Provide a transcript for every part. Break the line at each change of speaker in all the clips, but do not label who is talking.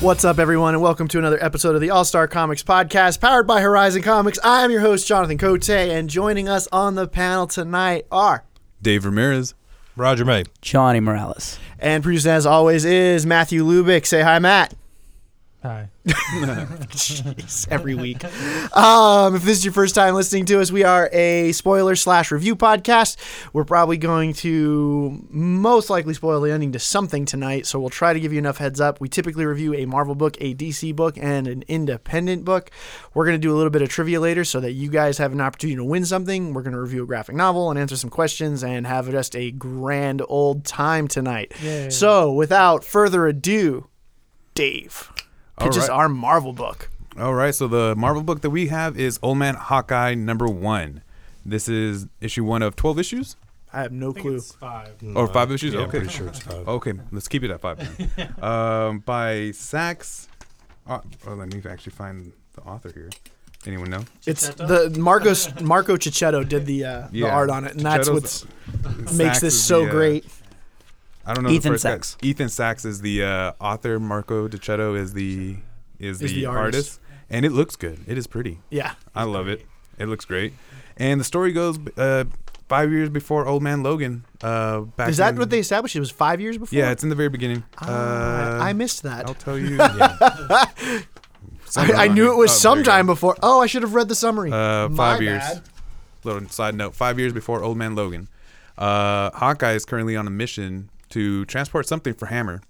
What's up, everyone, and welcome to another episode of the All Star Comics Podcast, powered by Horizon Comics. I am your host, Jonathan Cote, and joining us on the panel tonight are
Dave Ramirez.
Roger May.
Johnny Morales.
and produced as always is Matthew Lubick. Say hi, Matt.
Hi.
Jeez, every week. Um, if this is your first time listening to us, we are a spoiler slash review podcast. We're probably going to most likely spoil the ending to something tonight, so we'll try to give you enough heads up. We typically review a Marvel book, a DC book, and an independent book. We're going to do a little bit of trivia later so that you guys have an opportunity to win something. We're going to review a graphic novel and answer some questions and have just a grand old time tonight. So, without further ado, Dave pitches
right.
our Marvel book.
All right, so the Marvel book that we have is Old Man Hawkeye number one. This is issue one of 12 issues
I have no clue.
five.
or five issues?
yeah, I'm
okay. Oh.
pretty sure it's five.
Okay, let's keep it at five. um, by Sachs. Uh, oh, let me actually find the author here. Anyone know?
It's the Marcos Marco Cicchetto did the uh, the
Yeah,
art on it, and that's
Chichetto's-
what makes
Sachs
this
is
so
the, uh,
great.
I don't know. the
Ethan
first guy.
Sachs.
Ethan Sachs is the uh, author. Marco DiCetto is the is the,
the
artist.
artist.
and it looks good. It is pretty.
Yeah,
I love it. It looks great. And the story goes uh, five years before Old Man Logan. Uh, back
is that
in-
what they established? It was five years before.
Yeah, it's in the very beginning. Uh,
Ah, I missed that.
I'll tell you. Oh,
I, I knew it was sometime before. Oh, I should have read the summary.
Uh,
My
five years.
bad.
Little side note: five years before Old Man Logan, uh, Hawkeye is currently on a mission to transport something for Hammer,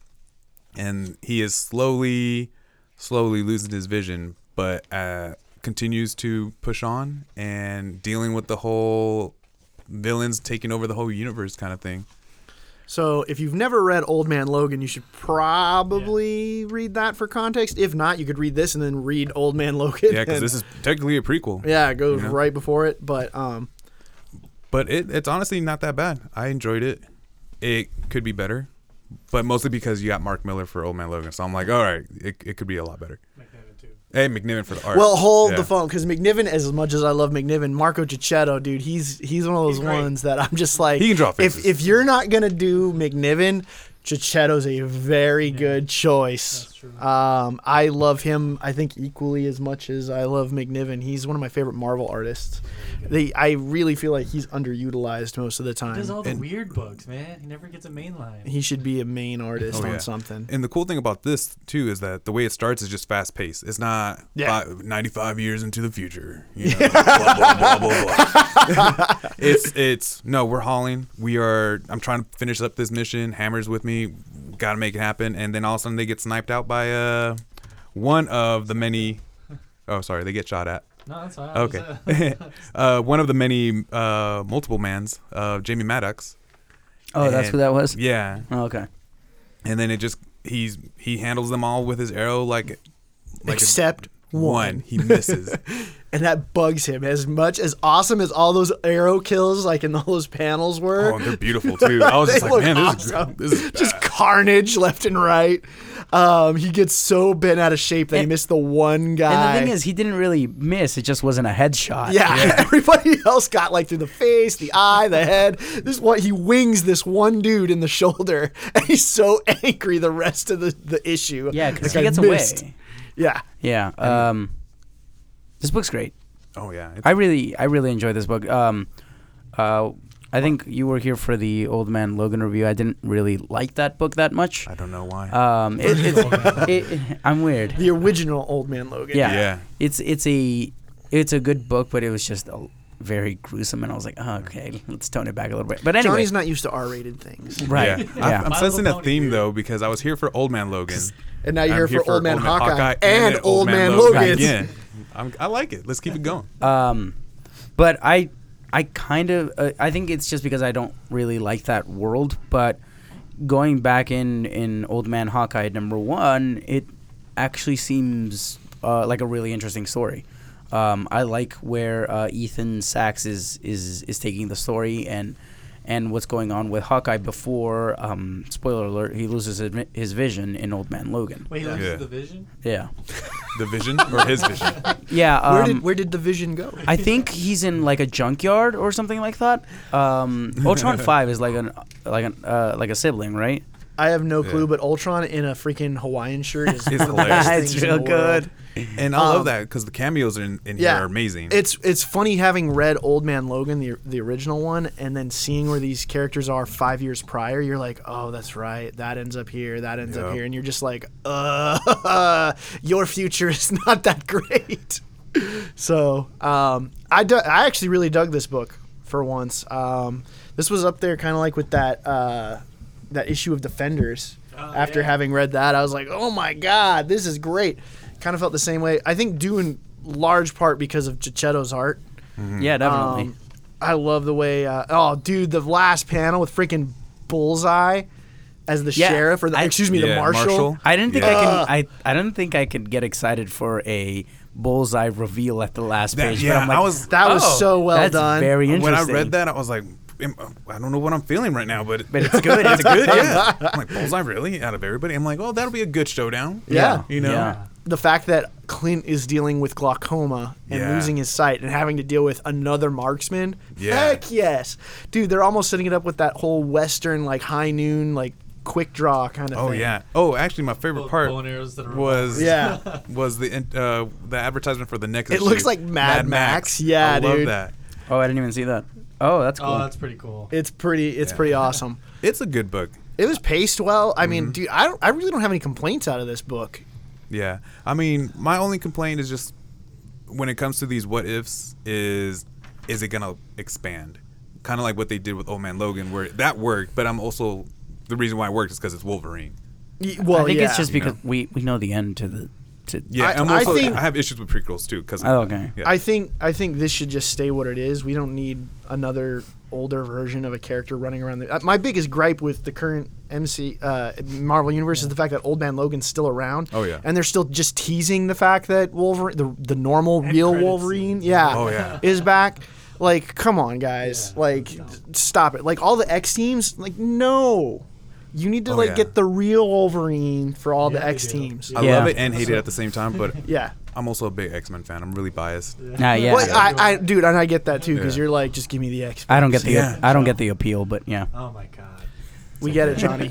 and he is slowly, slowly losing his vision, but uh, continues to push on and dealing with the whole villains taking over the whole universe kind of thing.
So, if you've never read Old Man Logan, you should probably read that for context. If not, you could read this and then read Old Man Logan.
Yeah, because
and-
this is technically a prequel.
yeah, it goes
you know?
right before it. But um,
But it, it's honestly not that bad. I enjoyed it. It could be better, but mostly because you got Mark Miller for Old Man Logan. So I'm like, all right, it, it could be a lot better. Hey, McNiven for the art.
Well, hold
Yeah.
the phone because McNiven. As much as I love McNiven, Marco Cicchetto, dude, he's he's one of those ones that I'm just like.
He can draw
if
faces.
if you're not gonna do McNiven, Cicchetto's a very good choice. Um, I love him. I think equally as much as I love McNiven. He's one of my favorite Marvel artists. They, I really feel like he's underutilized most of the
He does
time.
all the weird books, man. He never gets a mainline.
He should be a main artist
Oh,
on
yeah.
something.
And the cool thing about this too is that the way it starts is just fast paced. It's not
Yeah.
fi- 95 years into the future. You know, blah, blah, blah, blah, blah. it's it's no, we're hauling. We are. I'm trying to finish up this mission. Hammers with me. Got to make it happen. And then all of a sudden they get sniped out by uh one of the many. Oh, sorry, they get shot at.
No, that's all right. Just, uh,
Okay, uh, one of the many uh, multiple mans, uh, Jamie Maddox.
Oh, that's
And-
who that was?
Yeah,
Oh, okay.
and then it just he's he handles them all with his arrow like like a-
Except one.
he misses
and that bugs him as much as awesome as all those arrow kills like in all those panels were
oh and they're beautiful too i was
They
just like
look
man this,
awesome.
is, this is
just carnage left and right um, he gets so bent out of shape that he
And-
missed the one guy
And the thing is, he didn't really miss. It just wasn't a headshot.
yeah, everybody else got like through the face, the eye, the head. This what he wings this one dude in the shoulder, and he's so angry the rest of the, the issue.
Yeah, because
Like, I
he gets
missed.
away.
Yeah,
Yeah. Um, this book's great.
oh yeah it's-
I really, I really enjoy this book. Um, uh, I think you were here for the Old Man Logan review. I didn't really like that book that much.
i don't know why
Uh,
Um, it, it's it, I'm weird.
the original Old Man Logan.
Yeah.
Yeah.
It's it's a it's a good book, but it was just a, very gruesome, and I was like, oh, okay, let's tone it back a little bit. But anyway,
Johnny's not used to R-rated things.
yeah,
right? Yeah.
I'm, I'm
Little
sensing a
Pony
theme
too.
though because i was here for old man logan
And now you're
I'm
here, for, Old Man Hawkeye, and,
then
Old Man, Logan. Uh,
again. I'm, i like it let's keep it going
Um, but I, I kind of, uh, I think it's just because I don't really like that world. But going back in in Old Man Hawkeye number one, it actually seems uh, like a really interesting story. Um, I like where uh, Ethan Sachs is is is taking the story and and what's going on with Hawkeye before. Um, spoiler alert: he loses his, vi- his vision in Old Man Logan.
Wait, he loses
Yeah.
the vision?
Yeah,
the vision or his vision
yeah. Um,
Where did where did the vision go?
I think he's in like a junkyard or something like that. Um, Ultron Five is like an like an uh, like a sibling, right?
I have no clue,
Yeah.
but Ultron in a freaking Hawaiian shirt is
It's
one of the best
hilarious.
things
It's
in
real
the world.
good.
And I love
Um,
that because the cameos in, in
yeah.
here are amazing.
It's it's funny having read Old Man Logan, the the original one, and then seeing where these characters are five years prior. You're like, oh, that's right. That ends up here. That ends up
Yeah.
here, and you're just like, uh, your future is not that great. so um, I du- I actually really dug this book for once. Um, this was up there, kind of like with that uh, that issue of Defenders.
Oh,
After
yeah.
having read that, I was like, oh my god, this is great. Kind of felt the same way. I think due in large part because of Chichetto's art.
Mm-hmm.
Yeah, definitely.
Um, I love the way. Uh, oh, dude, the last panel with freaking Bullseye as the
Yeah,
sheriff, or the,
I-
excuse me, the
Yeah,
marshal.
marshal.
I didn't think
Yeah.
I can. I I didn't think I could get excited for a bullseye reveal at the last
That-
page. but
yeah,
I'm like,
I was
That was
"Oh,
so well
that's
done.
Very interesting.
when I read that, I was like, "Am- I don't know what I'm feeling right now, but
but it's good. It's good.
yeah. I'm like, Bullseye really out of everybody. I'm like, oh, that'll be a good showdown.
Yeah.
you know.
Yeah.
the fact that Clint is dealing with glaucoma and
Yeah.
losing his sight and having to deal with another marksman.
Yeah.
Heck yes. Dude, they're almost setting it up with that whole Western, like high noon, like quick draw kind of
Oh
thing.
yeah. Oh, actually, my favorite
Little
part
bow and arrows that are
was
Yeah.
was the uh, the advertisement for the next.
It
issue.
looks like Mad Max. Yeah,
I
dude.
Love that.
Oh, I didn't even see that. Oh, that's cool.
Oh, that's pretty cool.
It's pretty it's pretty awesome.
It's a good book.
It was paced well. I
Mm-hmm.
mean, dude, I, don't, I really don't have any complaints out of this book.
Yeah. I mean, my only complaint is just when it comes to these what ifs is is it gonna expand? Kind of like what they did with Old Man Logan, where that worked, but I'm also the reason why it worked is because it's Wolverine.
Y- Well,
I think
yeah.
it's just
You
because
know.
we, we know the end to the to
Yeah,
I-
and
I
also,
think-
I have issues with prequels too. Because
Oh, okay.
yeah.
I think I think this should just stay what it is. We don't need another older version of a character running around. The, uh, my biggest gripe with the current MC uh, Marvel universe is the fact that Old Man Logan's still around.
Oh, yeah.
and they're still just teasing the fact that Wolverine, the, the normal real
credit
Wolverine,
scenes.
yeah,
Oh, yeah.
is back. Like, come on, guys!
Yeah.
like,
No.
stop it! Like all the X teams, like no. You need to
Oh,
like
yeah.
get the real Wolverine for all the
Yeah, they
X
do.
teams.
Yeah.
I
Yeah.
love it and hate it at the same time, but
yeah.
I'm also a big X Men fan. I'm really biased.
Nah, yeah.
Well, I, I, dude, and I get that too because
Yeah.
you're like, just give me the X.
I don't get the
Yeah.
I don't get the appeal, but yeah.
oh my god.
We get it, Johnny.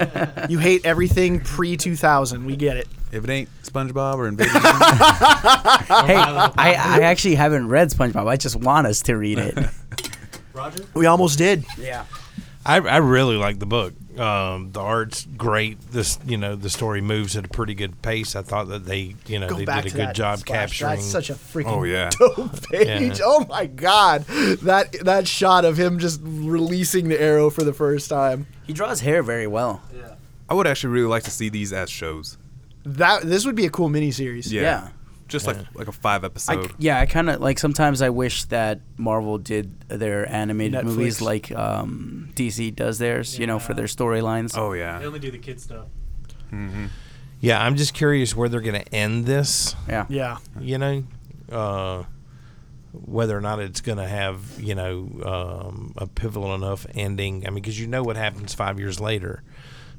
you hate everything pre 2000. We get it.
If it ain't SpongeBob or Invader, Zim,
Hey, I, I actually haven't read SpongeBob. I just want us to read it.
Roger.
We almost did.
yeah.
I, I really like the book. Um, the art's great. This you know the story moves at a pretty good pace. I thought that they you know
Go
they
back
did a
to
good
that
job
splash.
capturing.
That's such a freaking
oh yeah,
dope page.
Yeah.
Oh my god, that that shot of him just releasing the arrow for the first time.
He draws hair very well.
Yeah.
I would actually really like to see these as shows.
That this would be a cool miniseries.
Yeah,
Yeah.
just like like a five
I,
episode.
yeah, I kind of like sometimes I wish that Marvel did their animated
Netflix.
movies like um, DC does theirs, you know, for
Yeah.
their storylines.
oh
They
yeah,
only do the kid stuff.
yeah, I'm just curious where they're going to end this.
Yeah.
Yeah.
You know, uh, whether or not it's going to have you know um, a pivotal enough ending. I mean, because you know what happens five years later.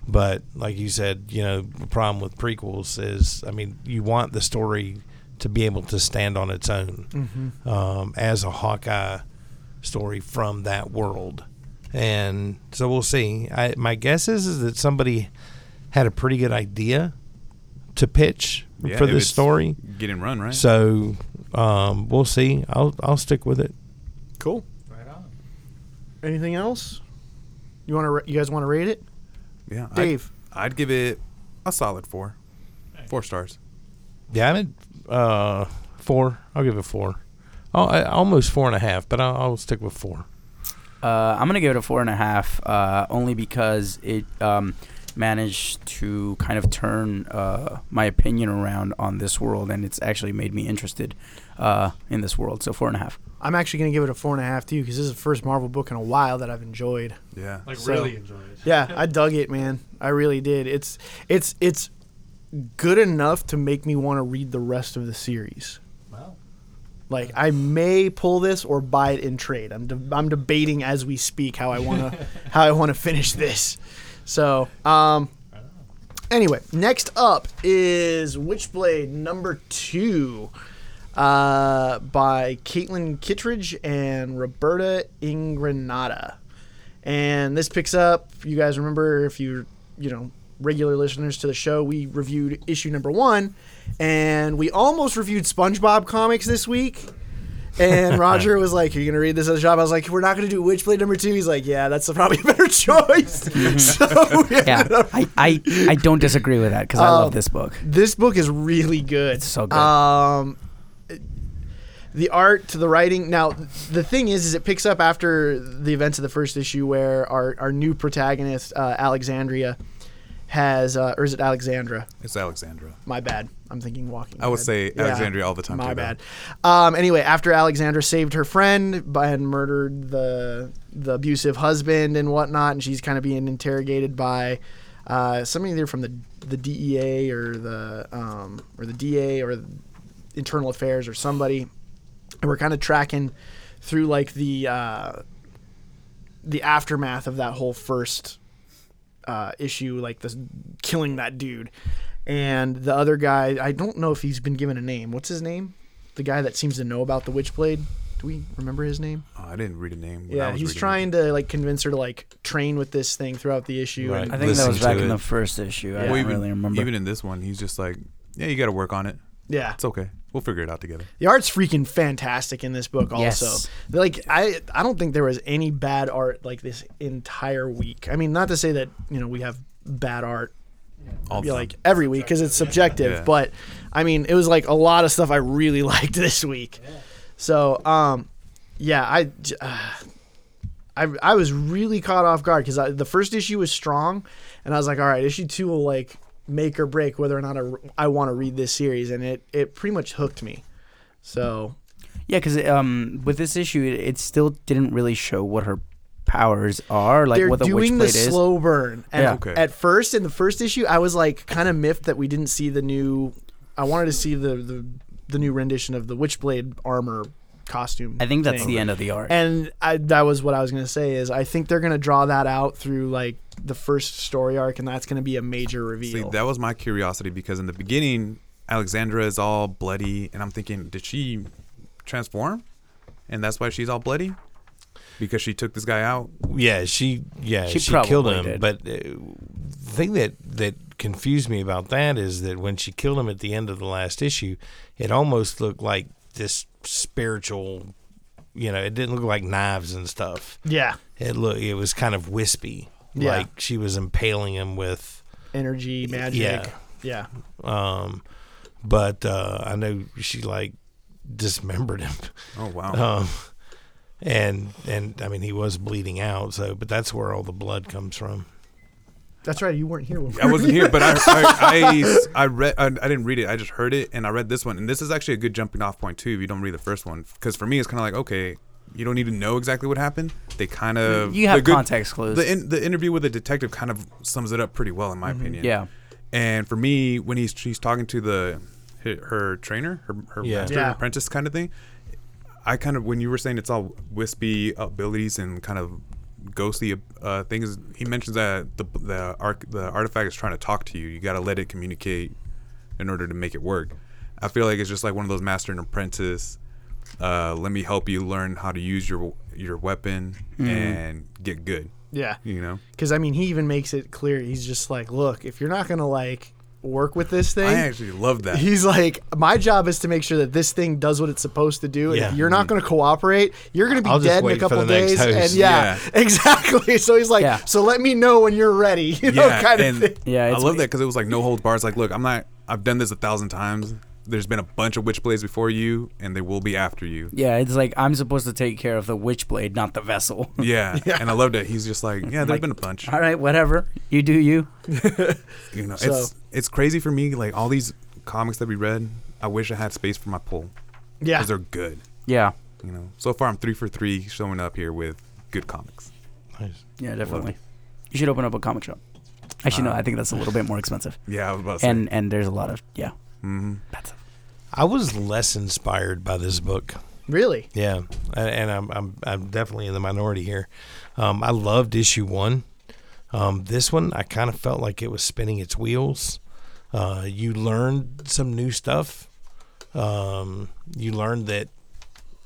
But like you said, you know, the problem with prequels is, I mean, you want the story to be able to stand on its own um, as a Hawkeye story from that world. And so we'll see. I, my guess is, is that somebody had a pretty good idea to pitch
Yeah,
for
if
this
it's
story.
Get and run right.
So um, we'll see. I'll I'll stick with it.
Cool.
Right on.
Anything else? You want to? Ra- you guys want to rate it?
yeah, I'd-
Dave.
I'd, give it a solid four, four stars.
Yeah, I'm at uh, four. I'll give it four. Oh, I, almost four and a half, but I'll, I'll stick with four.
Uh, I'm gonna give it a four and a half, uh, only because it um, managed to kind of turn uh, my opinion around on this world, and it's actually made me interested uh, in this world. So four and a half.
I'm actually going to give it a four and a half too because this is the first Marvel book in a while that I've enjoyed.
Yeah,
Like
So-
really enjoy it.
Yeah, I dug it, man. I really did. It's it's it's good enough to make me want to read the rest of the series.
Wow.
Like I may pull this or buy it in trade. I'm de- I'm debating as we speak how I want to how I want to finish this. So, um anyway, next up is Witchblade number 2 uh by Caitlin Kittredge and Roberta Ingranata. And this picks up, you guys remember if you, you know, regular listeners to the show, we reviewed issue number one, and we almost reviewed SpongeBob comics this week. And Roger was like, "You're gonna read this as a job." I was like, "We're not gonna do Witchblade number two. He's like, "Yeah, that's probably a better choice." so we
Yeah,
ended up
I, I, I don't disagree with that because I
Um,
love this book.
this book is really good.
It's so good.
Um, the art to the writing. Now, the thing is, is it picks up after the events of the first issue, where our our new protagonist uh, Alexandria has, uh, or is it Alexandra?
It's Alexandra.
My bad. I'm thinking walking.
I would
Dead.
say Alexandria all the time,
My
too, though.
bad. Um, anyway, after Alexandra saved her friend by, and murdered the the abusive husband and whatnot, and she's kind of being interrogated by uh, somebody either from the the DEA or the um, or the DA or Internal Affairs or somebody, and we're kind of tracking through like the uh, the aftermath of that whole first uh, issue, like this killing that dude. And the other guy, I don't know if he's been given a name. What's his name? The guy that seems to know about the Witchblade. Do we remember his name?
Oh, I didn't read a name. when I
yeah,
was
he's
reading it.
trying to like convince her to like train with this thing throughout the issue.
Right.
And
I think that
Listen
was
to
back in
it.
the first issue. I
Well,
don't
even,
really remember.
Even in this one, he's just like, yeah, you got to work on it.
yeah,
It's okay. We'll figure it out together.
the art's freaking fantastic in this book. Also,
Yes.
like I, I don't think there was any bad art like this entire week. I mean, not to say that you know we have bad art
All the
yeah,
time.
like every week because it's subjective.
Yeah.
But I mean, it was like a lot of stuff I really liked this week. So um, yeah, I, j- uh, I I was really caught off guard because the first issue was strong, and I was like, all right, issue two will like make or break whether or not I, want to read this series, and it it pretty much hooked me. So
Yeah, because um, with this issue, it, it still didn't really show what her powers are, like
they're
what the
doing
Witchblade
the
is.
slow burn. And
Yeah.
Okay.
at first, in the first issue, I was like kind of miffed that we didn't see the new. I wanted to see the the, the new rendition of the Witchblade armor costume.
I think that's
thing.
the end of the arc.
And I, that was what I was gonna say is I think they're gonna draw that out through like the first story arc, and that's gonna be a major
See,
reveal.
that was my curiosity because in the beginning, Alexandra is all bloody, and I'm thinking, did she transform? And that's why she's all bloody? Because she took this guy out?
Yeah, she yeah
She
she, killed
probably
him.
did.
But uh, the thing that that confused me about that is that when she killed him at the end of the last issue, it almost looked like this spiritual. You know, it didn't look like knives and stuff.
yeah,
It look it was kind of wispy,
Yeah.
like she was impaling him with
energy, magic. yeah.
Yeah. Um, but uh, I know she like dismembered him.
Oh, wow.
Um, and and I mean he was bleeding out. So, but that's where all the blood comes from.
That's right. You weren't here when we
I wasn't here, but I I, I, I read I, I didn't read it. I just heard it, and I read this one, and this is actually a good jumping off point too. If you don't read the first one, because for me it's kind of like okay, you don't need to know exactly what happened. They kind of
You have
the good-
context clues.
The in, the interview with the detective kind of sums it up pretty well in my opinion.
Mm-hmm. Yeah.
and for me when he's she's talking to the her, her trainer, her, her
Yeah.
master
Yeah.
apprentice kind of thing. I kind of when you were saying it's all wispy abilities and kind of ghostly uh, things. He mentions that the the, arc, the artifact is trying to talk to you. You got to let it communicate in order to make it work. I feel like it's just like one of those master and apprentice. Uh, let me help you learn how to use your your weapon and get good.
Yeah.
You know,
Because I mean, he even makes it clear. He's just like, look, if you're not gonna like work with this thing,
I actually love that.
He's like, my job is to make sure that this thing does what it's supposed to do. and
Yeah.
If you're not going to cooperate, you're going to be
I'll just
dead in a
wait for
couple
the next
days.
host.
And yeah, exactly. So he's like,
Yeah.
so let me know when you're ready. You know, kind of thing.
Yeah,
I
it's-
love that because it was like no holds barred. It's like, look, I'm not. I've done this a thousand times. There's been a bunch of witch blades before you, and they will be after you.
yeah, it's like I'm supposed to take care of the Witchblade, not the vessel.
Yeah, and I love that he's just like, yeah, there's been a bunch.
All right, whatever you do, you.
You know,
So-
it's it's crazy for me. Like all these comics that we read, I wish I had space for my pull
Yeah.
because they're good.
Yeah,
You know, so far I'm three for three showing up here with good comics.
Nice.
yeah, definitely. You should open up a comic shop. Actually,
Uh,
no, I think that's a little bit more expensive.
Yeah, I was about to say.
And and there's a lot of yeah.
Mm-hmm.
Mhm.
That's
I was less inspired by this book.
Really?
Yeah, and, and I'm, I'm I'm definitely in the minority here. Um, I loved issue one. Um, this one, I kind of felt like it was spinning its wheels. Uh, you learned some new stuff. Um, you learned that,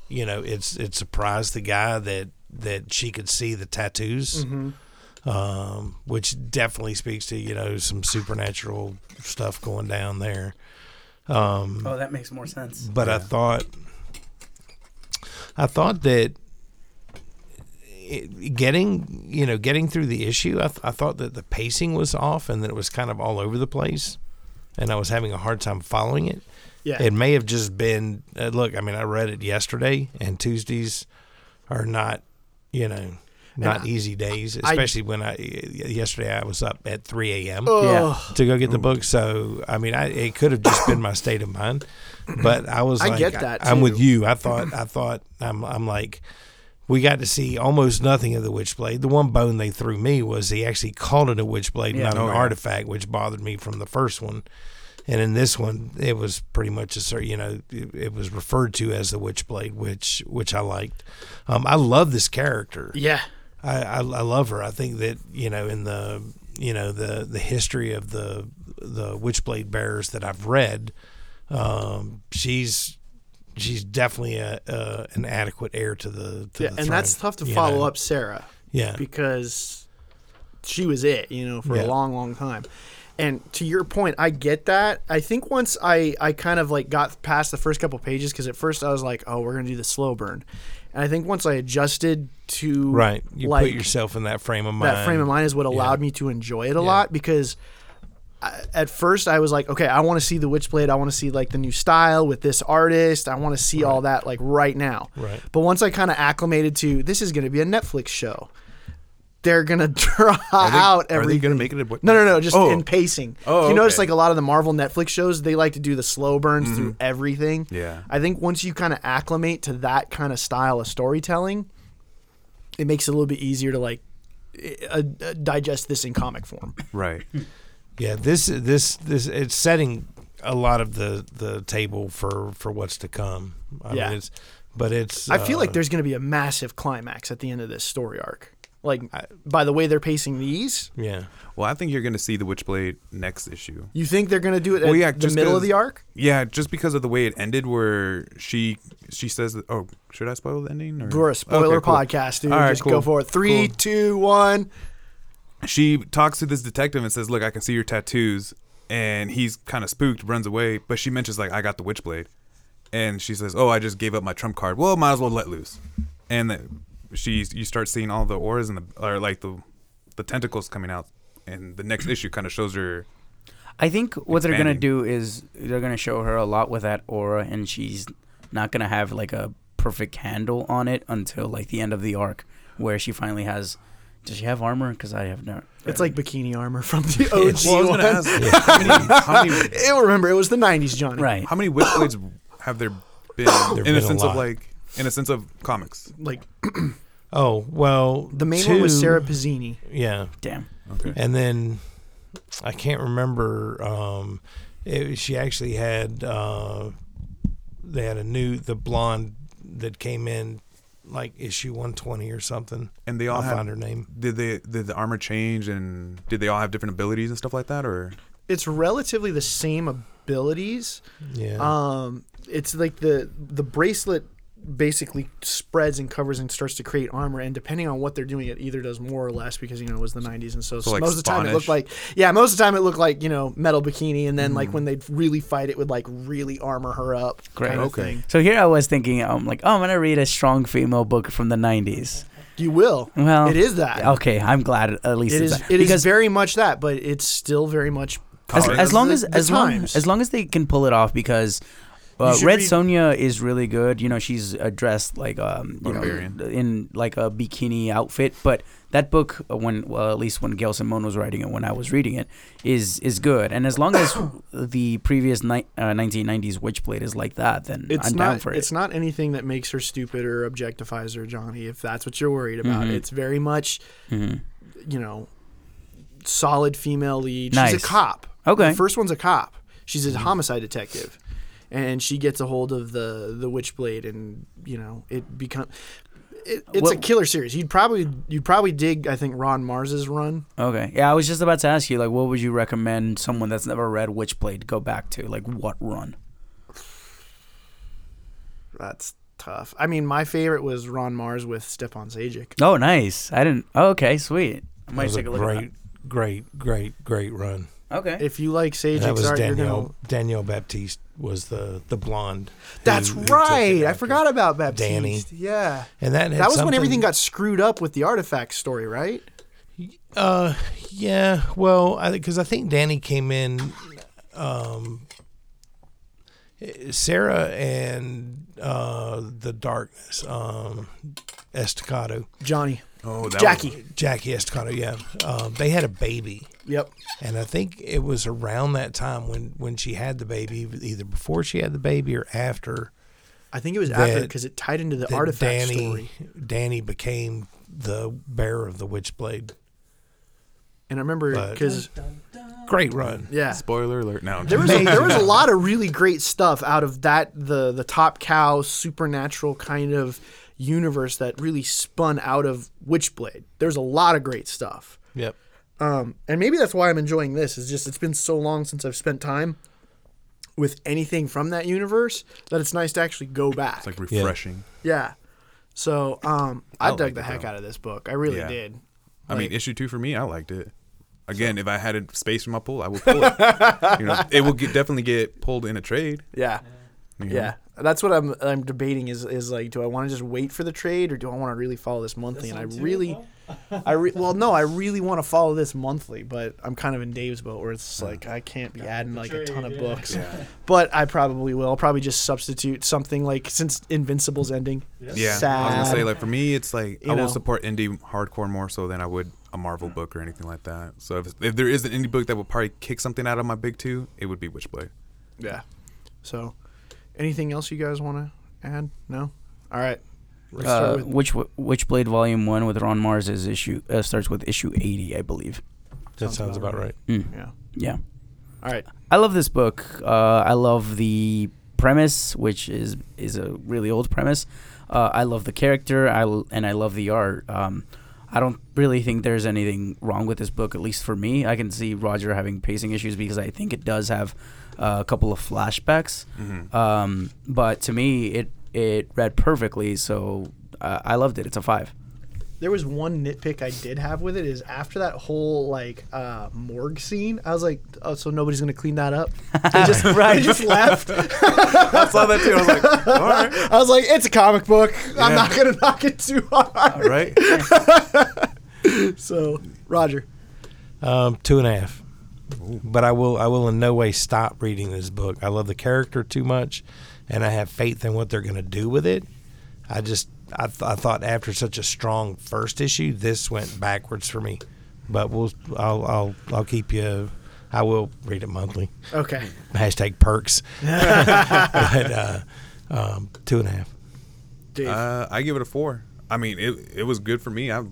you know, it's it surprised the guy that that she could see the tattoos. um, which definitely speaks to you know some supernatural stuff going down there. Um,
Oh, that makes more sense.
but I thought I thought that it- getting you know getting through the issue, I, th- I thought that the pacing was off and that it was kind of all over the place, and I was having a hard time following it.
Yeah.
It may have just been uh, look. I mean, I read it yesterday, and Tuesdays are not you know not easy days,
I-
especially when I yesterday I was up at three a.m
Ugh.
to go get the book. So I mean, I, it could have just been my state of mind, but I was
I
like,
get that,
I, am with
too.
you. I thought, I thought, I'm, I'm like, we got to see almost nothing of the Witchblade. The one bone they threw me was he actually called it a Witchblade,
Yeah.
not
Oh,
an
yeah.
artifact, which bothered me from the first one. And in this one, it was pretty much a cer- you know it, it was referred to as the Witchblade, which which I liked. Um, I love this character.
Yeah.
I, I I love her. I think that you know in the you know the the history of the the Witchblade bearers that I've read, um, she's she's definitely a, a an adequate heir to the to
yeah.
the
And that's
throne,
tough to
you
follow
know?
up Sarah
Yeah,
because she was it, you know, for
Yeah.
a long, long time. And to your point, I get that. I think once I, I kind of like got past the first couple pages because at first I was like, oh, we're gonna do the slow burn, and I think once I adjusted to
right. You
like
put yourself in that frame of mind.
that frame of mind is what allowed me to enjoy it a lot because I, at first I was like, okay, I want to see the Witchblade. I want to see like the new style with this artist. I want to see all that like right now.
Right.
But once I kind of acclimated to this is going to be a Netflix show. They're gonna draw out
Are they
everything.
gonna make it? A, what,
No, no, no. Just
Oh.
in pacing.
Oh,
you notice
okay.
like a lot of the Marvel Netflix shows, they like to do the slow burns through everything.
Mm-hmm. Yeah.
I think once you kind of acclimate to that kind of style of storytelling, it makes it a little bit easier to like uh, uh, digest this in comic form.
Right.
Hmm.
Yeah, this this this it's setting a lot of the the table for for what's to come. I
Yeah.
mean, it's, but it's
I feel
uh,
like there's going to be a massive climax at the end of this story arc. Like by the way they're pacing these,
yeah.
Well, I think you're gonna see the Witchblade next issue.
you think they're going to do it at
Well, yeah,
the
just
middle of
'cause-
the arc?
Yeah, just because of the way it ended, where she she says, that, "Oh, should I spoil the ending?" Or?
We're a spoiler
Okay, cool.
podcast, dude.
All right,
Just
cool.
go for it. Three,
Cool.
two, one.
She talks to this detective and says, "Look, I can see your tattoos," and he's kind of spooked, runs away. But she mentions like, "I got the Witchblade," and she says, "Oh, I just gave up my trump card. Well, might as well let loose." And the, she you start seeing all the auras and the or like the the tentacles coming out, and the next issue kind of shows her.
I think what they're gonna
Expanding.
do is they're gonna show her a lot with that aura, and she's not gonna have like a perfect handle on it until like the end of the arc, where she finally has. Does she have armor? Because I have no.
It's like bikini armor from the OG
Well, I was
one.
gonna ask, how many- how many
It'll remember it was the '90s, Johnny.
right.
How many Witchblades have there been in
Eh. been a
a sense
lot.
of like in a sense of comics?
Like
Oh well,
the main one was
two-
Sarah Pizzini.
Yeah,
Damn.
Okay.
and then I can't remember. Um, it, she actually had uh, they had a new the blonde that came in like issue one twenty or something.
And they all
I'll
have-
find her name.
Did they did the armor change and did they all have different abilities and stuff like that or
It's relatively the same abilities.
Yeah,
Um, it's like the the bracelet basically spreads and covers and starts to create armor and depending on what they're doing it either does more or less because you know it was the 90s and so,
So, like,
most of the time it looked
Spanish?
like yeah most of the time it looked like you know metal bikini and then like when they'd really fight it would like really armor her up
Great.
kind of
Okay.
thing.
So here I was thinking, I'm like, oh, I'm gonna read a strong female book from the '90s.
you will
Well,
it is that
Okay, I'm glad at least
it
it's
is
that.
it is
because
very much that but it's still very much
as,
Alright.
as long as
The- the
as long
times.
as long as they can pull it off because uh,
You should
Red
read-
Sonia is really good. You know, she's uh, dressed like um you know,
Barbarian.
in like a bikini outfit, but that book uh, when well at least when Gail Simone was writing it when I was reading it is is good. And as long as the previous ni- uh, 1990s Witchblade is like that, then
it's
I'm
not
down for it.
it's not anything that makes her stupid or objectifies her johnny if that's what you're worried about
Mm-hmm.
it's very much you know solid female lead she's
Nice.
a cop
Okay. Mm-hmm.
the first one's a cop she's a homicide detective and she gets a hold of the the witchblade and you know it become it, it's a
Well-
killer series you'd probably you'd probably dig i think ron mars's run
Okay. Yeah, I was just about to ask you like what would you recommend someone that's never read Witchblade go back to? Like what run?
that's tough i mean my favorite was ron mars with stepan zajic
Oh, nice. I didn't Oh, okay, sweet. I
That
might
was a
take a look.
great, great, great, great run.
At that. Okay.
If you like Sage
that was
art, you're
Danielle.
gonna.
Danielle Baptiste was the the blonde. who-
That's
who took it
right. I
after.
forgot about Baptiste.
Danny.
Yeah.
And that had
That was when
something-
everything got screwed up with the artifact story, right?
Uh, yeah. Well, I because I think Danny came in. Um, Sarah and uh, the darkness. Um, Estacado,
Johnny.
Oh, that
Jackie.
Jackie Estacado. Yeah, um, they had a baby.
Yep.
And I think it was around that time when, when she had the baby, either before she had the baby or after.
I think it was after
That-
because it tied into the
that
artifact
Danny,
story.
Danny became the bearer of the Witchblade.
And I remember
But-
because
Great run.
yeah,
Spoiler alert. No. I'm
there was
kidding.
a, there was a lot of really great stuff out of that the the top cow supernatural kind of universe that really spun out of Witchblade. There's a lot of great stuff.
Yep.
Um, and maybe that's why I'm enjoying this. Is just it's been so long since I've spent time with anything from that universe that it's nice to actually go back.
It's like refreshing.
yeah. So um, I,
I
dug
like
the
it,
heck
though.
out of this book. I really
Yeah.
did.
I mean, issue two for me, I liked it. Again, if I had a space for my pool, I would pull it. you know, it will get, definitely get pulled in a trade.
Yeah.
you know?
Yeah. That's what I'm I'm debating is is like do I want to just wait for the trade or do I want to really follow this monthly and I really I re- well no I really want to follow this monthly but I'm kind of in Dave's boat where it's like I can't be adding like a ton of
trade, yeah.
books but I probably will I'll probably just substitute something like since Invincible's ending
Yeah, I was
Sad.
gonna say like for me, it's like
You
I will
know.
support indie hardcore more so than I would a Marvel book or anything like that. So if, if there is an indie book that would probably kick something out of my big two, it would be Witchblade.
yeah so anything else you guys want to add no all right let's start
Uh,
with-
which which Blade Volume One with Ron Mars is issue uh, starts with issue eighty, I believe.
That sounds about right.
yeah
Yeah.
all right
I love this book. Uh, I love the premise, which is is a really old premise. Uh, I love the character, I l- and I love the art. Um, I don't really think there's anything wrong with this book, at least for me. I can see Roger having pacing issues because I think it does have uh, a couple of flashbacks. Um, but to me, it it read perfectly, so uh, I loved it. It's a five.
there was one nitpick I did have with it is after that whole like uh, morgue scene, I was like, oh, so nobody's gonna clean that up. They just, they just left.
I saw that too. I was like, all right,
I was like, it's a comic book. I'm
Yeah.
not gonna knock it too hard.
all right.
So, Roger,
Um, two and a half. But I will I will in no way stop reading this book. I love the character too much, and I have faith in what they're going to do with it. I just I, th- I thought after such a strong first issue, this went backwards for me. But we'll I'll I'll, I'll keep you. I will read it monthly.
okay,
Hashtag perks. but uh, um, two and a half.
Dave,
Uh, I give it a four. I mean, it it was good for me. I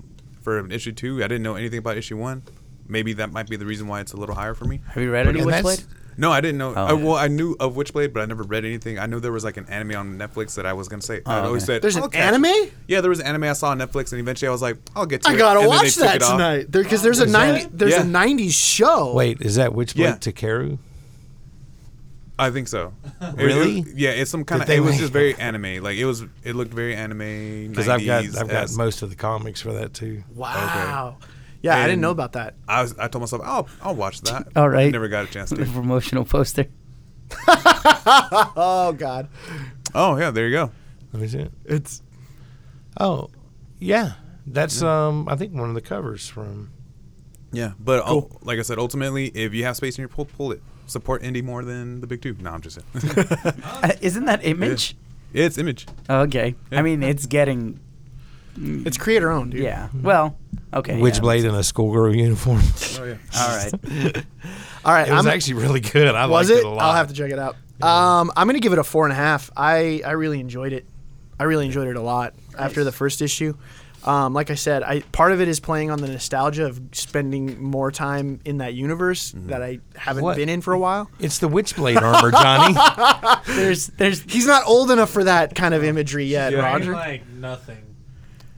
for an issue two, I didn't know anything about issue one. Maybe that might be the reason why it's a little higher for me.
Have you read any
And that's-
Witchblade?
No, I didn't know.
Oh.
I, well, I knew of Witchblade, but I never read anything. I knew there was like an anime on Netflix that I was gonna say. I
Oh,
always
okay.
said
there's an
"I'll catch it."
anime.
Yeah, there was an anime I saw on Netflix, and eventually I was like, I'll get to
I
it.
gotta
And then they
watch
took
that
it off.
tonight because there's a ninety there's
Yeah.
a '90s show.
Wait, is that Witchblade
Yeah.
Takeru?
I think so. It-
Really?
it- yeah, it's some kind of.
they
It was
make-
just very anime. Like it was. It looked very anime.
Because
Because
I've got I've got most of the comics for that too.
Wow. Yeah, I didn't
And-
know about that.
I was. I told myself, I'll I'll watch that.
All right.
Never got a chance to.
Promotional poster.
Oh God,
Oh yeah, there you go.
Let me see it.
it's
Oh, yeah. That's um. I think one of the covers from.
Yeah, but uh, like I said, ultimately, if you have space in your pool, pull it. Support indie more than the big two. No, I'm just saying.
Uh, isn't that Image?
Yeah, it's image.
Oh, Okay. I
Yeah.
mean, it's getting
it's creator owned, dude.
Yeah. Well, okay. yeah.
Witchblade in a schoolgirl uniform.
Oh yeah.
All right.
All right,
it was
I'm
actually really good. I
was
liked
it?
it? a lot.
I'll have to check it out. Um, I'm gonna give it a four and a half. I I really enjoyed it. I really enjoyed it a lot after the first issue. Um, like I said, I part of it is playing on the nostalgia of spending more time in that universe that I haven't
What?
been in for a while.
It's the Witchblade armor, Johnny.
There's there's
He's not old enough for that kind of imagery yet,
Yeah.
Roger.
Like nothing.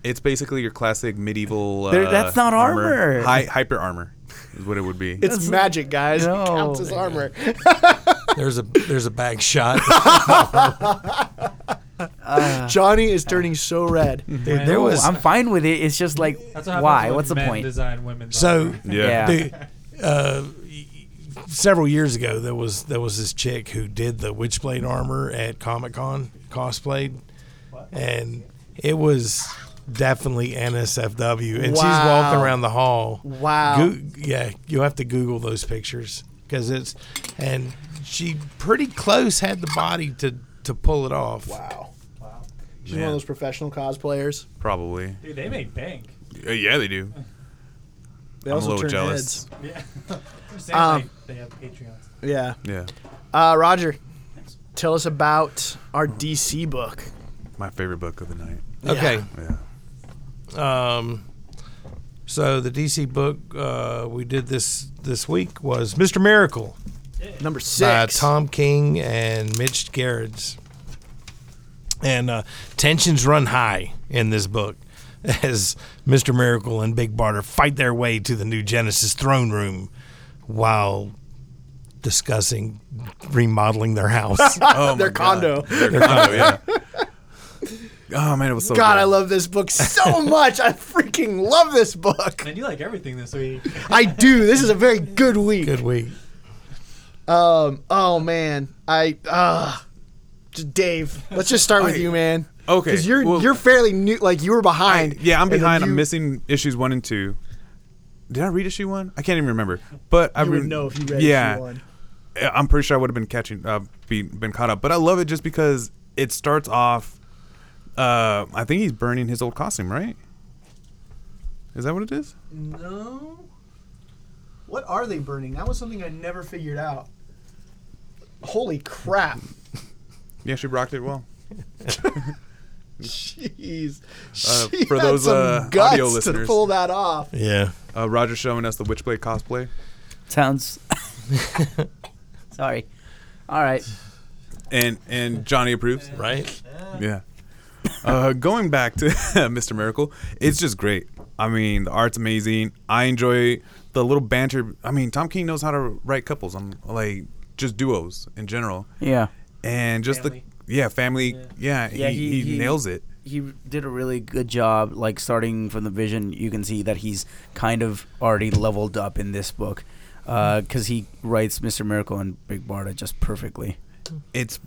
It's basically your classic medieval.
There-
Uh,
that's not armor.
Hi- hyper armor is what it would be.
It's magic, guys.
No.
It counts as armor.
there's a there's a bag shot.
Ah. Johnny is turning so red.
Dude, there was
I'm fine with it. It's just like,
That's what happens
why?
when
What's the
men
point?
Design women.
so
Yeah.
dude, uh, y- y- several years ago there was there was this chick who did the witchblade armor at Comic Con cosplayed, and it was definitely NSFW, and she's walking
Wow.
around the hall.
Wow.
Goo- yeah, you'll have to Google those pictures because it's and she pretty close had the body to to pull it off.
Wow.
wow.
She's one
Man.
of those professional cosplayers.
Probably.
Dude, they make bank.
Uh, yeah, they do.
They
I'm a
also
little
turn
jealous.
heads.
Yeah. I'm saying
Um,
they, they have Patreons.
Yeah.
Yeah.
Uh, Roger, tell us about our DC book.
My favorite book of the night.
Okay.
Yeah.
Um, so the DC book uh, we did this this week was Mr. Miracle
Number
by
six.
Tom King and Mitch Gerrits. And uh, tensions run high in this book as Mr. Miracle and Big Barter fight their way to the new Genesis throne room while discussing remodeling their house.
Oh,
Their
my God.
condo.
Their condo, yeah. Oh man, it was so
God,
good.
I love this book so much. I freaking love this book.
And you like everything this week.
I do. This is a very good week.
Good week.
Um. Oh man. I. Uh, Dave, let's just start with
I-
you, man.
Okay,
Because you're
well-
you're fairly new. Like you were behind.
Yeah, I'm
and then
behind.
you-
I'm missing issues one and two. Did I read issue one? I can't even remember. But I
You would
re-
know if you read
yeah,
issue one.
I- I'm pretty sure I would have been catching, uh, be, been caught up. But I love it just because it starts off. Uh, I think he's burning his old costume, right? Is that what it is?
No. What are they burning? That was something I never figured out. Holy crap.
Yeah, she rocked it well.
Jeez.
Uh,
She
for
had
those,
some
uh,
guts
audio
to
listeners.
pull that off.
Yeah.
Uh, Roger showing us the Witchblade cosplay,
Sounds. Sorry. All right.
and and Johnny approves.
Right?
Yeah. Uh, going back to Mr. Miracle, it's just great. I mean, the art's amazing. I enjoy the little banter. I mean, Tom King knows how to write couples. I'm like just duos in general,
Yeah.
and just
Family.
the yeah family. Yeah,
Yeah,
he,
he-
he,
he-
nails it.
He did a really good job. Like starting from the vision, you can see that he's kind of already leveled up in this book, because he writes Mr. Miracle and Big Barda just perfectly.
It's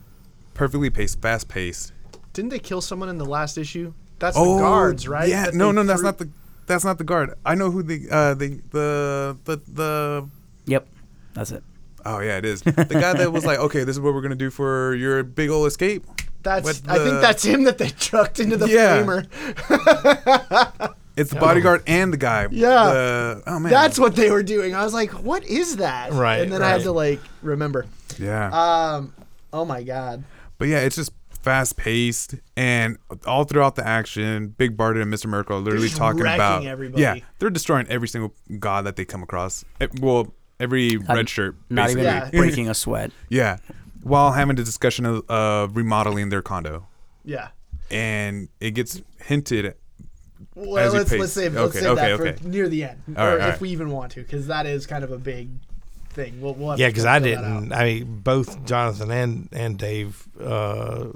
perfectly paced, fast paced. Oh,
Didn't they kill someone in the last issue? That's the guards, right?
Yeah,
That
no,
they
no, that's
threw-
not the that's not the guard. I know who the uh the the the the
Yep. That's it.
oh yeah it is the guy that was like okay this is what we're gonna do for your big old escape.
That's.
with
I think
the-
that's him that they chucked into the
Yeah.
framer.
It's the bodyguard and the guy.
Yeah.
The- oh man.
That's what they were doing. I was like, what is that?
Right,
And then I had
right.
to like remember.
yeah.
Um. Oh my god.
but yeah, it's just fast paced and all throughout the action, Big Barda and Mr. Miracle are literally
just
talking
wrecking
about
everybody.
Yeah, they're destroying every single god that they come across. Eh, Well, every red shirt.
Um, Not
basically.
Yeah.
even breaking a sweat.
Yeah. While having the discussion of uh, remodeling their condo.
Yeah.
And it gets hinted
Well,
As he
let's let's
paced.
save, let's
Okay,
save that
okay,
for
okay.
near the end,
All
or
right,
if
all right.
we even want to, because that is kind of a big thing. We'll, we'll have
Yeah,
to
because I
fill that out.
didn't. I mean, both Jonathan and and Dave uh,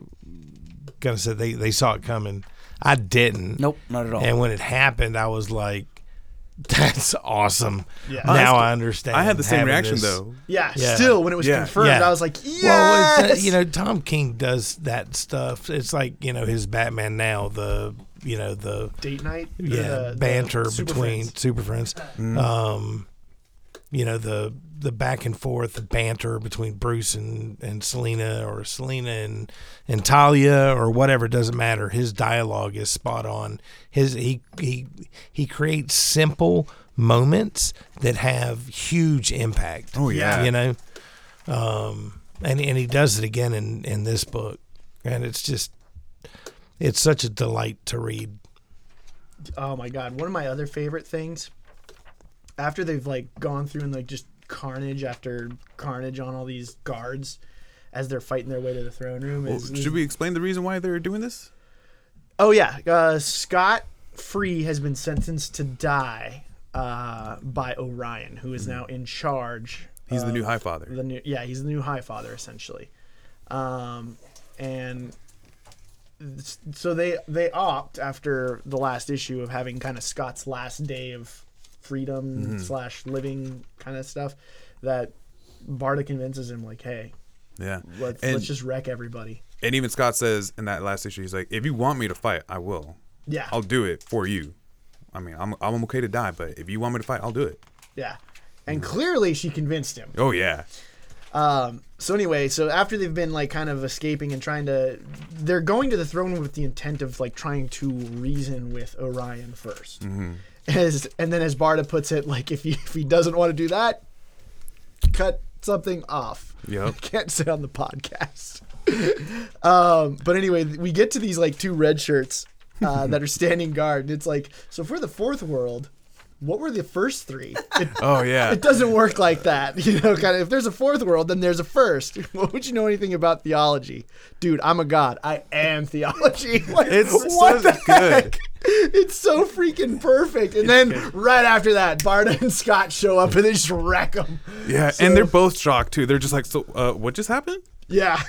kind of said they they saw it coming. I didn't.
Nope, not at all.
And when it happened, I was like, "That's awesome."
Yeah.
Now I understand.
I had the same
having
reaction
this-
though.
Yeah,
Yeah.
still when it was
Yeah.
confirmed,
Yeah.
I was like, yes.
Well, it's, uh, you know, Tom King does that stuff. It's like you know his Batman now. The you know the
date night. or
yeah
the- the
banter
Super
between
Friends.
super friends
Mm-hmm.
um you know the the back and forth the banter between bruce and and selena or selena and and talia or whatever doesn't matter his dialogue is spot on his he he he creates simple moments that have huge impact
Oh, yeah.
you know um and and he does it again in in this book and it's just it's such a delight to read
Oh my god, one of my other favorite things. After they've like gone through and like just carnage after carnage on all these guards, as they're fighting their way to the throne room.
Well,
is, is-
oh, should we explain the reason why they're doing this?
Oh yeah, uh, Scott Free has been sentenced to die uh, by Orion, who is now in charge.
Hmm. He's the
of
new High Father.
The new, yeah, he's the new High Father essentially, um, and so they they opt after the last issue of having kind of Scott's last day of freedom
Mm-hmm.
slash living kind of stuff that Barta convinces him like, hey,
Yeah.
let's
and,
let's just wreck everybody.
and even Scott says in that last issue, he's like, if you want me to fight, I will.
Yeah,
I'll do it for you. I mean, I'm, I'm okay to die, but if you want me to fight, I'll do it.
yeah. And clearly she convinced him.
Oh, yeah.
Um, so anyway, so after they've been like kind of escaping and trying to, they're going to the throne with the intent of like trying to reason with Orion 1st As and then as Barta puts it, like if he if he doesn't want to do that, cut something off.
Yep.
Can't say on the podcast. um, but anyway, we get to these like two red shirts uh, that are standing guard, and it's like so for the fourth world. What were the first three? It
Oh, yeah.
it doesn't work like that. You know, kind of if there's a fourth world, then there's a first. What would you know anything about theology? Dude, I'm a god. I am theology. Like,
It's
what
so
the
good.
heck? It's so freaking perfect. And then right after that, Barna and Scott show up and they just wreck them.
Yeah.
So-
and they're both shocked, too. They're just like, so uh, what just happened?
Yeah.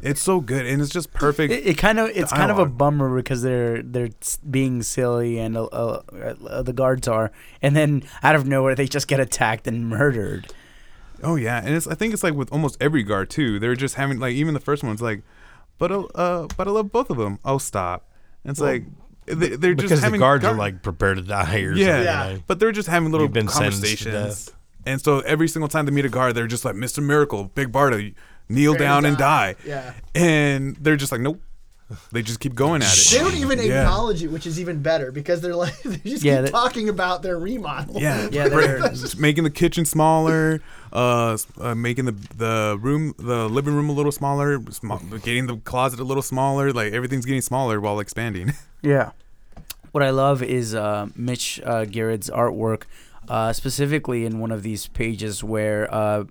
It's so good. And it's just perfect.
It, it kind of it's kind of a
dialogue.
bummer because they're they're s- being silly and uh, uh, uh, the guards are, and then out of nowhere they just get attacked and murdered.
Oh yeah, and it's I think it's like with almost every guard too. They're just having like even the first one's like, but uh, uh but I love both of them. Oh stop. And it's like they, they're
because
just
the
having
guards are
guard-
like prepared to die or
yeah,
Yeah.
something.
but they're just having little
You've been sentenced to
conversations. And so every single time they meet a guard, they're just like Mr. Miracle, Big Barda, you kneel
Pray
down
to
and die.
Yeah.
And they're just like nope. They just keep going at
They
it.
don't even
Yeah.
acknowledge it, which is even better because they're like they just
Yeah,
keep
that-
talking about their remodel.
Yeah,
Yeah, they're-
Just making the kitchen smaller, uh, s- uh, making the the room, the living room a little smaller, sm- getting the closet a little smaller. Like everything's getting smaller while expanding.
Yeah. What I love is uh, Mitch uh, Garrett's artwork, uh, specifically in one of these pages where, uh,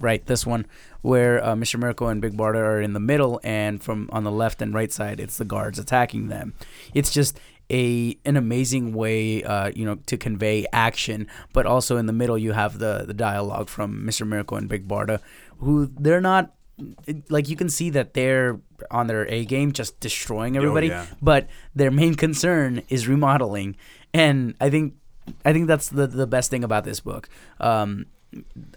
right, this one, where uh, Mr. Miracle and Big Barda are in the middle, and from on the left and right side, it's the guards attacking them. It's just a an amazing way, uh, you know, to convey action, but also in the middle you have the the dialogue from Mr. Miracle and Big Barda, who they're not. it- Like you can see that they're on their A game, just destroying everybody
yeah.
but their main concern is remodeling and i think i think that's the, the best thing about this book um,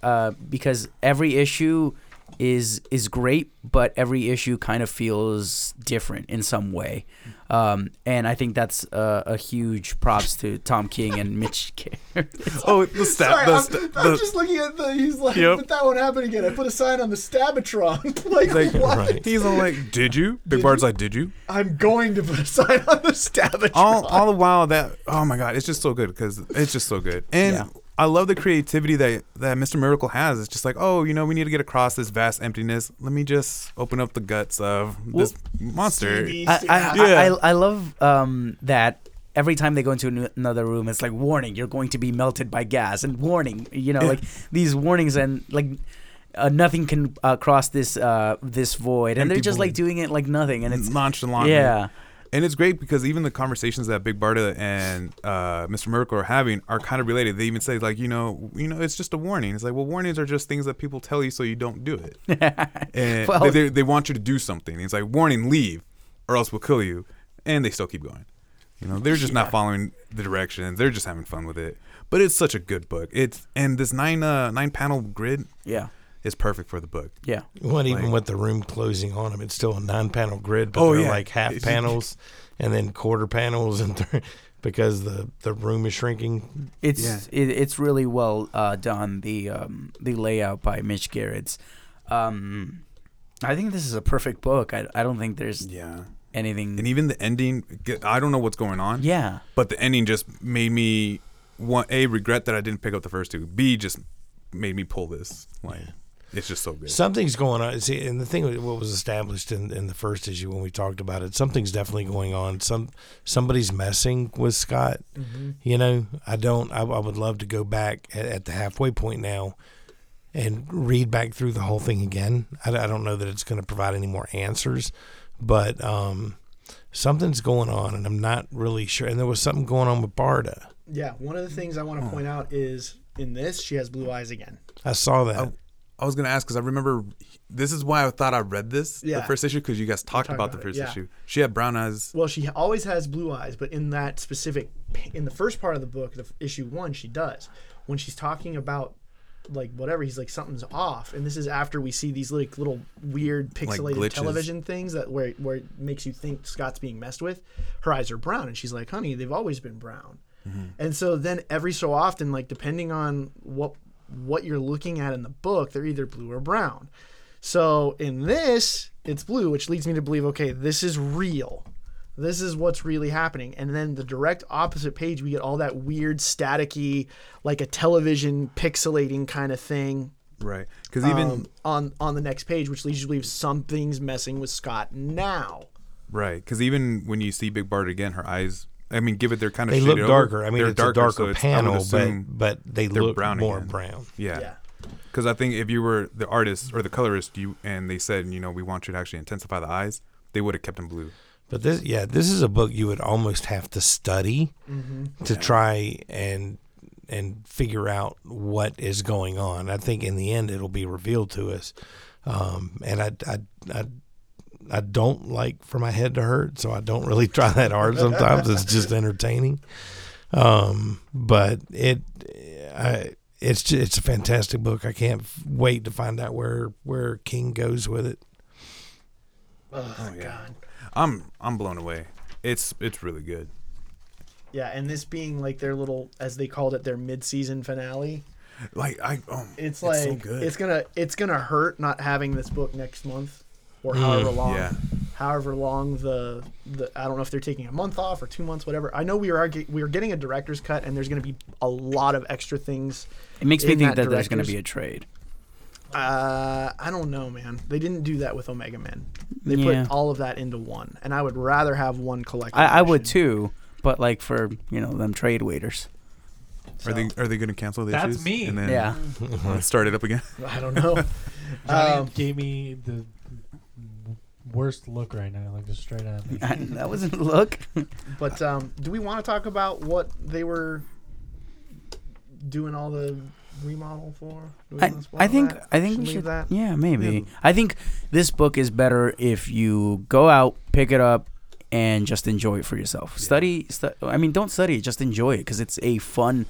uh, because every issue is is great but every issue kind of feels different in some way um, and i think that's uh, a huge props to tom king and mitch Garrett.
oh, the stab,
Sorry,
the,
I'm,
sta-
I'm
the-
just looking at the. He's like,
Yep.
but that won't happen again. I put a sign on the Stabatron. like, what?
Right.
He's all like, "Did you?" Big Bard's like, "Did you?"
I'm going to put a sign on the Stabatron.
All all the while that oh my god, it's just so good because it's just so good, and
Yeah.
I love the creativity that that Mr. Miracle has. It's just like, oh, you know, we need to get across this vast emptiness. Let me just open up the guts of this monster.
CD.
I, I, I,
Yeah.
I, I love um, that every time they go into an- another room, it's like warning, you're going to be melted by gas, and warning, you know, like these warnings, and like uh, nothing can uh, cross this uh, this void, and they're
Empty
just like
void.
doing it like nothing, and it's
nonchalant.
yeah,
And it's great because even the conversations that Big Barda and uh, Mr. Miracle are having are kind of related. They even say like, you know, you know, it's just a warning. It's like, well, warnings are just things that people tell you so you don't do it. and
Well-
they, they, they want you to do something. It's like, warning, leave, or else we'll kill you. And they still keep going. You know, they're just not following the directions. They're just having fun with it. But it's such a good book. It's and this nine uh, nine panel grid
yeah,
is perfect for the book.
yeah.
Well, even with the room closing on them, it's still a nine-panel grid, but
Oh,
they're
yeah.
like half panels, and then quarter panels, and th- because the the room is shrinking.
It's it, it's really well uh, done. The um, the layout by Mitch Garrett's. Um, I think this is a perfect book. I, I don't think there's
Yeah.
anything.
And even the ending, g- I don't know what's going on.
yeah.
But the ending just made me want a regret that I didn't pick up the first two. B just made me pull this. Like it's just so good.
Something's going on. See, and the thing with what was established in, in the first issue when we talked about it, something's definitely going on. Some somebody's messing with Scott.
Mm-hmm.
You know, I don't. I, I would love to go back at, at the halfway point now and read back through the whole thing again. I, I don't know that it's going to provide any more answers, but um, something's going on, and I'm not really sure. And there was something going on with Barda.
yeah, one of the things I want to point out is in this, she has blue eyes again.
Oh,
I saw that.
I was gonna ask because I remember this is why I thought I read this the
Yeah.
first issue because you guys talked
talked
about,
about
the
it,
first
yeah.
issue. She had brown eyes.
Well, she always has blue eyes, but in that specific, in the first part of the book, the f- issue one, she does. When she's talking about like whatever, he's like something's off, and this is after we see these like little weird pixelated
glitches.
television things that where where it makes you think Scott's being messed with. Her eyes are brown, and she's like, "Honey, they've always been brown." And so then every so often, like depending on what what you're looking at in the book, they're either blue or brown. So in this, it's blue, which leads me to believe, okay, this is real. This is what's really happening. And then the direct opposite page, we get all that weird staticky, like a television pixelating kind of thing
Right. Because even
um, on on the next page, which leads you to believe something's messing with Scott now.
right because even when you see Big Bart again, her eyes. I mean, give it. They're kind of
They
shaded
look
over.
darker. I mean,
They're
it's a darker
so it's- I would
panel, but
assume-
but they
they're
look
brown
more
again.
brown.
Yeah.
Yeah. Because I think if you were the artist or the colorist, you and they said, you know, we want you to actually intensify the eyes, they would have kept them blue.
But this, yeah, this is a book you would almost have to study to try and and figure out what is going on. I think in the end it'll be revealed to us. Um, and I, I, I, I don't like for my head to hurt, so I don't really try that hard. Sometimes it's just entertaining. Um, but it, I, it's ju- it's a fantastic book. I can't f- wait to find out where where King goes with it.
Oh, God.
I'm I'm blown away. It's it's really good.
Yeah, and this being like their little, as they called it, their mid-season finale.
Like I oh,
It's like it's,
so good.
gonna it's gonna hurt not having this book next month or however long
Mm, yeah.
however long the the I don't know if they're taking a month off or two months whatever. I know we are argu- we are getting a director's cut and there's gonna be a lot of extra things.
It makes me
in
think
that
that there's going to
director's-
be a trade.
Uh, I don't know, man. They didn't do that with Omega Men. They
Yeah.
put all of that into one, and I would rather have one collective.
I, I would
edition.
too, but like for you know them trade waiters.
are they are they gonna cancel the
That's
issues?
me.
And then
Yeah,
start it up again.
I don't know.
Johnny
Um,
gave me the worst look right now, like just straight on. me.
that wasn't a look.
But um, do we want to talk about what they were doing all the remodel for? Do we
I,
wanna spoil
I think
that?
I think we
leave
should.
that.
Yeah, maybe. I think this book is better if you go out, pick it up, and just enjoy it for yourself. Study. Stu- I mean, don't study. it, Just enjoy it because it's a fun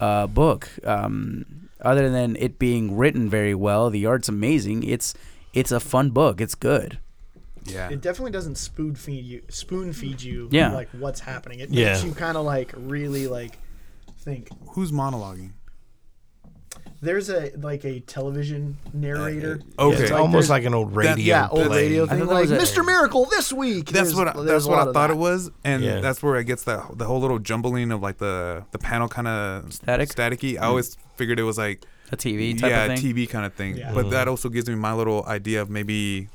uh, book. Um, other than it being written very well, the art's amazing. It's it's a fun book. It's good.
Yeah.
It definitely doesn't spoon feed you. Spoon feed you.
Yeah.
Like what's happening. It
Yeah.
makes you kind of like really like think.
Who's monologuing?
There's a like a television narrator.
Okay.
it's
like
almost
there's-
like an old radio.
yeah, old
play.
radio
I
thing.
thought that
Like
was a-
Mr. Miracle this week.
That's
There's-
what I,
there's
that's
a
what
lot
I
of
thought
that.
it was, and
Yeah.
that's where I gets the the whole little jumbling of like the the panel kind of
Static?
staticky. I always figured it was like
A TV type
yeah,
of thing. Mm-hmm.
TV kind of thing.
Yeah.
But that also gives me my little idea of maybe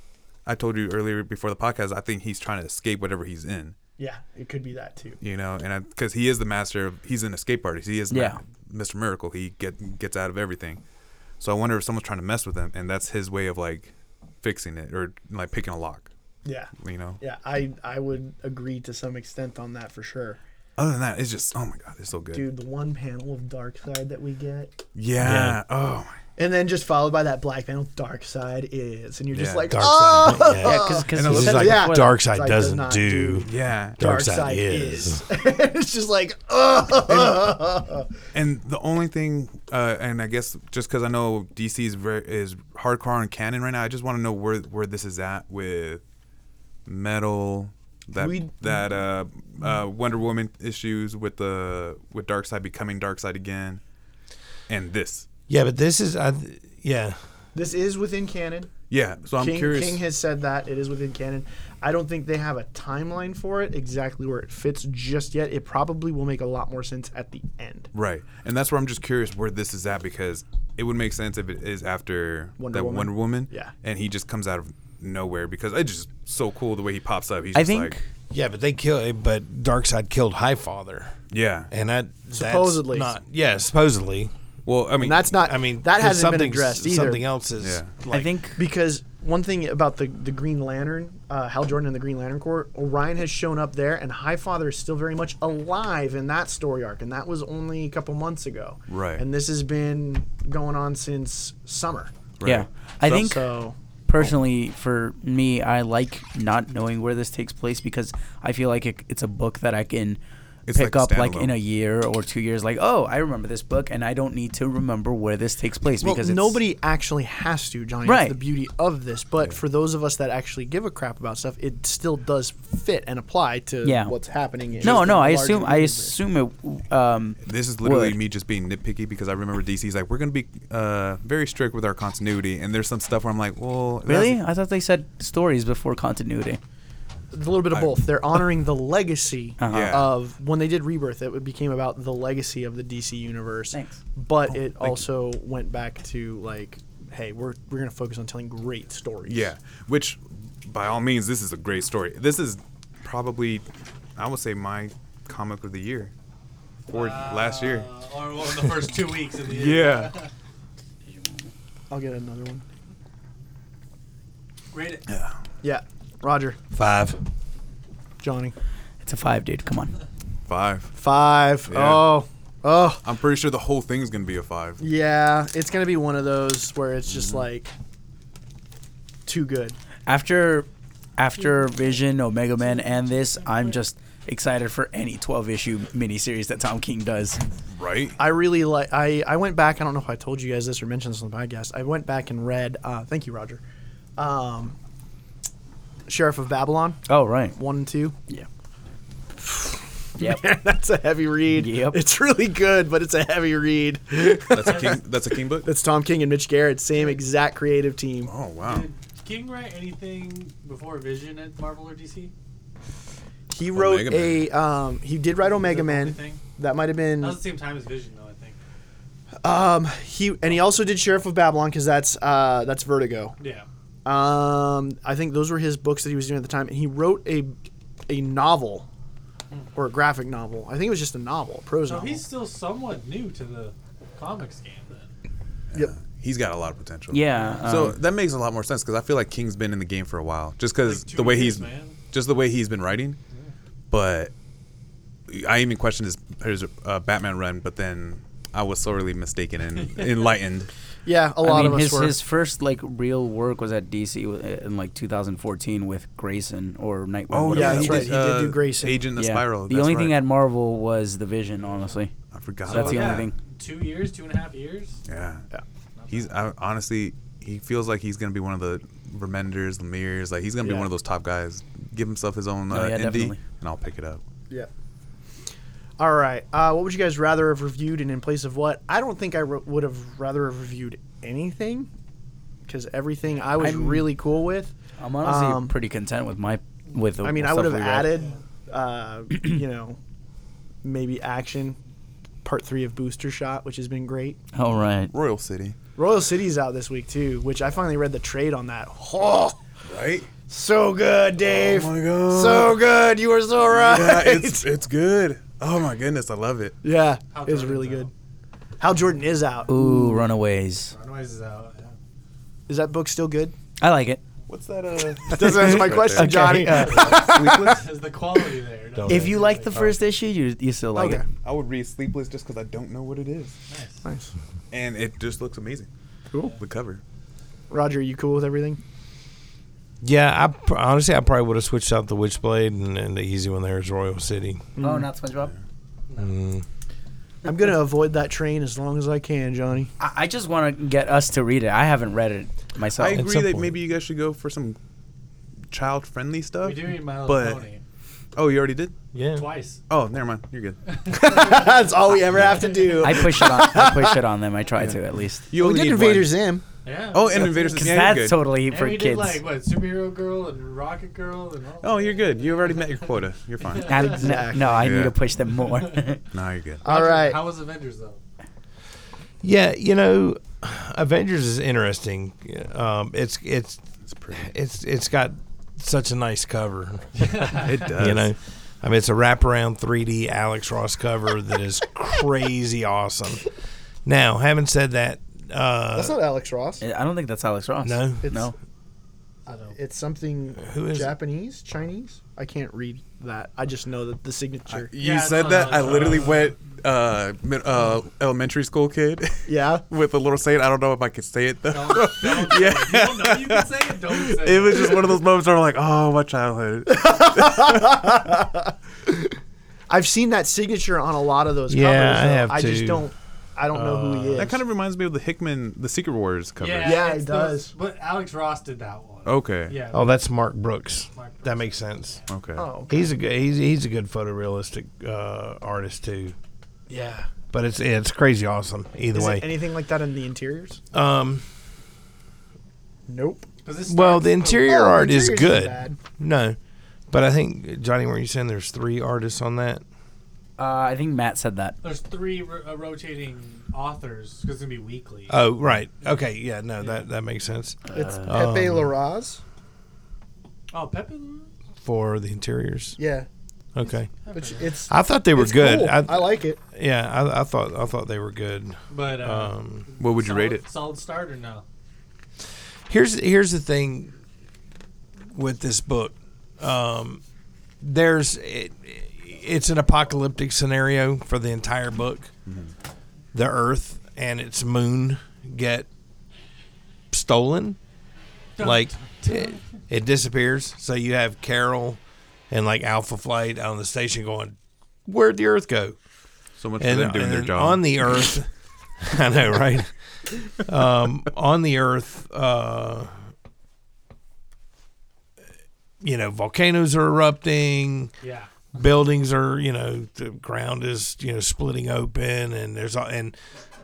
I told you earlier before the podcast. I think he's trying to escape whatever he's in,
Yeah, it could be that too.
you know, and because he is the master of he's an escape artist. He is
Yeah.
ma- Mr. Miracle. He get gets out of everything. So I wonder if someone's trying to mess with him, and that's his way of like fixing it or like picking a lock,
Yeah.
you know.
Yeah, I I would agree to some extent on that for sure.
Other than that, it's just oh my god, it's so good.
Dude, the one panel of Dark Side that we get,
Yeah. Oh my.
and then just followed by that black panel, Dark Side is, and you're just
Yeah,
like,
Dark
oh,
side. Yeah.
Yeah, because
And it looks
It's like
Yeah.
Dark Side
Side does
doesn't
not
do.
do-
Yeah.
Dark Side is.
it's just like, oh,
And the only thing, uh, and I guess just because I know DC is very, is hardcore on canon right now, I just want to know where where this is at with metal. That
We-
that uh, uh, Wonder Woman issues with the with Darkseid becoming Darkseid again, and this.
Yeah, but this is, I, yeah,
this is within canon.
Yeah. So I'm
King,
curious.
King has said that it is within canon. I don't think they have a timeline for it exactly where it fits just yet. It probably will make a lot more sense at the end.
Right, and that's where I'm just curious where this is at because it would make sense if it is after
Wonder
that
Woman.
Wonder Woman.
Yeah.
and he just comes out of nowhere because it's just so cool the way he pops up. He's
I
just
think.
like,
yeah, but they kill, but Dark Side killed Highfather,
yeah.
and I
Supposedly.
not, yeah, supposedly.
Well, I mean,
And that's not.
I mean,
that
'cause
hasn't been
something's-
addressed either.
Something else is,
Yeah.
like,
I think.
because one thing about the the Green Lantern, uh, Hal Jordan and the Green Lantern Corps, Orion has shown up there, and Highfather is still very much alive in that story arc, and that was only a couple months ago.
Right.
And this has been going on since summer.
Yeah. I
So-
think
So
personally, for me, I like not knowing where this takes place because I feel like it, it's a book that I can
It's
pick
like
up like in
standalone.
a year or two years. Like, oh, I remember this book, and I don't need to remember where this takes place
well,
because it's,
nobody actually has to, Johnny. That's
Right.
the beauty of this. But for those of us that actually give a crap about stuff, it still does fit and apply to
Yeah.
what's happening. In
No,
the
no. I
larger
assume. I
universe.
assume it. Um,
This is literally
would.
me just being nitpicky because I remember DC's like we're gonna be uh, very strict with our continuity, and there's some stuff where I'm like, well, that's-
really? I thought they said stories before continuity.
a little bit of
I-
both. They're honoring the legacy
Uh-huh.
Yeah.
of when they did Rebirth. It became about the legacy of the DC universe.
Thanks.
But it also went back to like, hey, we're we're gonna focus on telling great stories.
Yeah, which by all means, this is a great story. This is probably, I would say, my comic of the year for last year.
Uh,
or the first two weeks of the
Yeah,
I'll get another one.
Rate it.
Yeah, Roger,
Five.
Johnny,
It's a five, dude. Come on.
five.
five.
Yeah.
Oh, oh,
I'm pretty sure the whole thing's gonna be a five.
yeah. It's gonna be one of those where it's
Mm-hmm.
just like too good.
After, after Vision, Omega Man, and this, I'm just excited for any 12 issue miniseries that Tom King does.
Right?
I really like. I I went back. I don't know if I told you guys this or mentioned this on the podcast. I went back and read. Uh, thank you, Roger. Um, Sheriff of Babylon
Oh right.
one and two.
Yep.
That's a heavy read.
Yep.
It's really good, but it's a heavy read.
That's a king. That's a king book.
That's Tom King and Mitch Garrett, same exact creative team.
Oh wow.
Did King write anything before Vision at Marvel or DC?
He wrote
Omega
a. Um, he did write Omega Man.
Thing?
That might have
That
been
was the same time as Vision, though. I think.
um he and he also did Sheriff of Babylon because that's uh that's Vertigo.
Yeah.
Um, I think those were his books that he was doing at the time, and he wrote a a novel or a graphic novel. I think it was just a novel, a
Oh,
prose
So
novel.
he's still somewhat new to the comics game, then.
Yep.
He's got a lot of potential.
Yeah.
So
um,
that makes a lot more sense because I feel like King's been in the game for a while, just because
Like two
the way
years,
he's,
man.
just the way he's been writing. But I even questioned his, his uh, Batman run, but then I was sorely mistaken and enlightened.
Yeah, a
I
lot
mean,
of us
his,
were.
his first like real work was at DC w- in like 2014 with Grayson or Nightwing. whatever
Oh, yeah,
that
he did-
was.
he did do Grayson.
Uh, Agent of
Yeah.
Spiral.
The
that's
only thing
right.
at Marvel was the Vision, honestly.
I forgot.
That's
about
the
that.
only thing.
Two years, two and a half years.
Yeah.
Yeah.
He's I, honestly, he feels like he's gonna be one of the Remenders, Lemire's. Like he's gonna be
Yeah.
one of those top guys. Give himself his own uh,
Oh, yeah,
indie,
definitely.
and I'll pick it up.
yeah. All right. Uh, what would you guys rather have reviewed, and in place of what? I don't think I re- would have rather have reviewed anything, because everything I was
I'm-
really cool with.
I'm honestly
Um,
pretty content with my with the.
I mean, I
stuff
would have
we read.
added, uh, you know, maybe action, part three of Booster Shot, which has been great.
Oh right.
Royal City.
Royal City's out this week too, which I finally read the trade on that. Oh,
Right.
so good, Dave.
Oh my God.
So good. You were so right.
Yeah, it's it's good. Oh my goodness, I love it.
Yeah,
Hal
it was
Jordan's
really good.
out.
How Jordan is out.
Ooh, Runaways.
Runaways is out. Yeah.
Is that book still good?
I like it.
What's that? Uh,
Doesn't answer my
Right
question,
there.
Johnny. uh,
Sleepless.
Is the quality there?
Don't.
If you like the first issue, you you still like
Okay.
it.
I would read Sleepless just because I don't know what it is,
Nice.
Nice.
and it just looks amazing.
Cool.
The cover.
Roger, you cool with everything?
Yeah, I pr- honestly, I probably would have switched out the Witchblade, and, and the easy one there is Royal City.
Oh, not SpongeBob.
Mm.
I'm gonna avoid that train as long as I can, Johnny.
I, I just want to get us to read it. I haven't read it myself.
I agree
some
that
point.
maybe you guys should go for some child-friendly stuff.
We do need My Little
But-
Pony
Oh, you already did.
Yeah.
twice.
Oh, never mind. You're good.
That's all we ever have to do.
I push it on. I push it on them. I try to at least.
You
we
only
did
need
Invader
one.
Zim.
Yeah.
Oh, and Invaders.
Because
Yeah,
that's
you're good.
totally
And
for
we
kids.
did like what superhero girl and rocket girl and all.
Oh, you're good. You already met your quota. You're fine.
I- n-
Exactly.
No, I need
Yeah.
to push them more.
no, you're good.
All right.
How was Avengers though?
Yeah, you know, Avengers is interesting. Um, it's it's
It's pretty.
it's it's got such a nice cover.
It does.
You know, I mean, it's a wraparound 3D Alex Ross cover that is crazy awesome. Now, having said that, uh,
That's not Alex Ross.
I don't think that's Alex Ross.
No.
It's-
no.
know.
It's something
Who is it?
Japanese, Chinese. I can't read that. I just know that the signature.
You
Yeah,
said
no,
that.
no,
I
no.
literally went uh, mid- uh, elementary school kid
yeah.
with a little saying. I don't know if I could say it though.
Don't, don't,
Yeah.
You don't know. You can say it. Don't say it.
It was just one of those moments where I'm like, oh, my childhood.
I've seen that signature on a lot of those
Yeah,
covers.
I
though.
have
I just
too. Uh,
don't. I don't know who he is.
That kind of reminds me of the Hickman, the Secret Wars cover.
Yeah,
Yeah,
it's
it does.
those- but Alex Ross did that one.
Okay.
Yeah.
Oh, that's Mark Brooks.
Mark Brooks.
That makes sense.
Okay.
Oh, okay.
He's a good, he's he's a good photorealistic uh, artist too.
Yeah.
But it's it's crazy awesome either
Is it
way.
anything like that in the interiors?
um,
Nope.
'Cause it
well,
starts-
the interior
Oh, the
art is
interior's not
good.
bad.
No, but I think Johnny, were you saying there's three artists on that?
Uh, I think Matt said that.
There's three ro- uh, rotating authors because it's gonna be weekly.
Oh, right. Okay, yeah, no, that that makes sense
It's Pepe
Um,
Larraz.
oh, Pepe.
for the interiors.
Yeah,
Okay,
but it's
I thought they were
it's
good.
cool.
I,
I like it.
yeah, I, I thought I thought they were good.
But uh,
Um,
What would you
solid,
rate it?
Solid starter now.
here's here's the thing with this book um there's it, it's an apocalyptic scenario for the entire book
Mm-hmm.
the earth and its moon get stolen like it, it disappears so you have carol and like alpha flight on the station going where'd the earth go
So much for
and,
them doing their
and
job.
on the earth i know right um, on the earth uh, you know volcanoes are erupting
Yeah.
buildings are you know the ground is you know splitting open and there's all and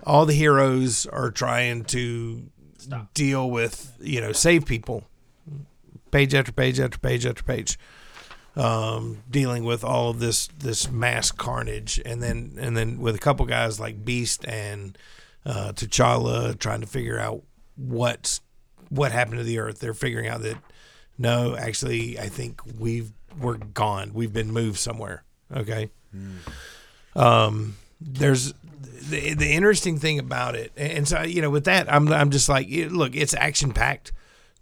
all the heroes are trying to
Stop.
deal with you know save people page after page after page after page um, dealing with all of this this mass carnage and then and then with a couple guys like beast and uh, t'challa trying to figure out what's what happened to the earth they're figuring out that no actually i think we've we're gone we've been moved somewhere okay um, there's the, the interesting thing about it, and so you know, with that, I'm I'm just like, it- look, it's action packed.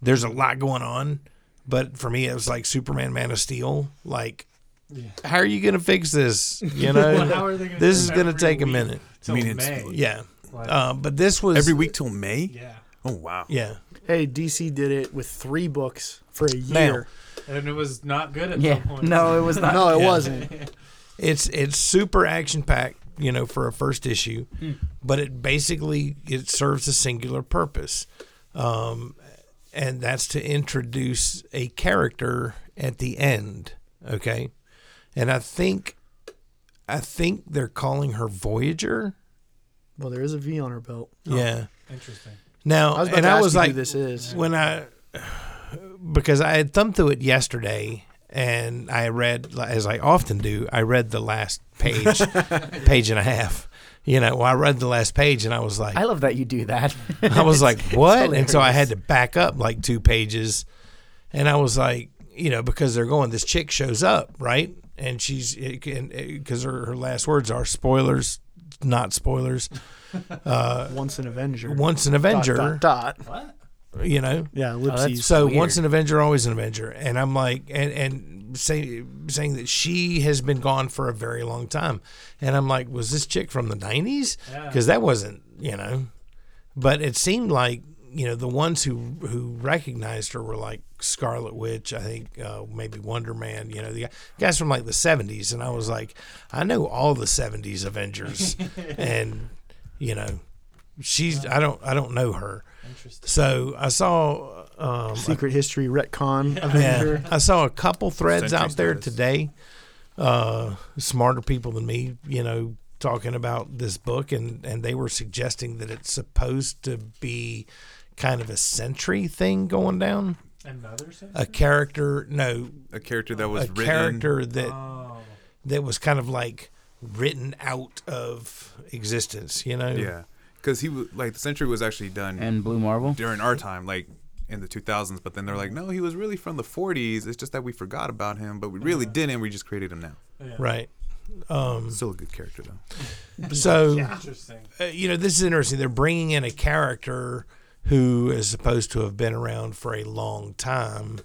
There's a lot going on, but for me, it was like Superman, Man of Steel. Like,
Yeah.
how are you gonna fix this? You
Well, how
know,
are they gonna
this
do
is
that
gonna
every
take a
week
minute.
Till
I mean, it's-
May.
Yeah,
Like,
um, but this was
Every week till May?
yeah.
Oh, wow.
Yeah,
Hey, DC did it with three books for a year.
And it was not good at
Yeah.
some point.
No, it was not.
no, it
Yeah.
wasn't.
it's it's super action packed. You know, for a first issue, but it basically it serves a singular purpose. um, and that's to introduce a character at the end. Okay, and I think, I think they're calling her Voyager.
Well, there is a V on her belt.
Yeah.
Interesting.
Now,
I was about
and
to
I
ask
was
you
like,
who this is.
when I because I had thumbed through it yesterday and I read as I often do, I read the last page, page and a half. You know, well, I read the last page and I was like,
I love that you do that.
I was like, what? And so I
hilarious.
had to back up like two pages. And I was like, you know, because they're going, this chick shows up, right? And she's, because her, her last words are spoilers, not spoilers.
Once an Avenger.
Once an
Dot,
Uh, Avenger,
Dot, dot,
What?
you know,
Yeah, ellipses.
so
weird.
once an Avenger, always an Avenger, and I'm like, and and say, saying that she has been gone for a very long time, and I'm like, was this chick from the '90s?
Yeah.
Because that wasn't, you know, but it seemed like you know the ones who who recognized her were like Scarlet Witch, I think uh, maybe Wonder Man, you know, the guy- guys from like the '70s, and I was like, I know all the '70s Avengers, and you know, she's I don't I don't know her.
Interesting.
So I saw um,
Secret History retcon Avenger.
yeah, I saw a couple threads
Century
out there
status.
today. Uh, smarter people than me, you know, talking about this book, and and they were suggesting that it's supposed to be kind of a century thing going down.
Another century?
A character, no,
A character that was
a
written.
character that
Oh.
that was kind of like written out of existence, you know.
Yeah. Because he was like, the century was actually done
and Blue Marvel.
during our time, like in the 2000s. But then they're like, no, he was really from the 40s. It's just that we forgot about him, but we really didn't. We just created him now.
Yeah.
Right.
Mm.
Um,
Still a good character, though.
so.
Interesting.
uh, you know, this is interesting. They're bringing in a character who is supposed to have been around for a long time,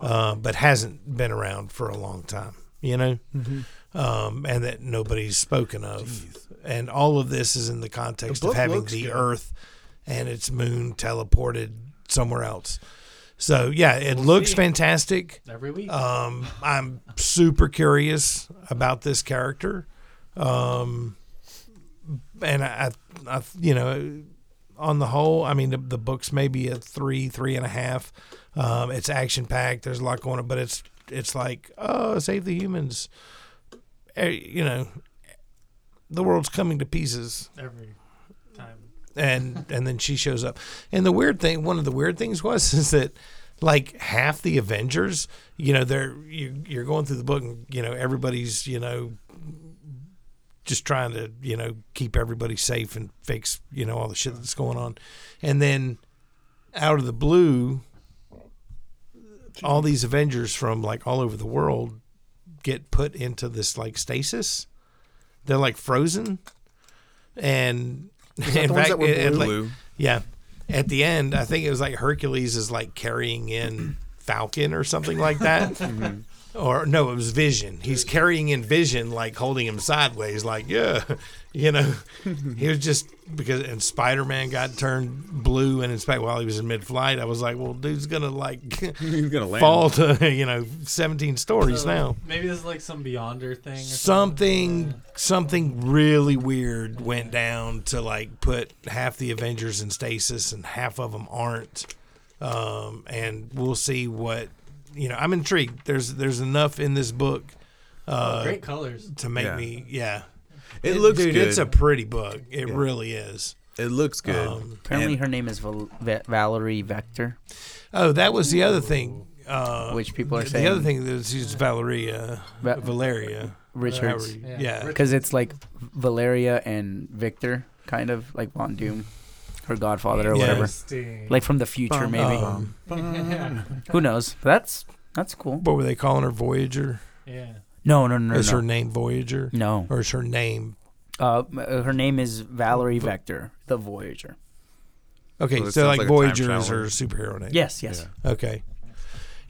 uh, but hasn't been around for a long time, you know,
Mm-hmm.
um, and that nobody's spoken of. And all of this is in the context of
book
having
looks
the
good.
Earth and its moon teleported somewhere else. So, yeah, it looks
see.
fantastic.
Every week.
Um, I'm super curious about this character, um, and I, I, I, you know, on the whole, I mean, the, the book's maybe a three, three and a half. Um, it's action packed. There's a lot going on, but it's it's like oh, save the humans. Eh, You know, the world's coming to pieces
every time.
and and then she shows up. And the weird thing, one of the weird things was is that like half the Avengers, you know, they're you, you're going through the book, and you know, everybody's you know just trying to you know keep everybody safe and fix you know all the shit that's going on, and then out of the blue, all
Mm-hmm.
these Avengers from like all over the world get put into this like stasis. They're like frozen, and in
the ones that were
it- it,
blue?
like-
Blue.
yeah. At the end, I think it was like Hercules is like carrying in Falcon or something like that.
Mm-hmm.
Or no, it was Vision. He's carrying in Vision, like holding him sideways, like yeah, you know. he was just because and Spider Man got turned blue, and in fact, while he was in mid flight, I was like, well, dude's gonna like
He's gonna land.
fall to you know seventeen stories
So,
Uh,
now.
Maybe this is like some Beyonder thing. Or
Something something really weird went down to like put half the Avengers in stasis and half of them aren't. Um, and we'll see what you know. I'm intrigued. There's there's enough in this book
Oh,
uh,
Great colors.
to make
Yeah.
me yeah.
It looks
dude.
good.
It's a pretty book. It
Yeah.
really is.
it looks good.
Um,
Apparently,
And-
her name is Val- Va- Valerie Vector,
Oh, that was the other thing. Uh,
which people are
the
saying
other thing that she's Valeria
Va-
Valeria
Richards,
Valerie,
Yeah.
yeah.
because it's like Valeria and Victor, kind of like Von Doom, her godfather or
Yeah.
whatever,
Interesting.
like from the future
Bum,
maybe.
Um,
Who knows? That's that's cool.
what were they calling her? Voyager.
yeah.
No, no, no, no.
Is her
no.
name Voyager?
no.
or is her name?
Uh, m- uh, her name is Valerie Vector, the Voyager.
Okay,
So it
so
sounds
like,
like a time
Voyager is
traveler.
her superhero name.
Yes, yes.
Okay.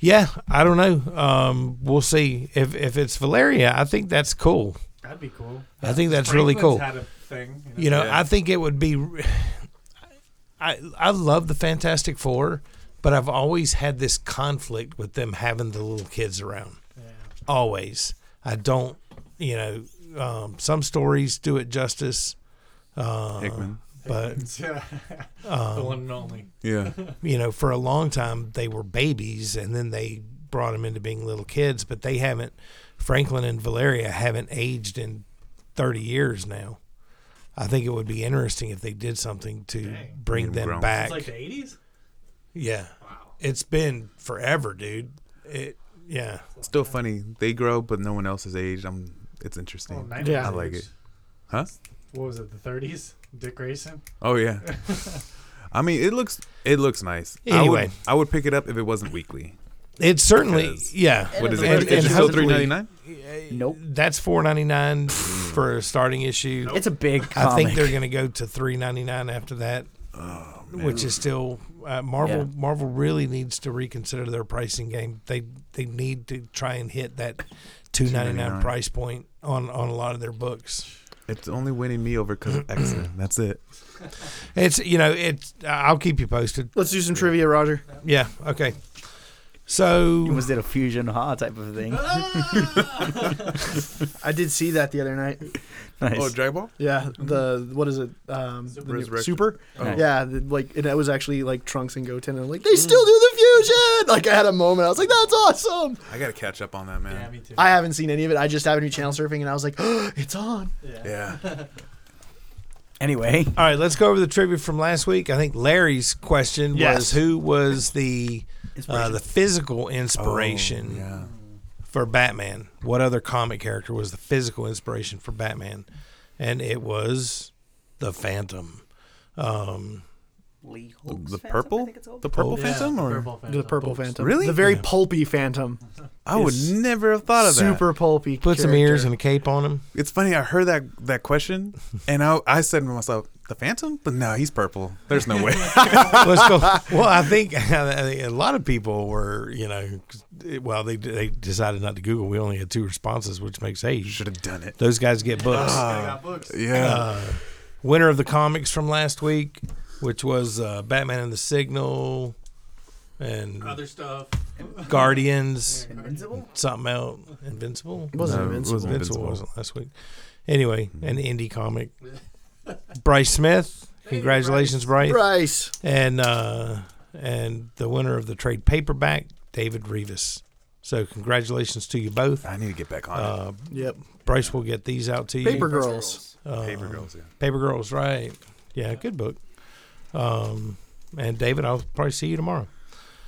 Yeah, I don't know. Um, we'll see if if it's Valeria. I think that's cool.
That'd be cool.
I think that's really cool.
Had a thing,
You know,
Yeah.
I think it would be. I I love the Fantastic Four, but I've always had this conflict with them having the little kids around.
Yeah.
Always, I don't. You know, um, some stories do it justice. Uh,
Hickman.
but
Yeah.
Um,
the one and only.
Yeah.
you know, for a long time they were babies and then they brought them into being little kids, but they haven't, Franklin and Valeria haven't aged in 30 years now. I think it would be interesting if they did something to
Dang.
bring
Get 'em
them
grown.
back.
It's like the 80s?
yeah.
Wow.
It's been forever, dude. It, yeah.
It's still funny. They grow, but no one else is aged. I'm. It's
Well,
interesting.
90s
Yeah. I
like it. Huh?
What was it, the 30s? Dick Grayson?
Oh yeah. I mean, it looks it looks nice. I
Anyway.
would, I would pick it up if it wasn't weekly.
It certainly,
Because-
yeah.
What is it?
And-
it's
and
still
hopefully-
three ninety nine.
Nope.
That's four ninety nine for a starting issue.
It's a big comic.
I think they're going to go to three ninety nine after that,
Oh,
which is still uh, Marvel.
Yeah.
Marvel really needs to reconsider their pricing game. They they need to try and hit that two ninety nine
$2.99.
price point on on a lot of their books.
It's only winning me over because of X-Men. That's it.
It's you know it's I'll keep you posted.
Let's do some trivia, Roger.
Yeah, okay. So
was it a fusion ha type of thing?
I did see that the other night.
nice.
Oh, Dragon Ball.
Yeah, the what is it? Um, the new-
Resurrection.
super?
Oh.
Yeah, the, like and that was actually like Trunks and Goten, and I'm like they still do the fusion. Like I had a moment. I was like, that's awesome.
I gotta catch up on that,
Yeah,
man.
me too.
I haven't seen any of it. I just happened to be channel surfing, and I was like, it's on.
yeah.
Yeah.
Anyway,
all right, let's go over the trivia from last week. I think Larry's question was
Yes.
who was the uh,
Inspiration.
the physical
Oh,
inspiration.
yeah.
for Batman. What other comic character was the physical inspiration for Batman? And it was the Phantom. Um,
Lee Holtz
The
Phantom, I
purple.
think it's called.
The purple
Yeah,
phantom, or
Purple Phantom.
The purple phantom.
Really?
The very
Yeah.
pulpy phantom.
I would
It's
never have thought of that.
Super pulpy.
put some
character.
ears and a cape on him.
It's funny. I heard that that question, and I I said to myself, the Phantom, but no, he's purple. There's no way.
Let's go. Well, I think, I think a lot of people were, you know, 'cause it- well, they they decided not to Google. We only had two responses, which makes hey, you
Should have done it.
Those guys get books.
Ah,
Yeah.
Uh, Winner of the comics from last week, which was uh, Batman and the Signal, and
Other stuff.
Guardians,
Invincible?
something else, Invincible.
Wasn't
No, it
Invincible.
wasn't
Invincible
Invincible. Mm-hmm.
wasn't last week. Anyway, an indie comic. Bryce Smith, congratulations, Bryce.
Bryce.
and uh, and the winner of the trade paperback, David Rivas. So congratulations to you both.
I need to get back on
Uh,
Yep.
Bryce will get these out to you.
Paper Girls.
Uh,
it. Paper Girls. Yeah.
Paper Girls, right? Yeah, good book. Um, and David, I'll probably see you tomorrow.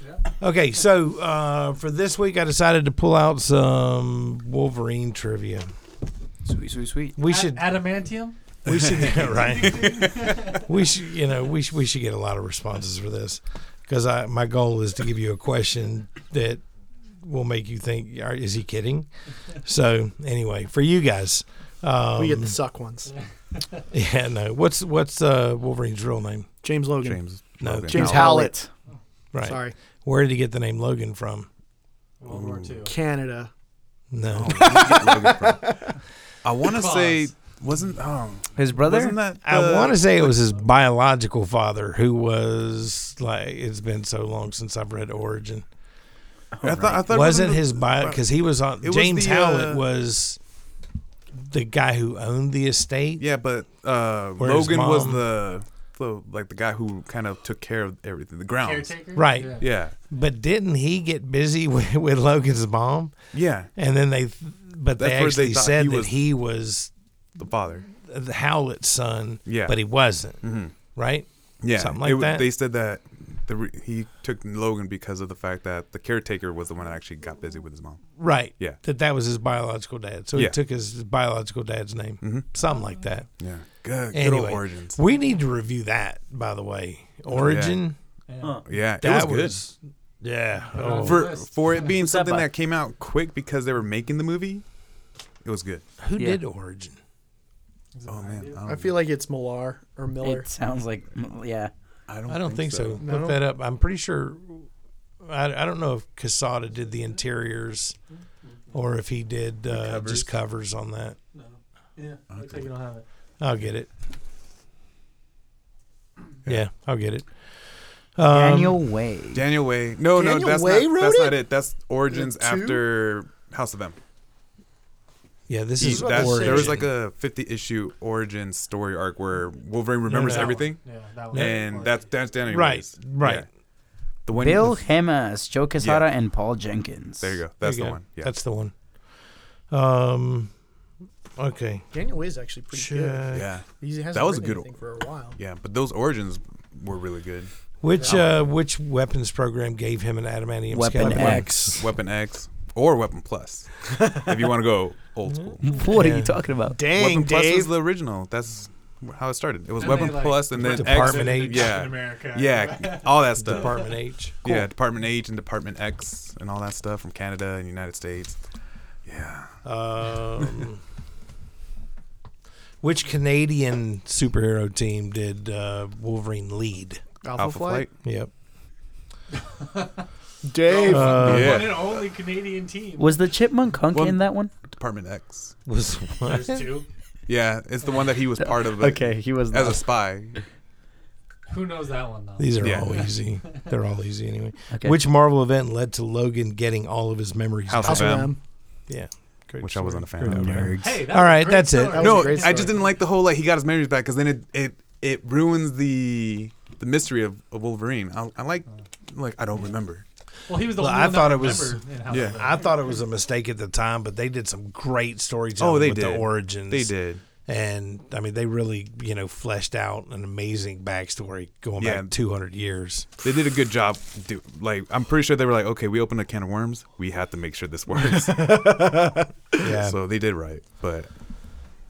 Yeah.
Okay, so uh, for this week, I decided to pull out some Wolverine trivia.
Sweet, sweet, sweet.
We
Ad-
should,
adamantium.
we should, right? we should, you know, we should, we should get a lot of responses for this because I my goal is to give you a question that will make you think, "Are- is he kidding? So anyway, for you guys, um,
we get the suck ones.
yeah, no. What's what's uh, Wolverine's real name?
James Logan. James,
James.
No,
Logan.
James
Howell.
Howlett.
Right.
Sorry.
Where did he get the name Logan from?
World War Two.
Canada.
Oh.
No.
I want to
Claws.
say wasn't oh,
His brother?
wasn't that
I want to
to
say it was his biological father who was like it's been so long since I've read Origin.
I thought, I thought
Wasn't
the-
his bio because he was on
It was
James
the,
Howlett
uh,
was the guy who owned the estate.
Yeah, but uh,
Where his
Logan was
mom-
the, the like the guy who kind of took care of everything, the grounds.
Caretaker.
Right.
Yeah.
Yeah,
But didn't he get busy with, with Logan's mom?
yeah,
And then they, but they
That's where they
actually
thought
said
he
that
was-
he was
the father.
the Howlett's son.
Yeah.
But he wasn't.
Mm-hmm.
Right.
Yeah,
Something like
It was-
that.
They said that the re- he took Logan because of the fact that the caretaker was the one that actually got busy with his mom.
Right.
Yeah.
That that was his biological dad. So he
Yeah.
took his biological dad's name.
Mhm.
Something like that.
Yeah, good, good old
Anyway.
origins.
We need to review that, by the way. Origin.
Yeah.
Huh.
Yeah,
That
it Oh, was,
was- yeah.
good.
Oh.
For for it being
What's that
something
about?
that came out quick because they were making the movie, it was good.
Who
Yeah.
did Origin?
Is it
Oh man,
Biden?
don't
I feel like it's Millar or Miller.
It sounds like, mm, yeah.
I don't,
I don't think, so.
No.
Look that up. I'm pretty sure. I, I don't know if Casada did the interiors or if he did uh,
covers?
just covers on that.
No. Yeah. Looks like you don't have it.
I'll get it. Yeah, I'll get it. Um,
Daniel Way.
Daniel Way. No, no,
Daniel
that's
Way
not
wrote
that's
it?
not it. That's Origins
two?
after House of M.
Yeah, this
He-
is
that's-
Origin.
there was like a 50 issue Origin story arc where Wolverine remembers
no.
That
everything,
one. Yeah. That one.
and
Or-
that's that's Daniel
right,
Way's.
right.
Yeah. The one.
Bill
the-
Hemas, Joe Quesada, and Paul Jenkins.
There you go. That's
There
the
you go.
one. Yeah.
That's the one. Um, okay.
Daniel Way is actually pretty good.
Check.
yeah.
He hasn't
That was
written
a good
anything for a while.
Yeah, but those origins were really good.
Which uh, which weapons program gave him an adamantium
Weapon
skeleton?
X.
Weapon X or Weapon Plus, if you want to go
Mm-hmm.
old school.
What are
Yeah.
you talking about?
Dang,
Weapon Plus was
Dave.
the original. That's how it started. It was
Then
Weapon
they, like,
Plus and then
Department
X.
H.
Yeah.
In America.
Yeah, all that stuff.
Department H.
Yeah, Department H and Department X and all that stuff from Canada and United States. Yeah.
Um, which Canadian superhero team did uh, Wolverine lead?
Alpha, Flight.
Yep.
Dave.
Uh,
Yeah.
One and only Canadian team.
Was the Chipmunk Hunk
Well,
in that one?
Department X.
Was
There's two.
Yeah, it's the one that he was part of.
he was
As a spy.
Who knows that one though?
These are
Yeah.
all easy. They're all easy anyway.
Okay.
Which Marvel event led to Logan getting all of his memories?
House
back?
House of
Fam.
M.
Yeah. Great
Which I
story.
wasn't a fan
Great
of.
memory.
Hey,
All
a
right,
great
that's it.
story.
That
No,
was a great
I just
story.
didn't like the whole like he got his memories back because then it it it ruins the the mystery of, of Wolverine. I, I like like I don't remember.
Well, he was the
Well,
only
I
one that
thought it was-
remembered in House
Yeah.
of M.
I thought it was a mistake at the time, but they did some great storytelling
Oh, they
with the
did.
origins.
They did.
And I mean, they really, you know, fleshed out an amazing backstory going
Yeah.
back 200 years.
They did a good job. Do, like I'm pretty sure they were like, okay, we opened a can of worms. We have to make sure this works.
Yeah.
so they did right. But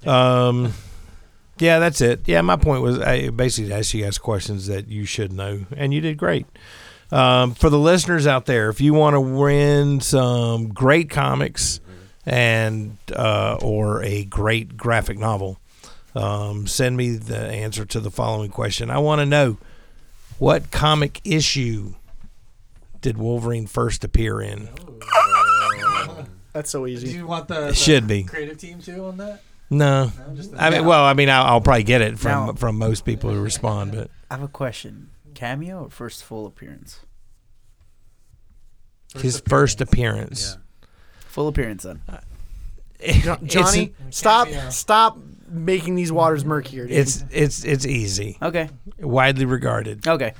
Um, yeah, that's it. Yeah, my point was I basically asked you guys questions that you should know, and you did great. Um, for the listeners out there, if you want to win some great comics and uh, or a great graphic novel, Um, send me the answer to the following question. I want to know what comic issue did Wolverine first appear in?
That's so
Do
easy.
you want the, the
It should be.
creative team too on that?
No.
No, just the
I mean, well, I mean, I'll, I'll probably get it from
No.
from most people who respond, but
I have a question. Cameo or first full appearance?
his first
Yeah.
appearance.
Full appearance then.
Jo-
It's-
Johnny,
an-
stop,
Yeah.
stop making these waters murkier. dude.
It's it's it's easy,
Okay.
widely regarded.
Okay.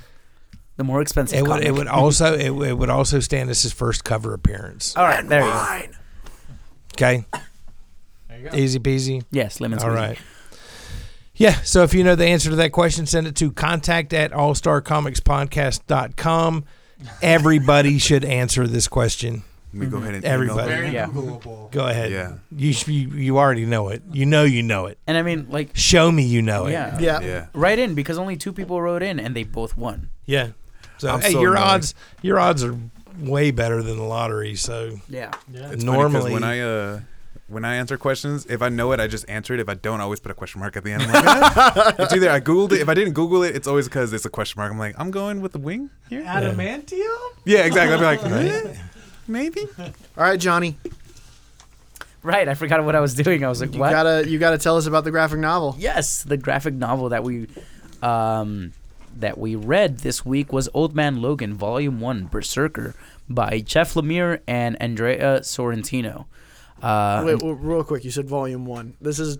The more expensive.
It would
comic.
it would also it, would- it would also stand as his first cover appearance.
All right. There you go.
Okay,
There you go.
easy peasy.
Yes. Lemon.
All
squeezy.
right. Yeah. So if you know the answer to that question, send it to contact at allstarcomicspodcast.com. Everybody should answer this question.
Let me go ahead and email
Everybody.
them.
Very
Yeah.
Googleable.
Go ahead.
Yeah.
You, sh- you you already know it. You know you know it.
And I mean, like,
Show me you know it.
yeah.
yeah.
Yeah.
Right in because only two people wrote in and they both won.
Yeah. So,
I'm
hey,
so
your
annoyed.
odds your odds are way better than the lottery. So
Yeah.
Yeah.
It's funny 'cause
normally
when I uh when I answer questions, if I know it, I just answer it. If I don't, I always put a question mark at the end. I'm like, it's either I googled it. If I didn't Google it, it's always because it's a question mark. I'm like, I'm going with the wing here.
Adamantium?
Yeah, exactly. I'd be like, eh, maybe.
All right, Johnny,
Right. I forgot what I was doing. I was like,
you
what?
gotta you gotta tell us about the graphic novel.
Yes, the graphic novel that we um, that we read this week was Old Man Logan, Volume One, Berserker, by Jeff Lemire and Andrea Sorrentino. Uh,
Wait, w real quick, you said volume one. This is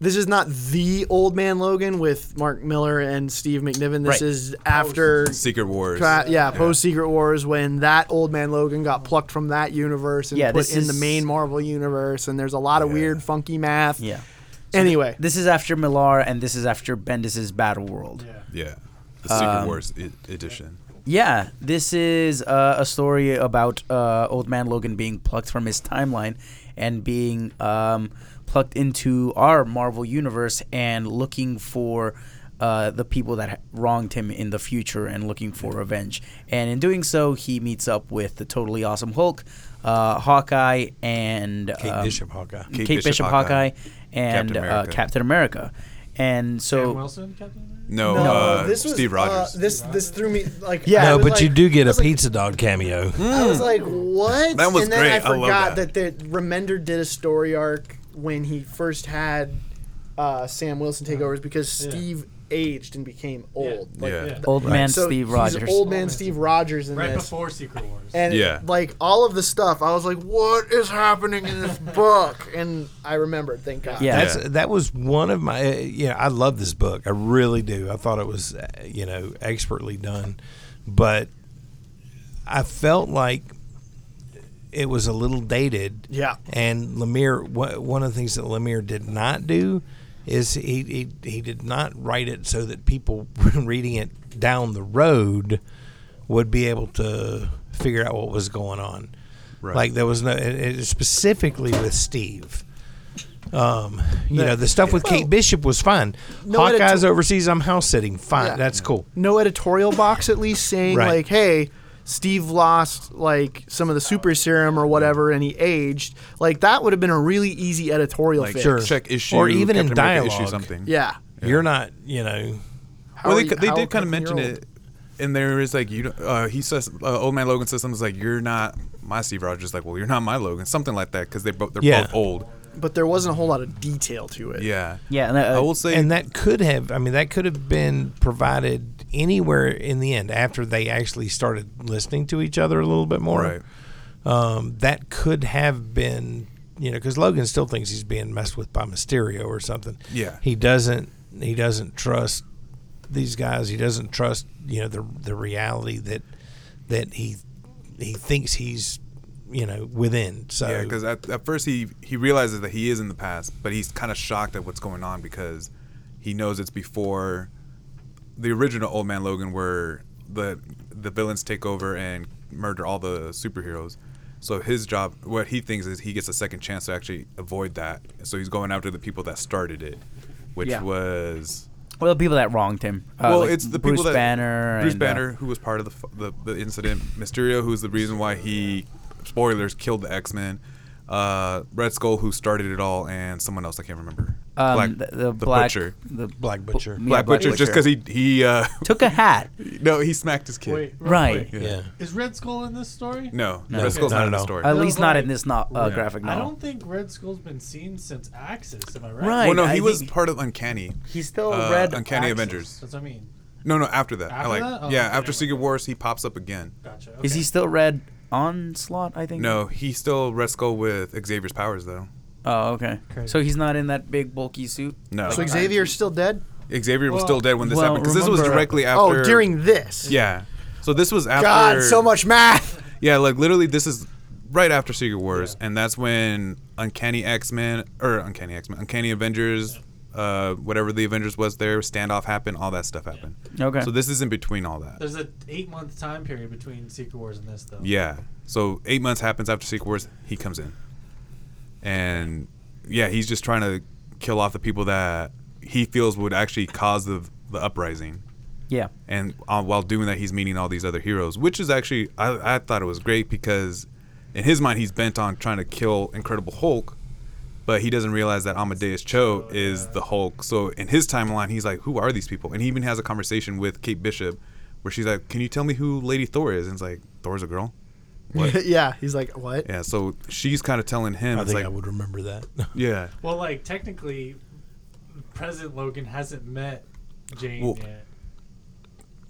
this is not the Old Man Logan with Mark Miller and Steve McNiven. This
Right.
is after.
Secret Wars.
Tra- yeah, post Secret Wars when that old man Logan got plucked from that universe and
Yeah,
put
this
in the
is-
main Marvel universe, and there's a lot of weird, funky math.
yeah,
Anyway,
this is after Millar, and this is after Bendis's Battle World.
Yeah.
Yeah. The Secret
Um,
Wars e- edition.
Yeah, this is uh, a story about uh, Old Man Logan being plucked from his timeline and being um, plucked into our Marvel universe and looking for uh, the people that ha- wronged him in the future and looking for revenge. And in doing so, he meets up with the totally awesome Hulk, uh, Hawkeye, and
Kate
um,
Bishop Hawkeye.
Kate, Bishop, Hawkeye, and
Captain
uh,
America.
Captain America. And
Sam
so,
Wilson, Captain America?
No,
No,
uh,
this was
Steve Rogers.
Uh, this this threw me like
Yeah.
I
no,
was
but
like-
you do get
I
a
was like-
pizza dog cameo.
I was like, what?
That was
and then
great.
I
I love
forgot
that.
that Remender did a story arc when he first had uh, Sam Wilson take over is because
Yeah.
Steve aged and became old. Like,
yeah.
Yeah.
Old Man
so
Steve
he's
Rogers.
old man Steve Rogers in
Right
this.
before Secret Wars.
Eh,
And
Yeah.
like all of the stuff, I was like, "What is happening in this book?" And I remembered, thank God.
Yeah.
That's that was one of my. Uh, yeah, I love this book. I really do. I thought it was, uh, you know, expertly done, but I felt like it was a little dated.
Yeah.
And Lemire, wha- one of the things that Lemire did not do is he he, he did not write it so that people reading it down the road would be able to figure out what was going on.
Right.
Like there was no it, it- specifically with Steve. Um, you know the stuff with Kate Bishop was fine.
no
Hawkeye's
editor-
overseas. I'm house sitting. Fine,
Yeah.
that's cool.
no editorial box at least saying
Right.
like, hey, Steve lost like some of the super serum or whatever, and he aged. Like that would have been a really easy editorial
like
fix.
sure.
check issue
Or even in
Captain America
dialogue.
issue something.
Yeah.
You're not. You know.
How
Well,
are
they,
you-
they
how
did kind
fucking
of mention
you're old?
it, and there is like you. don't- Uh, he says, uh, "Old man Logan says something like you're not my Steve Rogers." Like, well, you're not my Logan, something like that, because they both they're
Yeah.
both old.
but there wasn't a whole lot of detail to it.
Yeah,
yeah, and, uh,
I will say,
and that could have i mean that could have been provided anywhere in the end after they actually started listening to each other a little bit more
right?
um, that could have been you know because logan still thinks he's being messed with by mysterio or something
Yeah.
he doesn't he doesn't trust these guys he doesn't trust you know the the reality that that he he thinks he's you know within so
Yeah, because at, at first he he realizes that he is in the past, but he's kind of shocked at what's going on because he knows it's before the original Old Man Logan, where the the villains take over and murder all the superheroes. So his job, what he thinks is he gets a second chance to actually avoid that. So he's going after the people that started it, which
Yeah.
was
Well, the people that wronged him. Uh,
well,
like
it's the
Bruce
people that
Banner.
Bruce
and, uh,
Banner, who was part of the, fu- the the incident. Mysterio, who's the reason why he spoilers killed the X Men. uh, Red Skull, who started it all, and someone else I can't remember.
Um,
Black-
the, the black
Butcher.
the
Black
bu-
Butcher.
yeah,
Black Butcher, just because he he uh,
took a hat.
no he smacked his kid.
Wait, real
Right.
quick.
Yeah.
Is Red Skull in this story?
No,
No.
Red Skull's
No,
not
no,
in the
no.
story.
At
No,
least not
like-
in this no, uh,
Yeah.
graphic
I
novel.
don't think Red Skull's been seen since Axis. Am I right?
Right.
well, no,
I
he was
think-
part of Uncanny.
He's still
Uh,
red.
Uncanny
Axis.
Avengers.
That's what I mean.
No, no, after that. I
After
like
that? Oh,
yeah,
okay,
after
never
Secret
mind.
Wars, he pops up again.
Gotcha.
Is he
okay.
still red? Onslaught, I think.
No, he's still Red Skull with Xavier's powers though.
Oh, okay.
Crazy.
So he's not in that big bulky suit.
No,
So Xavier's still dead?
Xavier was
Well-
still dead when this
Well,
happened because this was
remember-
directly after.
oh, during this.
Yeah, so this was after.
God, so much math.
Yeah, like literally, this is right after Secret Wars, and that's when Uncanny X Men or Uncanny X Men, Uncanny Avengers, uh, whatever the Avengers was there, standoff happened, all that stuff happened.
Okay.
So this is in between all that.
There's an eight month time period between Secret Wars and this, though.
Yeah. So eight months happens after Secret Wars, he comes in, and yeah, he's just trying to kill off the people that he feels would actually cause the the uprising.
yeah.
and uh, while doing that he's meeting all these other heroes which is actually I, I thought it was great because in his mind he's bent on trying to kill incredible hulk but he doesn't realize that amadeus cho is the hulk so in his timeline he's like who are these people and he even has a conversation with kate bishop where she's like can you tell me who lady thor is and it's like thor's a girl What?
yeah, he's like, what?
yeah so she's kind of telling him
I
it's
think
like
I would remember that.
yeah
Well, like technically, President Logan hasn't met Jane
Well-
yet.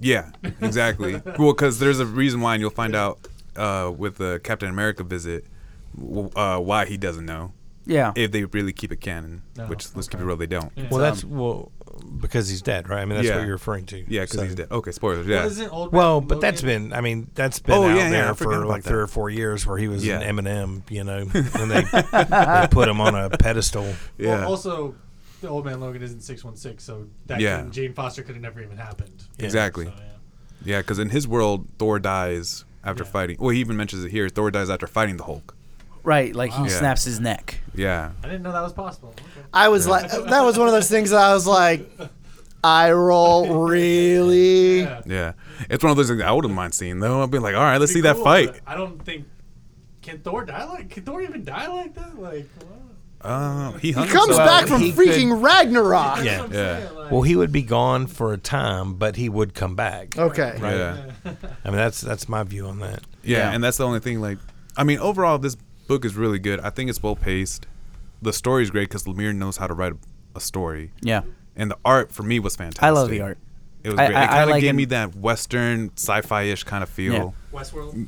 Yeah, exactly. well, because there's a reason why, and you'll find out uh, with the Captain America visit w- uh, why he doesn't know
Yeah.
if they really keep it canon.
No,
which let's keep it
Oh, okay.
real, they don't.
Yeah.
well, that's well because he's dead, right? I mean, that's
um, Yeah.
what you're referring to.
Yeah, because
So-
he's dead. Okay, spoilers.
Well,
Yeah,
isn't old
Well,
man
but that's
Logan-
been. I mean, that's been
Oh,
out
yeah, yeah,
there
I forgot
for
about
like
that.
three or four years, where he was
Yeah.
an Eminem. You know, and they, they put him on a pedestal.
yeah.
Well, also, the old man Logan isn't six one six, so that
Yeah.
couldn't- Jane Foster could have never even happened.
exactly.
So, yeah.
Yeah, because in his world, Thor dies after
Yeah.
fighting. Well, he even mentions it here. Thor dies after fighting the Hulk.
Right. Like he
Wow. Yeah.
snaps his neck.
Yeah.
I didn't know that was possible. Okay.
I was like, that was one of those things that I was like, I roll really.
Yeah.
Yeah, it's one of those things I wouldn't mind seeing though. I'd be like, all right, let's
Be
see that
cool,
fight.
but I don't think can Thor die like can Thor even die like that? Like what?
Uh, he,
He comes back from
he
freaking Ragnarok.
Yeah.
That's what I'm
Yeah.
saying, like-
Well, he would be gone for a time, but he would come back.
Okay.
Right. Yeah.
I mean, that's that's my view on that.
Yeah,
Yeah.
and that's the only thing. Like, I mean, overall, this book is really good. I think it's well paced. The story's great because Lemire knows how to write a story,
Yeah.
and the art for me was fantastic.
I love the art.
It was
I-
great.
I-
it
I
kind of
like
gave
an-
me that western sci-fi-ish kind of feel.
Westworld.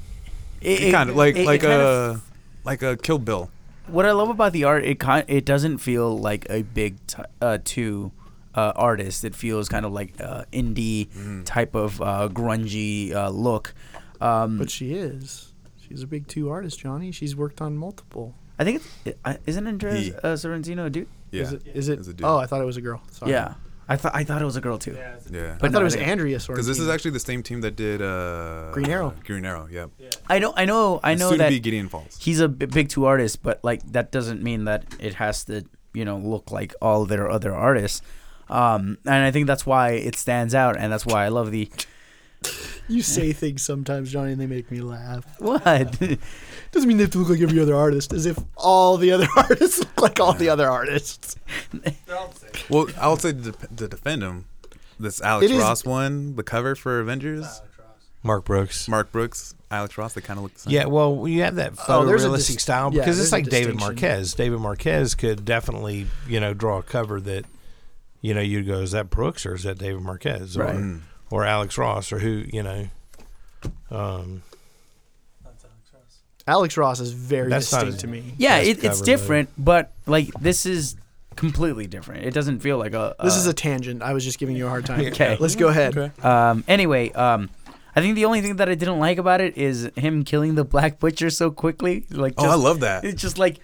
It, kind of like
it- it
like uh,
kind
a
of-
like a Kill Bill.
What I love about the art, it kind, it doesn't feel like a big t- uh, two uh, artist. It feels kind of like uh, indie
Mm.
type of uh, grungy uh, look. Um,
But she is. She's a big two artist, Johnny. She's worked on multiple.
I think it's, i- isn't Andres
He.
uh, Sorrentino a dude?
Yeah,
Is it? Is it
It's a dude.
oh, I thought it was a girl.
Uh-huh.
Sorry.
Yeah, I thought I thought it was a girl too.
Yeah. it's a-
yeah.
I
But-
thought
no,
it was
I didn't.
Andrea Sorrentino.
because this is actually the same team that did uh,
Green Arrow.
Green Arrow. Yeah.
I know, I know, I
And
know
soon to
that
be Gideon Falls.
he's a b- big two artist, but like that doesn't mean that it has to you know look like all their other artists. Um, and I think that's why it stands out, and that's why I love the
You say things sometimes, Johnny, and they make me laugh.
what.
Doesn't mean they have to look like every other artist, as if all the other artists look like all the other artists.
They're all the same.
Well, I would say to, to defend him, this Alex
It is-
Ross one, the cover for Avengers,
Mark Brooks.
Mark Brooks, Alex Ross, they kind of look the same.
Yeah, well, you have that
Oh, there's a
photorealistic
dis-
style
yeah,
because
there's
it's
a
like David
distinction.
Marquez. David Marquez could definitely, you know, draw a cover that, you know, you'd go, is that Brooks or is that David Marquez or,
Right.
Mm.
or Alex Ross or who, you know, um,
Alex Ross is very
That's not
distinct
as-
to me.
yeah,
Best
it, it's
cover, though.
different, but like this is completely different. It doesn't feel like a.
This
a-
is a tangent. I was just giving you a hard time.
Uh, Okay.
Let's go ahead.
Um, anyway, um, I think the only thing that I didn't like about it is him killing the Black Butcher so quickly. Like,
Oh,
just-
I love that.
It's just like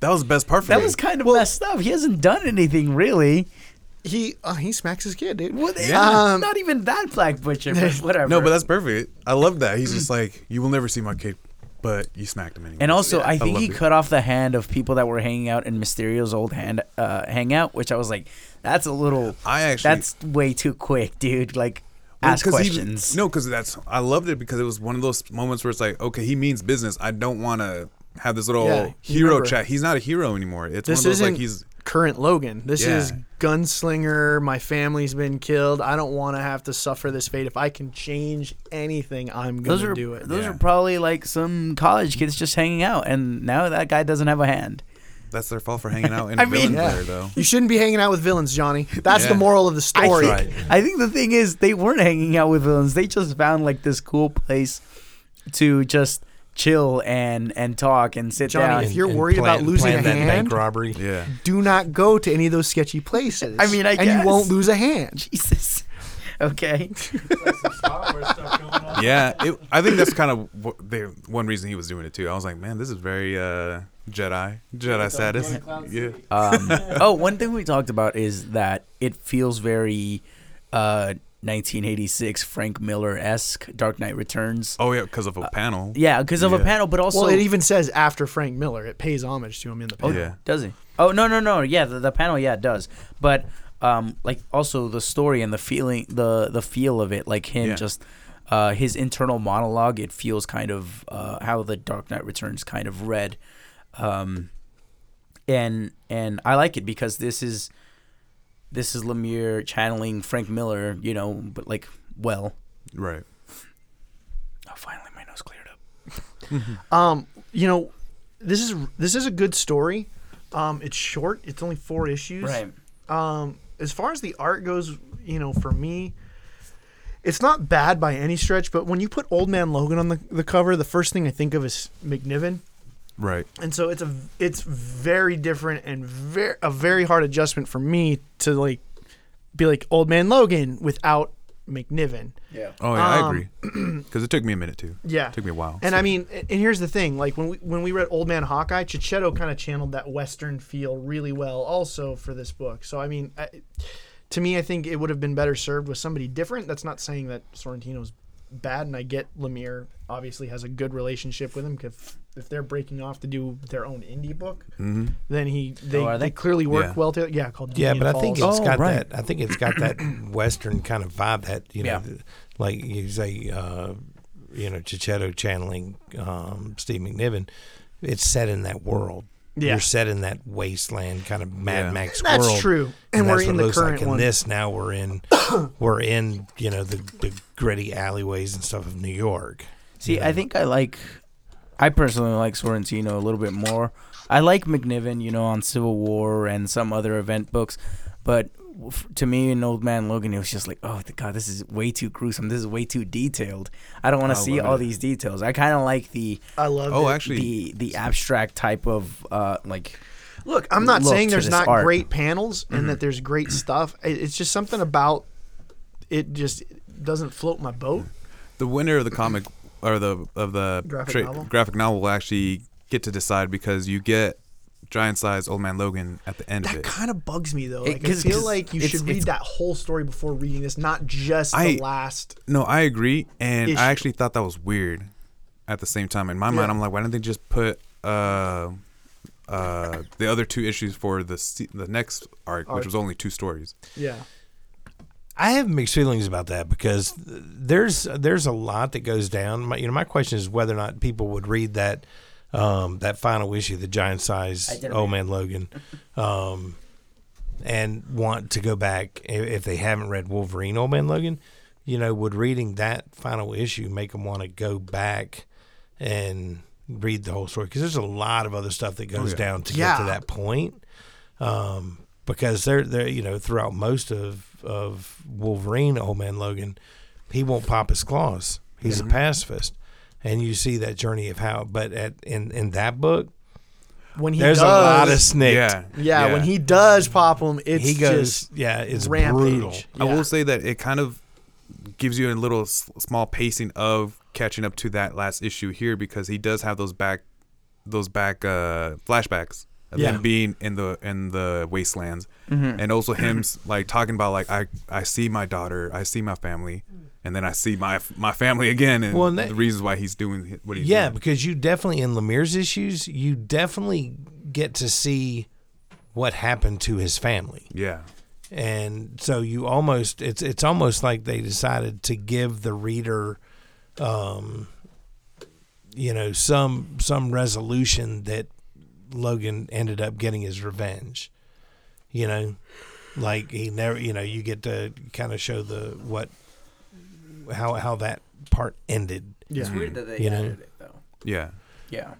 That was the best part for
that
me.
was kind of messed up. He hasn't done anything really.
He uh, he smacks his kid, dude. Um,
What?
Yeah.
not even that Black Butcher. But whatever.
Um, no, but that's perfect. I love that. He's just like, you will never see my kid, but you smacked him anyway.
And also, I think
love
he
it.
cut off the hand of people that were hanging out in Mysterio's old hand uh, hangout, which I was like, that's a little.
I actually
That's way too quick, dude. Like,
Well,
ask
'cause he-
questions.
no, because that's I loved it because it was one of those moments where it's like, okay, he means business. I don't want to have this little
Yeah, you
hero
remember.
chat. He's not a hero anymore. It's
This
one of those like
isn't-
he's
Current Logan. This
Yeah.
is gunslinger. My family's been killed. I don't want to have to suffer this fate. If I can change anything, I'm
Those
gonna
are
do it.
those
Yeah.
are probably like some college kids just hanging out, and now that guy doesn't have a hand.
that's their fault for hanging out in
I
a
mean-
villain
Yeah.
player though.
You shouldn't be hanging out with villains, Johnny. That's the
Yeah.
moral of the story.
I think-
I think the thing is they weren't hanging out with villains. They just found like this cool place to just chill and and talk and sit
Johnny,
down.
Uh, if you're worried about losing a
plan that
hand-
bank robbery.
Yeah.
Do not go to any of those sketchy places.
I mean, I
and
guess.
you won't lose a hand.
Jesus. Okay.
Like some software stuff going on.
Yeah, it, I think that's kind of what they, one reason he was doing it too. I was like, man, this is very uh, Jedi, Jedi status. Yeah,
Um, oh, one thing we talked about is that it feels very uh, 1986 Frank Miller esque Dark Knight Returns.
Oh yeah, because of
Uh,
a panel.
Yeah, because of a
Yeah.
panel, but also
well, it even says after Frank Miller, it pays homage to him in the
Oh,
past.
yeah.
does he? Oh no no no yeah the, the panel yeah it does but um like also the story and the feeling the the feel of it like him
Yeah.
just uh his internal monologue it feels kind of uh how the Dark Knight Returns kind of read um and and I like it because this is this is Lemire channeling Frank Miller you know but like well
Right.
oh finally my nose cleared up
Um, you know, this is this is a good story. Um, it's short. It's only four issues. Um, as far as the art goes, you know, for me, it's not bad by any stretch. But when you put Old Man Logan on the, the cover, the first thing I think of is McNiven,
Right.
and so it's a it's very different and very a very hard adjustment for me to like be like Old Man Logan without McNiven.
yeah
Oh
Um,
yeah, I agree. Because it took me a minute too.
Yeah.
It took me a while.
And
so-
I mean, and here's the thing: like when we when we read Old Man Hawkeye, Chichetto kind of channeled that Western feel really well, also for this book. So I mean, I, to me, I think it would have been better served with somebody different. That's not saying that Sorrentino's bad, and I get Lemire obviously has a good relationship with him. 'cause If if they're breaking off to do their own indie book,
Mhm.
then he they,
Oh, are
they?
they?
clearly work
Yeah.
well together. Yeah, called
Yeah,
Dean
but I
Falls.
think
Falls.
it's
Oh,
got
right.
that. I think it's got that Western kind of vibe that you know, th- like you say, uh, you know, Chichetto channeling um, Steve McNiven. It's set in that world.
Yeah.
You're set in that wasteland kind of Mad
Yeah.
Max
Oh, that's
world.
true, and, we're in
that's what it
the
looks like.
current
In
one.
this now we're in, we're in you know the, the gritty alleyways and stuff of New York.
See, I think I like. I personally like Sorrentino a little bit more. I like McNiven, you know, on Civil War and some other event books, but f- to me, in Old Man Logan, it was just like, oh the god, this is way too gruesome. This is way too detailed. I don't want
I
to see
love
all
it.
these details. I kind of like the
I love.
oh,
it.
actually,
the the abstract type of uh like.
Look, I'm not
look
saying
to
there's
this
not
art.
great panels and that there's great stuff. I- It's just something about it just doesn't float my boat.
the winner of the comic or the of the
Graphic novel?
graphic novel will actually get to decide because you get giant size Old Man Logan at the end of
That
it.
kind of bugs me though.
It-
Like, I
'cause-
feel
'cause
like you
it's-
should read
it's-
that whole story before reading this, not just
I-
the last.
No, I agree, and
Issue.
I actually thought that was weird. At the same time, in my mind,
Yeah.
I'm like, why didn't they just put uh, uh, the other two issues for the se- the next arc,
Arc.
which was only two stories?
Yeah,
I have mixed feelings about that because there's there's a lot that goes down. My, you know, my question is whether or not people would read that um, that final issue, the giant
I
size
did
Old Man Logan, um, and want to go back i- if they haven't read Wolverine Old Man Logan. You know, would reading that final issue make them want to go back and read the whole story? Because there's a lot of other stuff that goes
yeah.
down to get
Yeah.
to that point um, because they're they are you know throughout most of of Wolverine, Old Man Logan, he won't pop his claws. He's a pacifist, and you see that journey of how. But at in in that book,
when he
there's
does,
a lot of snakes.
Yeah,
yeah, when he does pop him, it's
he goes,
just
yeah, it's
rampage.
brutal.
I
Yeah.
will say that it kind of gives you a little s- small pacing of catching up to that last issue here because he does have those back those back uh flashbacks of
Yeah.
him being in the in the wastelands
Mm-hmm.
and also him s- like talking about like I I see my daughter, I see my family and then I see my f- my family again and,
Well, and that-
the reasons why he's doing h- what he's
Yeah,
doing.
because you definitely in Lemire's issues, you definitely get to see what happened to his family.
Yeah.
and so you almost it's it's almost like they decided to give the reader um you know some some resolution that Logan ended up getting his revenge. You know, like he never. You know, you get to kind of show the what how how that part ended.
Yeah.
It's weird that they
You know.
added it though.
Yeah.
Yeah.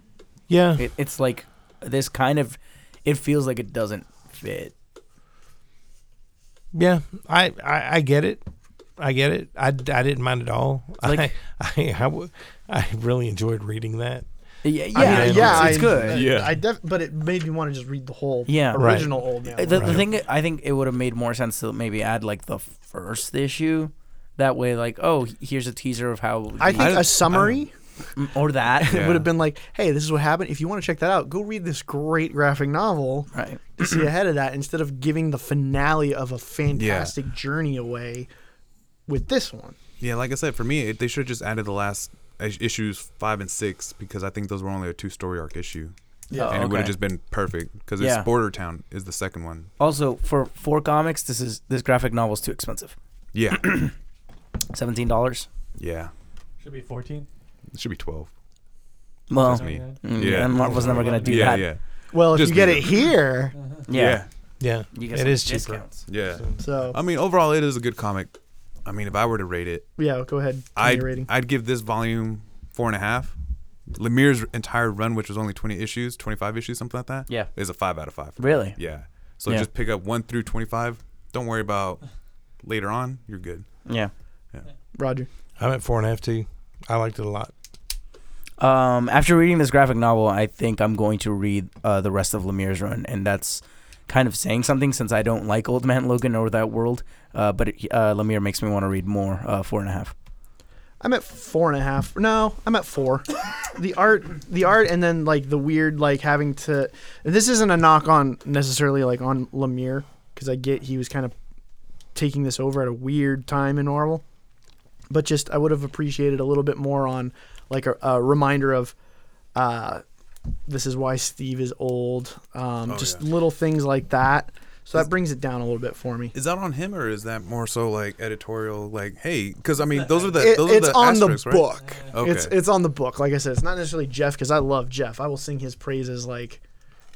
Yeah,
It, it's like this kind of. It feels like it doesn't fit.
yeah. I, I I get it. I get it. I, I didn't mind at all.
Like-
I, I, I w- I really enjoyed reading that.
Yeah, yeah,
mean,
it's,
yeah,
it's
I-
good.
Yeah.
I def- but it made me want to just read the whole
Yeah.
Right.
original old man.
The, the thing I think it would have made more sense to maybe add like the first issue. That way, like, oh, here's a teaser of how,
I think
I-
a summary.
Mm, or
It
that,
would
Yeah.
have been like, hey, this is what happened. If you want to check that out, go read this great graphic novel
right?
to see ahead of that instead of giving the finale of a fantastic journey away with this one.
Yeah, like I said, for me, it, they should have just added the last is- issues five and six because I think those were only a two story arc issue.
Yeah.
and
Oh,
it would
okay.
have just been perfect because
Yeah.
it's Border Town is the second one.
Also, for four comics, this is this graphic novel is too expensive.
Yeah,
Seventeen dollars.
yeah,
Should be 14.
it should be twelve.
Well,
That's me.
Okay.
mm,
Yeah.
and Marvel's never gonna do
Yeah,
that.
yeah,
Well, if
Just
you get
leave
it here,
Yeah.
Yeah,
You get
it
some
is cheaper.
discounts.
yeah,
so
I mean, overall, it is a good comic. I mean, if I were to rate it,
yeah, go ahead. Give me
I'd
your rating.
I'd give this volume four and a half. Lemire's entire run, which was only twenty issues, twenty five issues, something like that,
Yeah.
is a five out of five. for me.
Really?
Yeah. So
Yeah.
just pick up one through twenty five. Don't worry about later on. You're good.
Yeah.
Roger.
I'm at four and a half too. I liked it a lot.
Um, after reading this graphic novel, I think I'm going to read uh, the rest of Lemire's run, and that's kind of saying something since I don't like Old Man Logan or that world. Uh, but it, uh, Lemire makes me want to read more. Uh, four and a half.
I'm at four and a half. No, I'm at four. the art, the art, and then like the weird, like having to. And this isn't a knock on necessarily like on Lemire because I get he was kind of taking this over at a weird time in Marvel, but just I would have appreciated a little bit more on like a, a reminder of. Uh, this is why Steve is old. Um,
Oh,
just
yeah.
little things like that. So that brings it down a little bit for me.
Is that on him or is that more so like editorial? Like, hey, because I mean, those are the
It-
those
it's
are the
on the
asterisks, right?
book.
Okay.
It's it's on the book. Like I said, it's not necessarily Jeff because I love Jeff. I will sing his praises like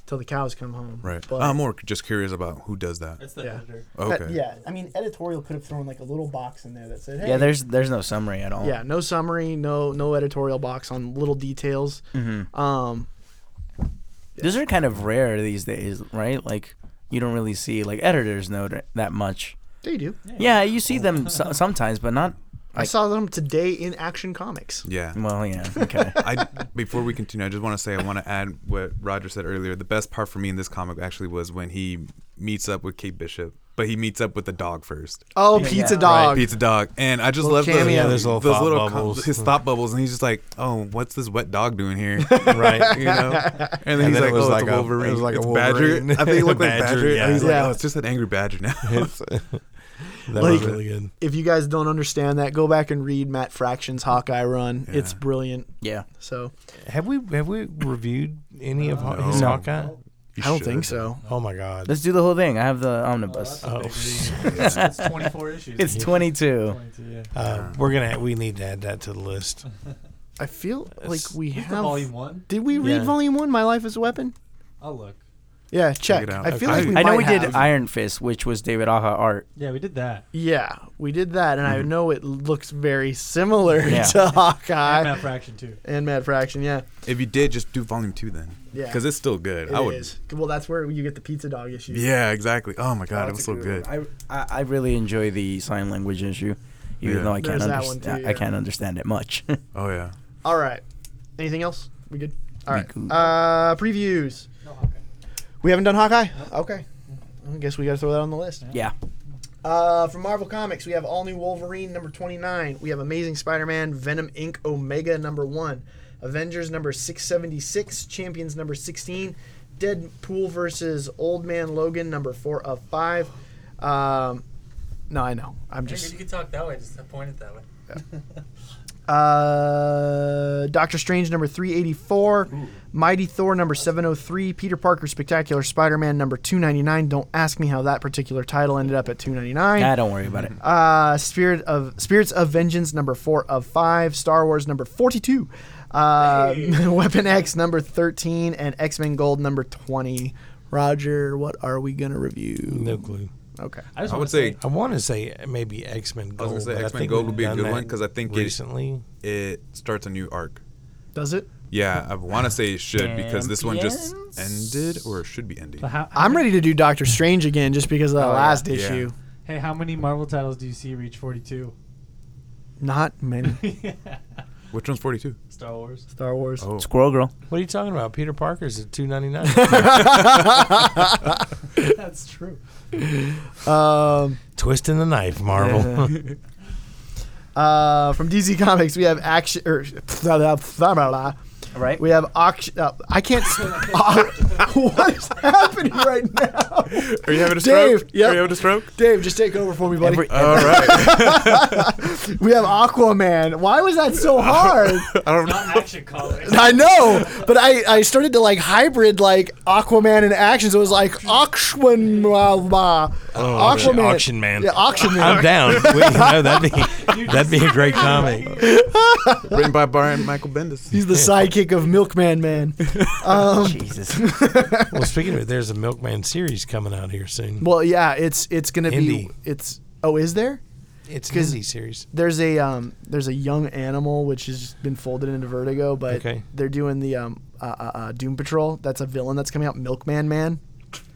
till the cows come home.
right.
But,
I'm more just curious about who does that.
It's the
Yeah.
editor.
but
Okay.
yeah, I mean, editorial could have thrown like a little box in there that said, "Hey."
Yeah, there's there's no summary at all.
Yeah, no summary, no no editorial box on little details. Um,
those are kind of rare these days, right? Like you don't really see like editors note it that much.
they do.
Yeah, you see them so- sometimes, but not.
I saw them today in Action Comics.
Yeah.
Well, yeah. Okay.
I before we continue, I just want to say I want to add what Roger said earlier. The best part for me in this comic actually was when he meets up with Kate Bishop, but he meets up with the dog first.
Oh,
Yeah.
Pizza
Right.
Dog.
Pizza dog, and I just
Little
love
cameo.
the,
Yeah,
those little thought
com-
bubbles.
his thought bubbles, and he's just like, "Oh, what's this wet dog doing here?"
Right.
You know, and then
And
he's
then
like,
it was
"Oh,
like
it's a
a- it
Wolverine.
was like a
it's
Wolverine.
Badger. I think it looked like
Badger,
Badger.
yeah.
And he's
Yeah.
like, "Oh, it's just an angry Badger now."
It's, uh, that was
Like-
really good.
If you guys don't understand that, go back and read Matt Fraction's Hawkeye run. It's
Yeah.
brilliant.
yeah.
So
Have we have we reviewed any of Haw-
No.
his
No.
Hawkeye?
You
I don't
should.
think so.
Oh my God!
Let's do the whole thing. I have the
Oh, that's
omnibus.
a
Oh,
big read. It's it's 24 issues.
it's
Yeah.
22.
22, yeah.
uh, we're gonna we need to add that to the list.
I feel like
It's-
we
Is the
have.
volume one?
Did we read
Yeah.
Volume One? My Life is a Weapon.
I'll look.
Yeah,
it
check.
out.
I feel
Okay.
like we
I know
might
we
have.
did Iron Fist, which was David Aja art.
Yeah, we did that.
yeah, we did that, and I know it looks very similar
Yeah.
to Hawkeye
And
and Mad,
Map Fraction too.
Fraction. Yeah,
If you did, just do volume two then.
Yeah.
Because it's still good.
it is.
I would.
Well, that's where you get the pizza dog issue.
Yeah, exactly. Oh my god, it was so good.
I, I, I really enjoy the sign language issue, even
Yeah.
though I can't
There's that one
understand.
too,
I
yeah.
can't understand it much.
Oh yeah.
All right. Anything else? We good? All
We
right.
good.
Uh, previews.
No, okay.
We haven't done Hawkeye. Okay. I guess we got to throw that on the list.
yeah.
Uh, from Marvel Comics, we have All New Wolverine number 29. We have Amazing Spider Man, Venom Inc. Omega number 1. Avengers number 676. Champions number 16. Deadpool versus Old Man Logan number 4 of 5. Um, no, I know. I'm just.
can talk that way. Just point it that way.
Uh, Doctor Strange number 384, Mighty Thor number 703, Peter Parker Spectacular Spider-Man number 299. Don't ask me how that particular title ended up at 299.
Nah, don't worry about it.
Uh, Spirit of Spirits of Vengeance number four of five, Star Wars number forty-two, uh, Weapon X number thirteen, and X Men Gold number twenty. Roger, what are we gonna review?
No clue.
Okay,
I, just
I
wanna
would say
I want to say maybe X Men
was
Gold.
gonna say
but I
X-Men
think
Gold
we've
would be a
done
good one
that
'cause I think it-
recently.
it starts a new arc.
does it?
Yeah, I want to say it should because this one just ended or should be ending.
But how, how
I'm
many-
ready to do Doctor Strange again just because of that
Oh, yeah.
last
Yeah.
issue.
Hey, how many Marvel titles do you see reach 42?
Not many.
Which one's 42?
Star Wars.
Star Wars.
Oh.
Squirrel Girl.
What are you talking about? Peter Parker's at two ninety nine.
That's true.
Um,
Twisting the knife, Marvel.
uh, from DC Comics, we have action. Er, blah, blah, blah, blah, blah.
Right.
We have auction. Uh, I can't. s- uh, what is happening right now?
Are you having a
Dave,
stroke?
yep.
Are you having a stroke? uh,
Dave, just take over for me, buddy.
Every-
All right.
we have Aquaman. Why was that so hard?
I don't know.
Not action comics.
I know, but I, I started to like hybrid like Aquaman and action, so it was like auction, blah, blah.
Oh,
auction- auction man.
Yeah, auction man.
I'm down. We, you know, that'd be that'd be a great comic.
Written by Brian Michael Bendis.
He's the sidekick of Milkman Man. Um,
Jesus.
Well, speaking of it, there's a Milkman series coming out here soon.
Well, yeah, it's it's gonna be
Indie.
it's oh, is there?
It's an
'Cause-
indie series.
There's a um there's a young animal which has been folded into Vertigo, but
Okay.
they're doing the um uh, uh, uh, Doom Patrol. That's a villain that's coming out, Milkman Man.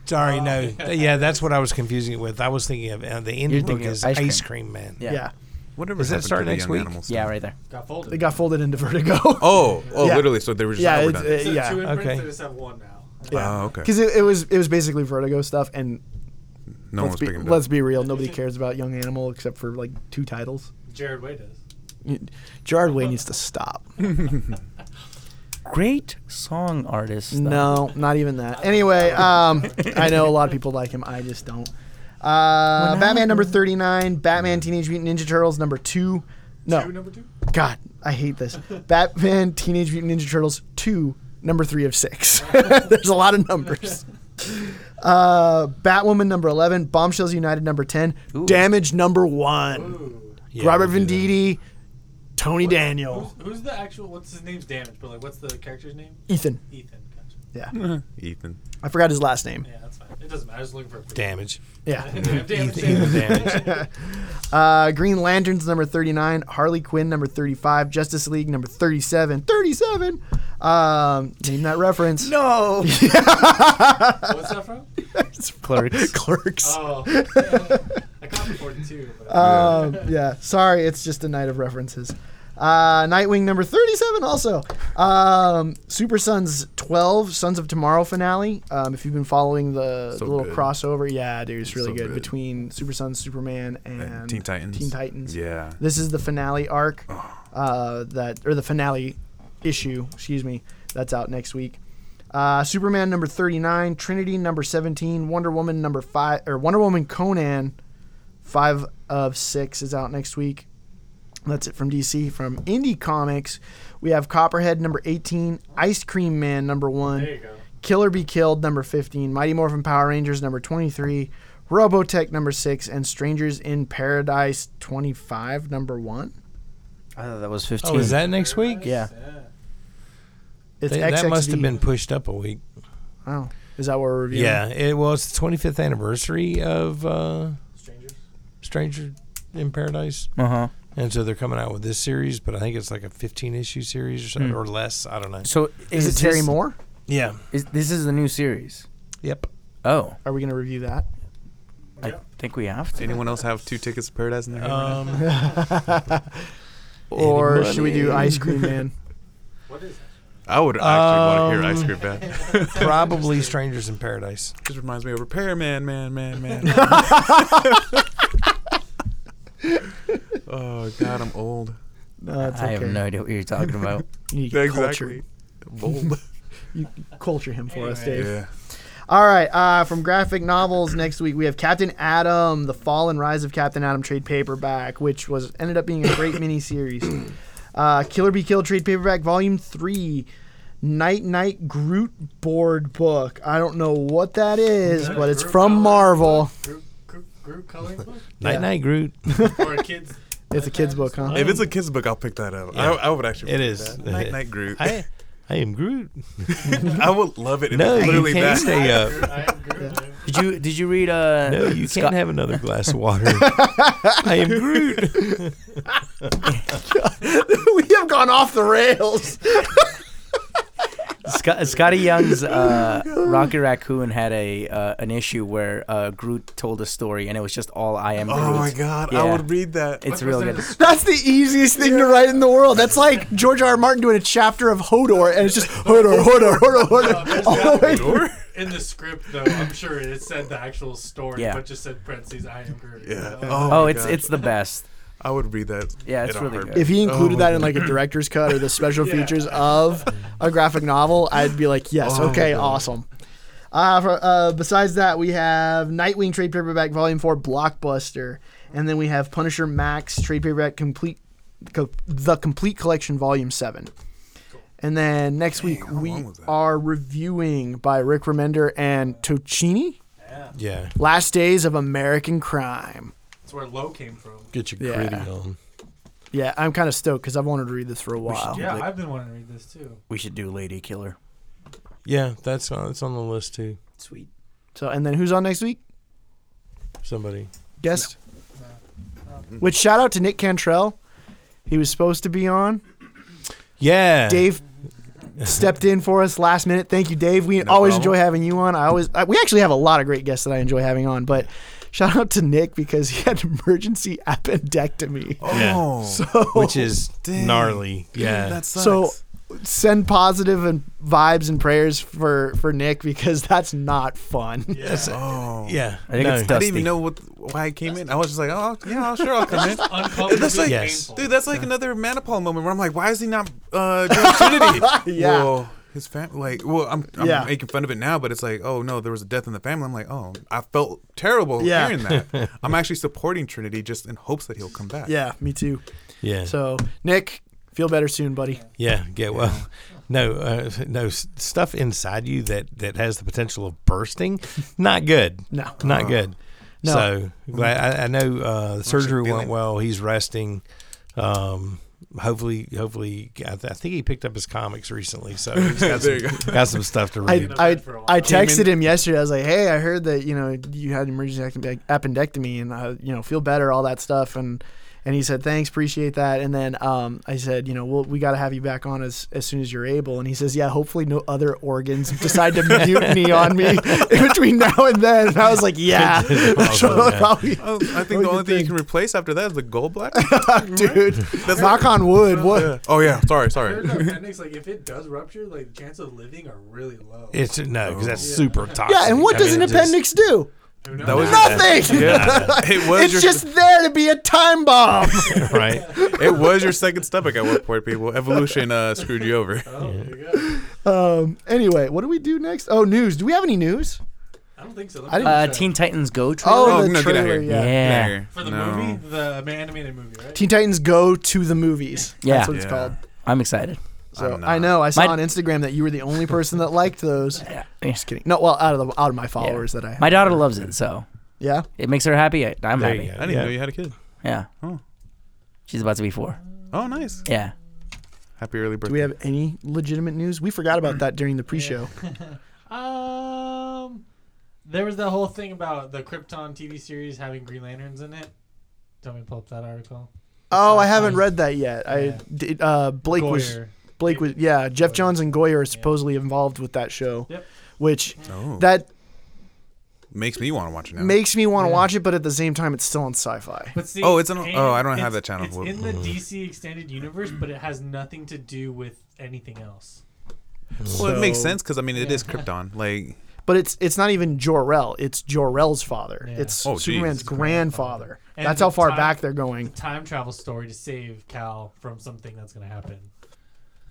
Sorry, no. Yeah, that's what I was confusing it with. I was thinking of uh, the
You're
indie book
thinking of
is
Ice
Ice,
Cream.
cream. Man.
Yeah.
yeah.
Whatever
Does that
happened
start
to the
next
young
week?
animal stuff?
Yeah, right there.
Got folded.
They got folded into Vertigo.
Oh, oh,
Yeah.
literally. So they were just
yeah,
yeah,
it's, uh,
So
yeah.
two imprints,
Okay.
they just have one now.
Oh, okay.
Because it, it was it was basically Vertigo stuff, and
No
let's
one's
be
picking it
let's
up.
be real, nobody cares about Young Animal except for like two titles.
Jared Way does.
Jared Way needs to stop.
Great song artist. though.
no, not even that. Anyway, um, I know a lot of people like him. I just don't. Uh, Batman number thirty nine, Batman Teenage Mutant Ninja Turtles number two.
Two,
No,
number two?
God, I hate this. Batman Teenage Mutant Ninja Turtles two, number three of six. There's a lot of numbers. Uh, Batwoman number eleven, Bombshells United number ten,
Ooh.
Damage number one.
Ooh.
Yeah,
Robert
we'll do that.
Venditti, Tony
Who's,
Daniel,
who's the actual, what's his name's damage, but like, what's the character's name?
Ethan.
Ethan. Gotcha.
Yeah,
Ethan.
I forgot his last name.
Yeah, that's fine. It doesn't matter. I was looking for a
Damage.
Yeah.
Damn, damn,
Ethan
damn.
Damage.
Uh, Green Lanterns number 39, Harley Quinn number 35, Justice League number 37. 37. Um, name that reference.
No.
What's that from?
Clerks.
Clerks.
Oh, yeah. I copied 42. But
Um, yeah, sorry, it's just a night of references. Uh, Nightwing number 37 also. Um, Super Sons 12, Sons of Tomorrow finale. Um, if you've been following the, the
So
little
good.
crossover, yeah, dude, it's really
So
good.
good.
Between Super Sons, Superman, and,
And Teen Titans.
Teen Titans.
Yeah.
This is the finale arc, uh, that or the finale issue, excuse me, that's out next week. Uh, Superman number 39, Trinity number 17, Wonder Woman number 5, or Wonder Woman Conan 5 of 6 is out next week. That's it from DC. From Indie Comics, we have Copperhead number 18, Ice Cream Man number 1,
there you go.
Killer Be Killed number 15, Mighty Morphin Power Rangers number 23, Robotech number 6, and Strangers in Paradise 25 number 1.
I thought that was 15.
Oh, is that next week?
Yeah.
It's E.
They- that
XXD.
must have been pushed up a week.
Wow. Is that what we're reviewing?
Yeah. It, well, it's the 25th anniversary of uh,
Strangers.
Stranger in Paradise,
Uh huh.
and so they're coming out with this series. But I think it's like a 15 issue series or, something, or less. I don't know.
So
Is, it Terry
this,
Moore?
Yeah.
Is, this is the new series.
Yep.
Oh,
Are we going to review that?
I
Yep.
think we have to.
Anyone else have two tickets to Paradise in their hand? right
Um,
Or should we do
money?
Ice Cream Man?
What is
now? I would actually want to hear
Um,
Ice Cream Man.
probably Strangers in Paradise.
Just reminds me of Repairman, man, man, man. oh God, I'm old.
No, it's
I
okay.
have no idea what you're talking about.
Uh, You need to culture,
Old.
you culture him for us,
Anyway.
Dave.
yeah.
All right. Uh, from graphic novels next week, we have Captain Adam: The Fall and Rise of Captain Adam trade paperback, which was ended up being a great miniseries. Uh, Killer Be Killed trade paperback volume three. Night Night Groot board book. I don't know what that is, but it's
Group
from
coloring
Marvel.
book? Group, group, group coloring book?
Night night, Groot.
Or a kid's.
It's a kid's book, huh?
If it's a kid's book, I'll pick that up.
Um, Yeah.
I, I would actually.
It
pick
is.
That. Night Night Groot. I,
I, I am Groot.
would love it. If
No,
it's
you
literally that.
can't stay up.
I am Groot. I'm-
Did you did you read uh
No, you
Scott-
can't have another glass of water. I am Groot.
we have gone off the rails.
Scott, Scotty Young's uh, Rocket Raccoon had a uh, an issue where uh, Groot told a story and it was just all I am Groot.
Oh my god, I
Yeah.
would read that.
It's
What
real
percent
good.
is-
That's the easiest thing to write in the world. That's like George R. R. Martin doing a chapter of Hodor, and it's just Hodor, Hodor, Hodor, Hodor,
Oh,
all the way through.
In the script, though, I'm sure it said the actual story,
Yeah.
but just said parentheses, I am Groot.
yeah.
You know?
Oh,
my
it's
God.
it's the best.
I would read that.
Yeah, it's
in a
really
heartbeat.
good.
If he included
Oh.
that in like a director's cut or the special
Yeah.
features of a graphic novel, I'd be like, yes,
Oh,
okay,
God.
awesome. Uh, for, uh, besides that, we have Nightwing trade paperback volume four blockbuster, and then we have Punisher Max trade paperback complete, co- the complete collection volume seven. And then next week
how long
we
was that?
are reviewing by Rick Remender and Tocini,
Yeah.
Last Days of American Crime.
That's where Low came from.
Get your
Yeah.
gritty on.
Yeah, I'm kind of stoked because I've wanted to read this for a while.
Yeah, I've been wanting to read this too.
We should do Lady Killer.
Yeah, that's on, that's on the list too.
Sweet.
So, and then who's on next week?
Somebody.
guest. Which shout out to Nick Cantrell. He was supposed to be on.
Yeah.
Dave stepped in for us last minute. Thank you, Dave. We
No
always
problem.
enjoy having you on. I always I, we actually have a lot of great guests that I enjoy having on, but shout out to Nick because he had an emergency appendectomy.
Yeah.
Oh,
Which is
dang.
gnarly. Yeah.
that sucks.
So send positive and vibes and prayers for for Nick because that's not fun.
Yeah.
oh,
yeah.
I think
no.
it's
I didn't
done.
even
Dusty.
know what why I came in. I was just like, oh yeah, sure, I'll come in.
Uncomfortably
That's like-
Yes.
painful.
Dude, that's like another Manipal moment where I'm like, why is he not uh, John Trinity?
Yeah.
Well, his family, like, well, I'm, I'm
Yeah.
making fun of it now, but it's like, oh no, there was a death in the family. I'm like, oh, I felt terrible
Yeah.
hearing that. I'm actually supporting Trinity just in hopes that he'll come back.
Yeah, me too.
Yeah.
So Nick, feel better soon, buddy.
Yeah, get well. No, uh, no s- stuff inside you that that has the potential of bursting. Not good.
No.
not good.
No.
So glad I, I know uh, the surgery
feeling
went
it.
well. He's resting. Um, hopefully, hopefully, I, th- I think he picked up his comics recently, so he's got,
There
some,
you
got some stuff to
I,
read.
bed
I,
for a while.
I
Came in-
texted him yesterday. I was like, "Hey, I heard that you know you had an emergency append- appendectomy, and uh, you know feel better, all that stuff." And and he said, "Thanks, appreciate that." And then um, I said, "You know, we'll, we got to have you back on as as soon as you're able." And he says, "Yeah, hopefully no other organs decide to mutiny on me in between now and then." And I was like, "Yeah, That's what
Yeah.
probably-
Oh, I
What
think the
do you
only thing you
think?
can replace after that is the gallbladder.
dude,
That's
knock on wood." What?
Yeah. Oh yeah, sorry,
There's
sorry.
no appendix, like, if it does rupture, like, the chance of living are really low.
It's no, because that's
Oh.
Yeah.
super toxic.
Yeah, and what
I
does an
mean, it just-
appendix do?
Who knows?
That was
Nothing.
It was
It's
your,
just there to be a time bomb.
right?
it was your second stomach at one point, people. Evolution uh, screwed you over.
Oh, there you go.
Um. Anyway, what do we do next? Oh, news. Do we have any news?
I don't think so. Let
I
me
didn't-
Uh,
check.
Teen Titans Go trailer.
Oh,
Oh,
the
no, get out
trailer.
here.
Yeah.
yeah.
There.
For the
No.
movie, the um, animated movie, right?
Teen Titans Go to the movies.
Yeah.
That's what it's
Yeah.
called.
I'm excited.
So
I'm not.
I know I saw
My-
on Instagram that you were the only person that liked those.
Yeah.
Just kidding. No, well, out of the out of my followers that I have.
My daughter loves it, so
yeah.
it makes her happy. I- I'm
There
happy.
you
I
go.
didn't
Yeah.
know you had a kid.
Yeah.
Oh.
She's about to be four.
Oh, nice.
Yeah.
Happy early birthday.
Do we have any legitimate news? We forgot about that during the pre-show.
Um, there was that whole thing about the Krypton TV series having Green Lanterns in it. Don't we pull up that article?
Oh, I
Yeah.
haven't read that yet. I
Yeah.
did, uh, Blake was
Goyer.
Blake was yeah. Jeff
Goyer.
Johns and Goyer are supposedly involved with that show.
Yep.
Which
Oh, that
that
makes me want to watch it now.
makes me want to
Yeah.
watch it, but at the same time, it's still on Sci-Fi.
But see,
Oh, it's an-
and
oh, I don't
it's-
have that channel.
It's in the DC extended universe, but it has nothing to do with anything else.
well, it makes
So-
sense because I mean it
Yeah.
is Krypton. Like,
But it's it's not even Jor El. It's Jor El's father.
Yeah.
It's
Oh, geez.
Superman's
His
grandfather.
And
That's how
the
far
time-
back they're going.
Time travel story to save Cal from something that's gonna happen.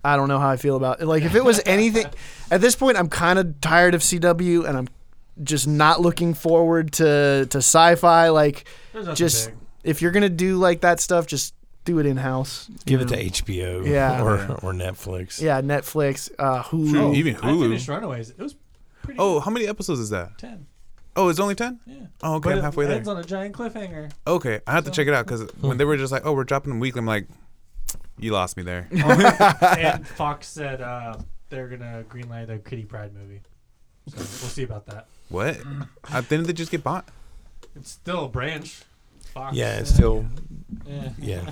I don't know how I feel about it. Like if it was anything, at this point, I'm kind of tired of CW, and I'm just not looking forward to to sci-fi. Like
There's nothing
Just-
big.
if you're gonna do like that stuff, just do it in house.
Give it to HBO
Yeah.
or
Yeah.
or Netflix.
Yeah, Netflix, uh, Hulu.
Shoot, even
I finished
Hulu.
Runaways. It was pretty.
Oh,
good.
how many episodes is that?
10.
Oh, it's only ten.
Yeah.
Oh, okay,
But
I'm
it
halfway there.
ends on Hmm. a giant cliffhanger.
Okay, I have to
So-
check it out because when they were just like, "Oh, we're dropping them weekly," I'm like, "You lost me there."
and Fox said uh, they're gonna greenlight a Kitty Pride movie. So we'll see about that.
what? I, didn't they just get bought?
It's still a branch. Fox. uh,
Yeah, it's still
Yeah.
yeah.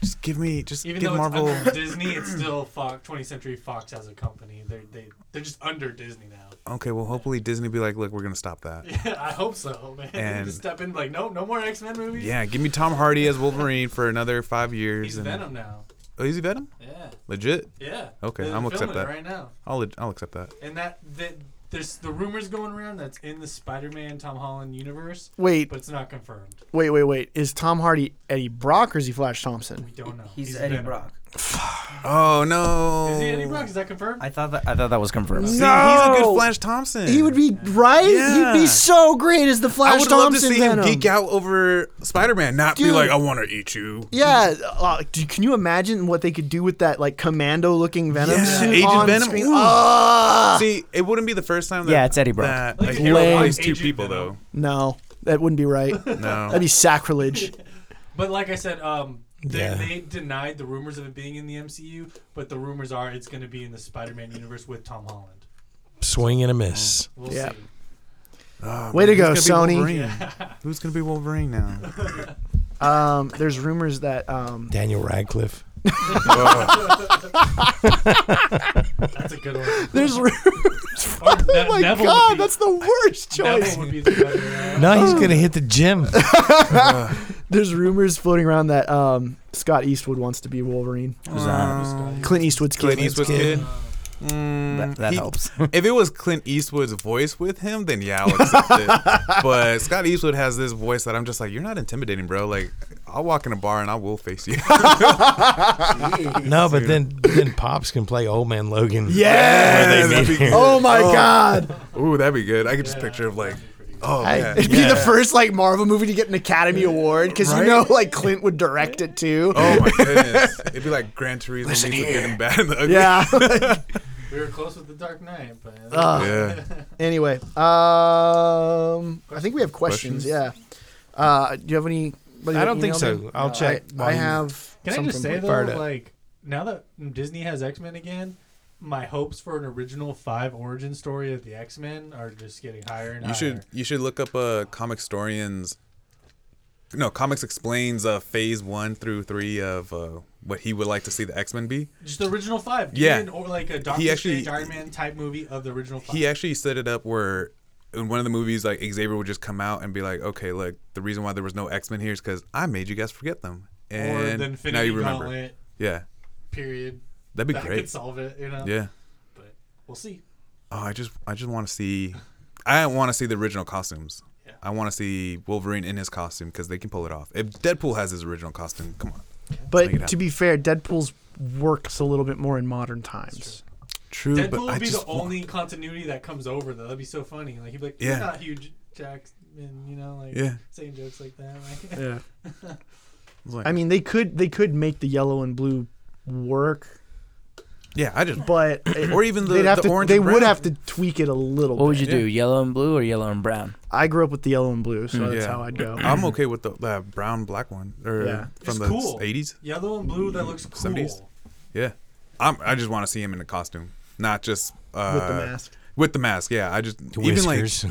Just give me, just
Even
give
though
Marvel.
it's under Disney, it's still Fox. 20th Century Fox as a company. They're they they're just under Disney now.
okay, well, hopefully Disney be like, "Look, we're gonna stop that."
Yeah, I hope so, man.
And-
just step in like, no, no more X Men movies.
Yeah, give me Tom Hardy as Wolverine for another five years.
He's
and-
Venom now.
Oh, is he Venom?
Yeah.
Legit?
Yeah.
Okay,
They're
I'm gonna
filming
accept that.
it right now.
I'll leg- I'll accept that.
And that that there's the rumors going around that's in the Spider-Man Tom Holland universe,
Wait,
but it's not confirmed.
wait, wait, wait. Is Tom Hardy Eddie Brock or is he Flash Thompson?
We don't know.
He's, Eddie
Venom.
Brock.
Oh no!
Is he Eddie Brock? Is that confirmed?
I thought that I thought that was confirmed.
See, he's a good
No!
Flash Thompson.
He would be right. He'd
Yeah.
be so great as the Flash
I would
Thompson
love to see
Venom.
him geek out over Spider-Man, not be
Dude.
like, "I want to eat you."
Yeah, uh, do, can you imagine what they could do with that like commando-looking Venom
Yeah,
suit
Agent
on
Venom,
screen? Uh,
ooh.
Ah!
See, it wouldn't be the first time. That,
Yeah, it's Eddie Brock.
That,
Like,
like,
Lame.
it plays two
Agent
people
Venom.
no, that wouldn't be right.
though. No.
That'd be sacrilege.
But like I said, um, they,
Yeah.
they denied the rumors of it being in the MCU, but the rumors are it's going to be in the Spider-Man universe with Tom Holland.
Swing and a miss.
We'll
Yeah.
see.
Oh,
Way to
who's
go,
gonna be
Sony.
Wolverine? Who's gonna be Wolverine now?
Um, there's rumors that um,
Daniel Radcliffe.
That's a good one.
there's. Ru-
Or
oh
Ne-
my
Neville would
god,
be-
that's the worst choice.
Neville would be the better. uh,
No, he's gonna hit the gym.
There's rumors floating around that um, Scott Eastwood wants to be Wolverine.
Who's that?
Clint Eastwood's
Oh, Clint
kid.
Eastwood's
kid.
kid. Mm,
That, that
he-
helps.
If it was Clint Eastwood's voice with him, then yeah, I'll accept it. But Scott Eastwood has this voice that I'm just like, you're not intimidating, bro. Like, I'll walk in a bar and I will face you.
No, but then then Pops can play Old Man Logan.
Yes!
Where they meet.
Oh my god!
Ooh, that'd be good. I could just picture of like, oh
I-
yeah,
it'd be
yeah.
the first like Marvel movie to get an Academy Award because you
Right?
know like Clint would direct it too.
oh my goodness. It'd be like Gran Turismo meets
Listen
the
here.
good and bad and the ugly.
Yeah.
We were close with the Dark Knight, but
Uh,
Yeah.
Anyway, um, I think we have questions.
Questions?
Yeah. Uh, do you have any?
I don't think so. I'll check.
I,
while
I
you-
have.
can I
something
just say though,
fired up.
like now that Disney has X-Men again. My hopes for an original five origin story of the X Men are just getting higher and
You
higher.
should you should look up uh comic historians. No, comics explains uh phase one through three of uh what he would like to see the X Men be.
just the original five. Give
Yeah.
me an or like a Doctor
actually-
Strange, Iron Man type movie of the original five.
He actually set it up where in one of the movies, like Xavier would just come out and be like, "Okay, look, the reason why there was no X Men here is because I made you guys forget them,
or
and
the Infinity
now you remember."
Gauntlet.
Yeah,
Period.
that'd be
that
great.
could solve it. You know.
Yeah.
But we'll see.
Oh, I just I just want to see. I want to see the original costumes.
Yeah.
I want to see Wolverine in his costume because they can pull it off. If Deadpool has his original costume, come on. Make it
But to
happen.
be fair, Deadpool's works a little bit more in modern times.
True, but
Deadpool
I
would be the
just want-
only continuity that comes over though. That'd be so funny. Like he'd be like,
Yeah.
"You're not huge, Jackman," you know, like
Yeah.
saying jokes like that. Like,
Yeah.
It's like-
I mean, they could they could make the yellow and blue work,
yeah, I just
but
or even the,
they'd have
the
to
orange.
they
and
would
brown. Oh,
have to tweak it a little.
What
bit.
would you do? Yellow and blue or yellow and brown?
I grew up with the yellow and blue, so
Mm.
that's
Yeah.
how I'd go.
I'm okay with the that brown black one or
Yeah.
from
It's
the
cool.
80s.
Yellow and blue that looks cool.
70s? Yeah, I'm, I just want to see him in a costume, not just uh,
with the mask.
With the mask, yeah. I just even like
Whiskers.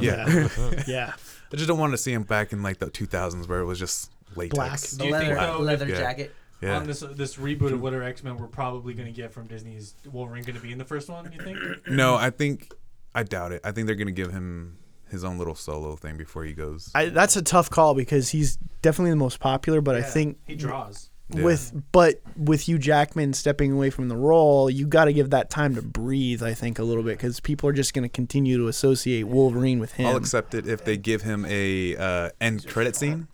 yeah,
Yeah.
I just don't want to see him back in like the 2000s where it was just latex.
Black.
Do you think though,
leather
Yeah.
jacket.
Yeah.
on this this reboot of what are X Men we're probably gonna get from Disney's Wolverine gonna be in the first one? You think?
No, I think I doubt it. I think they're gonna give him his own little solo thing before he goes.
I, that's a tough call because he's definitely the most popular, but I
Yeah,
think
he draws.
Yeah.
with but with Hugh Jackman stepping away from the role, you got to give that time to breathe. I think a little bit because people are just going to continue to associate Wolverine with him.
I'll accept it if they give him a uh, end credit scene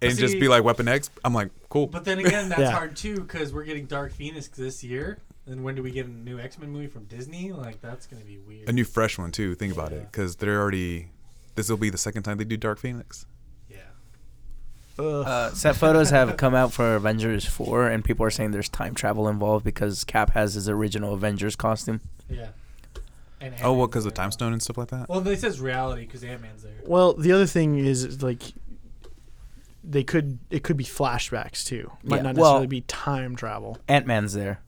and just
see-
be like Weapon X. I'm like, cool.
But then again, that's
Yeah.
hard too because we're getting Dark Phoenix this year. And when do we get a new X Men movie from Disney? Like that's gonna be weird.
a new fresh one too. Think about it,
Yeah.
because they're already. This will be the second time they do Dark Phoenix.
yeah.
Uh, set photos have come out for Avengers 4, and people are saying there's time travel involved because Cap has his original Avengers costume.
Yeah. And
Oh, well,
Ant-Man's
because of
there.
time stone and stuff like that.
Well, they says reality because Ant Man's there.
Well, the other thing is is, like they could it could be flashbacks too. Might
Yeah,
not
well-
necessarily be time travel.
Ant Man's there.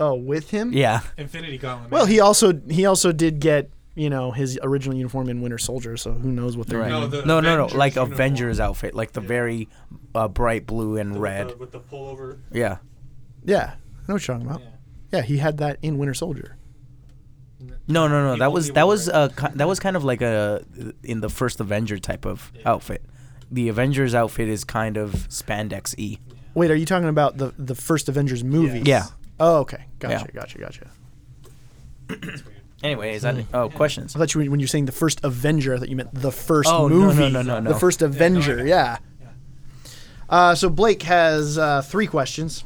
Oh, with him?
Yeah.
Infinity Gauntlet.
Well,
man.
he also he also did get you know his original uniform in Winter Soldier, so who knows what they're
Right.
doing.
No,
No,
the
no, no,
Avengers
Like
uniform.
Avengers outfit, like the
Yeah.
very uh, bright blue and
The-
red.
with the, with the pullover.
yeah.
Yeah, I know what you're talking about.
Yeah.
Yeah, he had that in Winter Soldier.
No, no, no.
He
That
only
was that
wore
was
it.
uh, ki- that was kind of like a in the first Avenger type of
Yeah.
outfit. The Avengers outfit is kind of spandex y.
Wait, are you talking about the the first Avengers movie?
Yeah.
Oh, okay. Gotcha. Gotcha. Gotcha.
That's weird.
Anyways,
Hmm.
I, oh questions.
I thought you were, when you were saying the first Avenger, I thought you meant the first
Oh, no, no,
movie.
no, no, no.
The first Avenger,
no, I-
yeah. Uh, so Blake has uh, three questions.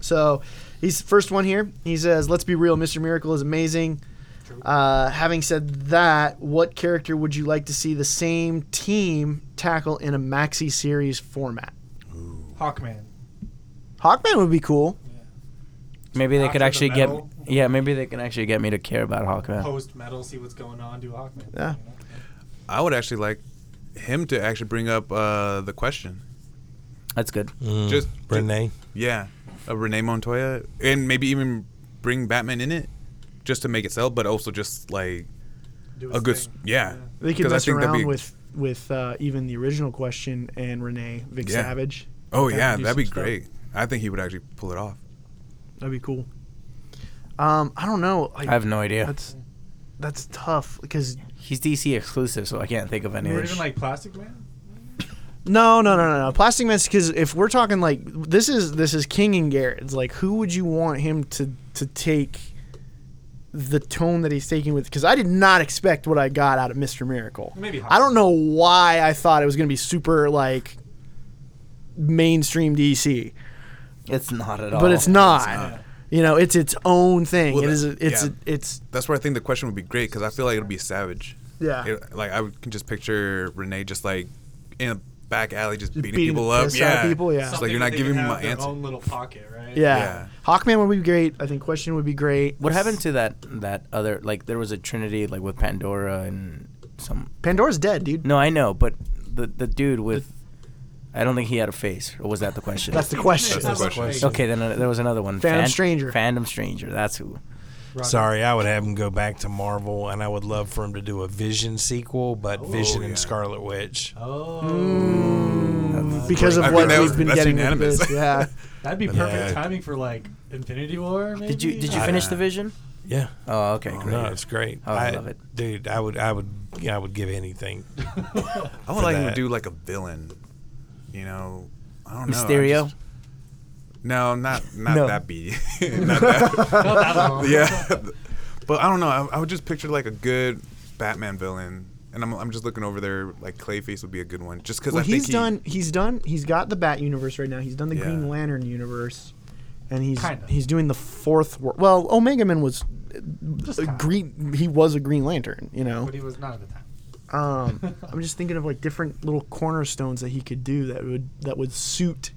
So he's first one here. He says, "Let's be real, Mr. Miracle is amazing." Uh, having said that, what character would you like to see the same team tackle in a maxi series format?
Hawkman.
Hawkman would be cool.
Maybe they
After
could
the
actually get
medal.
yeah. Maybe they can actually get me to care about Hawkman.
Post metal, see what's going on, do Hawkman.
Yeah.
you know?
I would actually like him to actually bring up uh, the question.
That's good.
Mm,
Just-
Renee.
Yeah, of Renee Montoya, and maybe even bring Batman in it, just to make it sell, but also just like
Do
a
his
good, s-
thing.
yeah.
They could
'Cause I
mess
think that'd
around
be-
with with uh, even the original question and Renee Vic
Yeah.
Savage.
Oh
Kinda
yeah,
do
that'd be
some stuff.
great. I think he would actually pull it off.
That'd be cool. Um, I don't know. Like,
I have no idea.
That's that's tough because
He's DC exclusive, so I can't think of any.
Or even like Plastic Man.
no, no, no, no, no. Plastic Man's because if we're talking like this is this is King and Garrett's. Like, who would you want him to to take the tone that he's taking with? Because I did not expect what I got out of Mister Miracle.
Maybe Hawkman.
I don't know why I thought it was gonna be super like mainstream DC,
it's not at all.
but it's not.
not.
You know, it's its own thing.
Well,
it
that-
is. A, it's.
yeah.
A, it's.
That's where I think the question would be great because I feel like it'll be savage.
Yeah.
It- like I would- can just picture Renee just like in a back alley, just beating,
beating
people
the
up.
piss out of
Yeah,
people, yeah.
It's
Something
like you're not
they
giving
can
me
have
my
their
ansher.
Own little pocket, right?
Yeah.
Yeah.
Hawkman would be great. I think Question would be great.
What happened to that that other like there was a Trinity like with Pandora and some
Pandora's dead, dude.
No, I know, but the the dude with I don't think he had a face. Or was that the question?
That's the question.
That's the question.
okay, then uh, there was another one.
Phantom Stranger.
Phantom Stranger. That's who.
Roger.
Sorry, I would have him go back to Marvel, and I would love for him to do a Vision sequel, but Vision
yeah.
and Scarlet Witch.
Oh,
Mm, because of
I
what
mean, that was-
we've been
that's
getting with
unanimous.
this. Yeah.
that'd be perfect
Yeah.
timing for like Infinity War. Maybe?
Did you did you
I-
finish
I-
the Vision?
Yeah,
Oh, okay, great.
no, it's great.
I would love it.
dude. I would, I would, yeah, I would give anything.
I would like him to
that.
do like a villain. You know, I don't know. I
Mysterio.
just- no, not not
No.
that B. not that.
Not that long.
yeah. But I don't know. I, I would just picture like a good Batman villain, and I'm, I'm just looking over there. Like Clayface would be a good one, just because
Well,
I think
he's
he-
done. He's done. He's got the Bat Universe right now. He's done the
Yeah.
Green Lantern Universe, and he's
Kinda.
he's doing the fourth. Wor- well, Omega Man was a
kinda.
green. He was a Green Lantern. You know.
But he was not at the time.
Um, I'm just thinking of like different little cornerstones that he could do that would that would suit.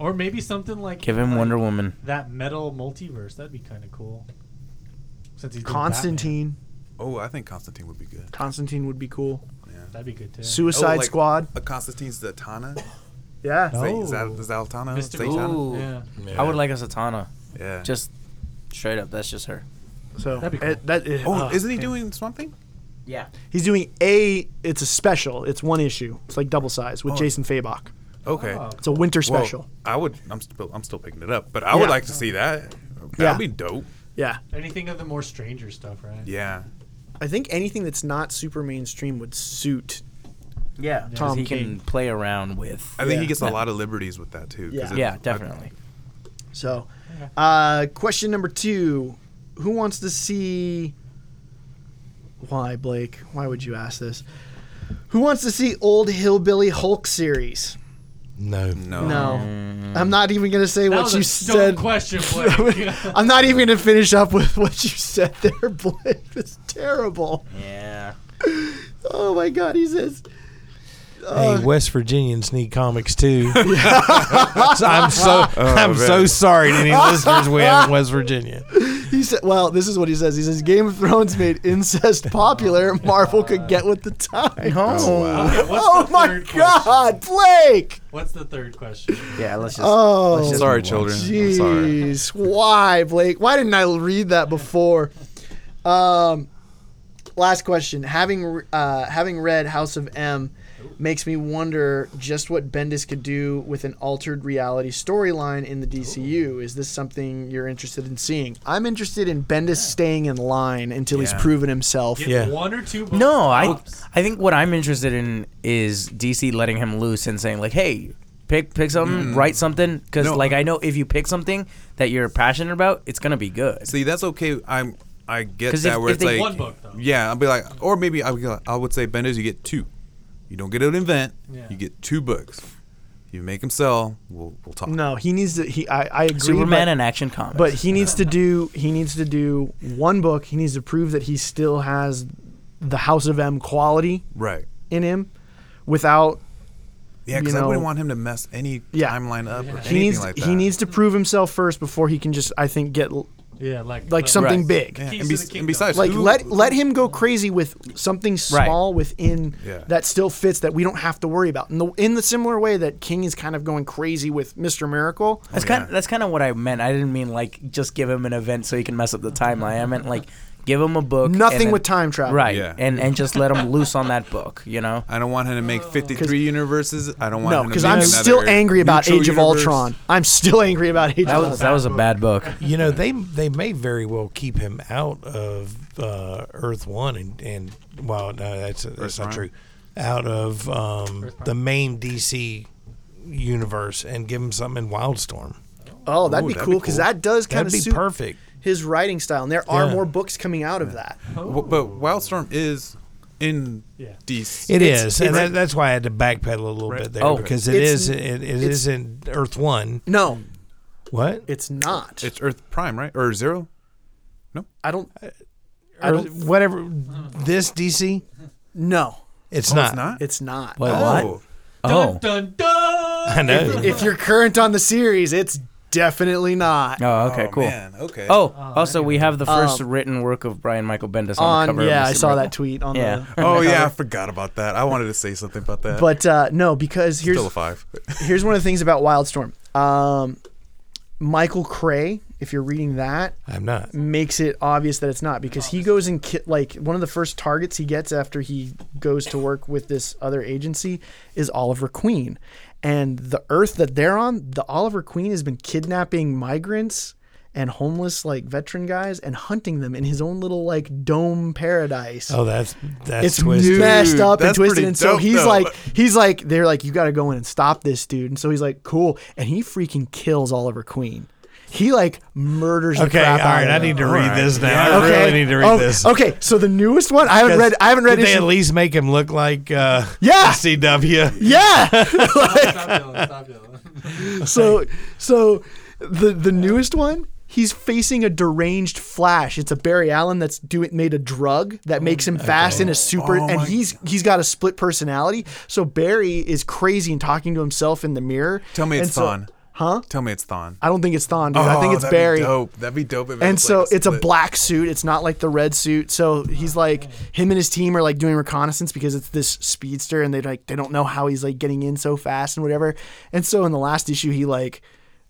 Or maybe something like
Give him
like
Wonder Woman.
That metal multiverse. That'd be kind of cool. Since he's doing
Constantine.
Oh, I think Constantine would be good.
Constantine would be cool.
Batman, that'd be good too.
Suicide
Oh, like
Squad.
A Constantine Zatanna.
Yeah.
No.
Is that is that Altano?
Mr.
Zatanna?
Ooh.
yeah.
I would like a Satana.
Yeah.
Just straight up. That's just her.
So
That'd be cool.
it- that- it-
Oh,
uh,
isn't he doing something?
Yeah.
He's doing a. It's a special. It's one issue. It's like double size with
Oh.
Jason Fabok.
Okay.
Oh.
It's a winter
Well,
special.
I would. I'm still. I'm still picking it up, but I would
Yeah.
like to see that. That'd
Yeah.
be dope.
yeah,
Anything of the more stranger stuff, right?
Yeah.
I think anything that's not super mainstream would suit.
Yeah.
Tom
he
King.
can play around with.
I think
Yeah.
he gets a lot of liberties with that too. 'cause
Yeah.
it's-
Yeah,
I-
definitely.
So, uh, question number two: Who wants to see? Why, Blake? Why would you ask this? Who wants to see old hillbilly Hulk series?
No,
no.
No, I'm not even gonna say
That
what
was
you
a
said. Oh
dumb question, Blake.
I'm not even gonna finish up with what you said there, Blake. It's terrible.
Yeah.
Oh my god, he says.
hey, West Virginians need comics too. So I'm so I'm
man.
so sorry to any listeners we have in West Virginia.
He said, "Well, this is what he says. He says Game of Thrones made incest popular. Marvel could get with the times."
Oh,
Okay, what's
Oh
the
my
third Question?
God, Blake!
What's the third question?
Yeah, let's just.
Oh,
Let's just-
Sorry, children. I'm sorry.
jeez, why, Blake? Why didn't I read that before? Um, last question. Having uh, having read House of M makes me wonder just what Bendis could do with an altered reality storyline in the DCU. Is this something you're interested in seeing? I'm interested in Bendis staying in line until he's proven himself.
Get
Yeah.
one or two.
No, I
books.
I think what I'm interested in is DC letting him loose and saying like, "Hey, pick pick something, write something," because
No.
like I know if you pick something that you're passionate about, it's gonna be good.
See, that's okay. I'm. I get
'Cause
that.
if-
where
if
it's
they-
like
One book, though.
Yeah, I'll be like, or maybe I would, go- I would say Benders, you get two. You don't get an event.
Yeah.
You get two books. You make them sell. We'll we'll talk.
No, he needs to. He, I, I agree.
Superman
but-
and Action Comics. Oh,
But he needs to do he needs to do one book. He needs to prove that he still has the House of M quality
Right.
in him without
Yeah,
You
because I wouldn't
know-
want him to mess any
Yeah.
timeline up or anything
he needs
like that.
he needs to prove himself first before he can just I think get l-
Yeah, like
like something
Right.
big.
Yeah,
Keys
And,
to
be,
the kingdom.
and besides,
Like
who-
let let him go crazy with something small within
Yeah.
that still fits that we don't have to worry about. In the in the similar way that King is kind of going crazy with Mr. Miracle.
that's kind of, that's kind of what I meant. I didn't mean like just give him an event so he can mess up the timeline. I meant like give him a book. and
Nothing
then-
with time travel.
Right,
Yeah.
and and just let him loose on that book. You know.
I don't want him to make
Oh.
53 universes. I don't want
No,
him to
because
make
I'm
another
still angry about
neutral
Age of
universe.
Ultron. I'm still angry about Age
That
of
was that
Ultron.
was a bad book.
You know they they may very well keep him out of uh, Earth One and and well no that's that's
Earth
not
Prime?
true out of um, the main DC universe and give him something in Wildstorm.
Oh, that'd
Ooh,
be
that'd
cool
be
because
cool.
that does kind
That'd
of
be
suit
perfect.
his writing style, and there are
Yeah.
more books coming out of that.
W- But Wildstorm is in
Oh. Yeah.
DC.
It
It's- it's-
is, and that, that's why I had to backpedal a little
Right.
bit there
Oh.
because it
It's-
is it, it
it's-
is in Earth One.
No,
What
it's not.
It's Earth Prime, right? Or Zero?
I don't. I
Earth,
don't.
whatever this DC?
No,
It's
Oh,
not.
it's not?
it's not.
Wait,
oh.
what?
Dun,
Oh,
dun, dun.
I know.
If you're current on the series, it's definitely not.
oh, okay,
Oh,
cool.
man, Okay.
Oh, also we have the first
Um,
written work of Brian Michael Bendis on, the
On
cover.
yeah,
of
I
Mr.
saw
Miracle.
that tweet on
Yeah.
the.
Oh yeah, I forgot about that. I wanted to say something about that.
But uh, no, because here's
still a five.
here's one of the things about Wildstorm. Um, Michael Cray, if you're reading that,
I'm not.
makes it obvious that it's not because he goes and ki- like one of the first targets he gets after he goes to work with this other agency is Oliver Queen. And the earth that they're on, the Oliver Queen has been kidnapping migrants and homeless like veteran guys and hunting them in his own little like dome paradise.
Oh, that's that's
It's
twisted.
messed
Dude,
up and
that's
twisted,
pretty
and so
dope,
he's
though.
like, he's like, they're like, you got to go in and stop this dude, and so he's like, cool, and he freaking kills Oliver Queen. He like murders. the
Okay, all
crap out
right.
of
I
him.
need to read this now. I
Okay.
really need to read
Oh,
this.
Okay, so the newest one I haven't read. I haven't read
Did they at
issue.
least make him look like uh,
Yeah.
CW?
Yeah.
Stop yelling, stop yelling.
so so the the newest one. He's facing a deranged Flash. It's a Barry Allen that's doing made a drug that makes him fast and a super,
Oh
and
my
he's he's got a split personality. So Barry is crazy and talking to himself in the mirror.
Tell me it's
And so-
Thon.
huh?
Tell me it's Thon.
I don't think it's Thon, dude. I think
Oh,
it's
that'd be
Barry.
dope. That'd be dope. If it
and
was,
so
like,
it's a
split.
black suit. It's not like the red suit. So he's like him and his team are like doing reconnaissance because it's this speedster, and they like they don't know how he's like getting in so fast and whatever. And so in the last issue, he like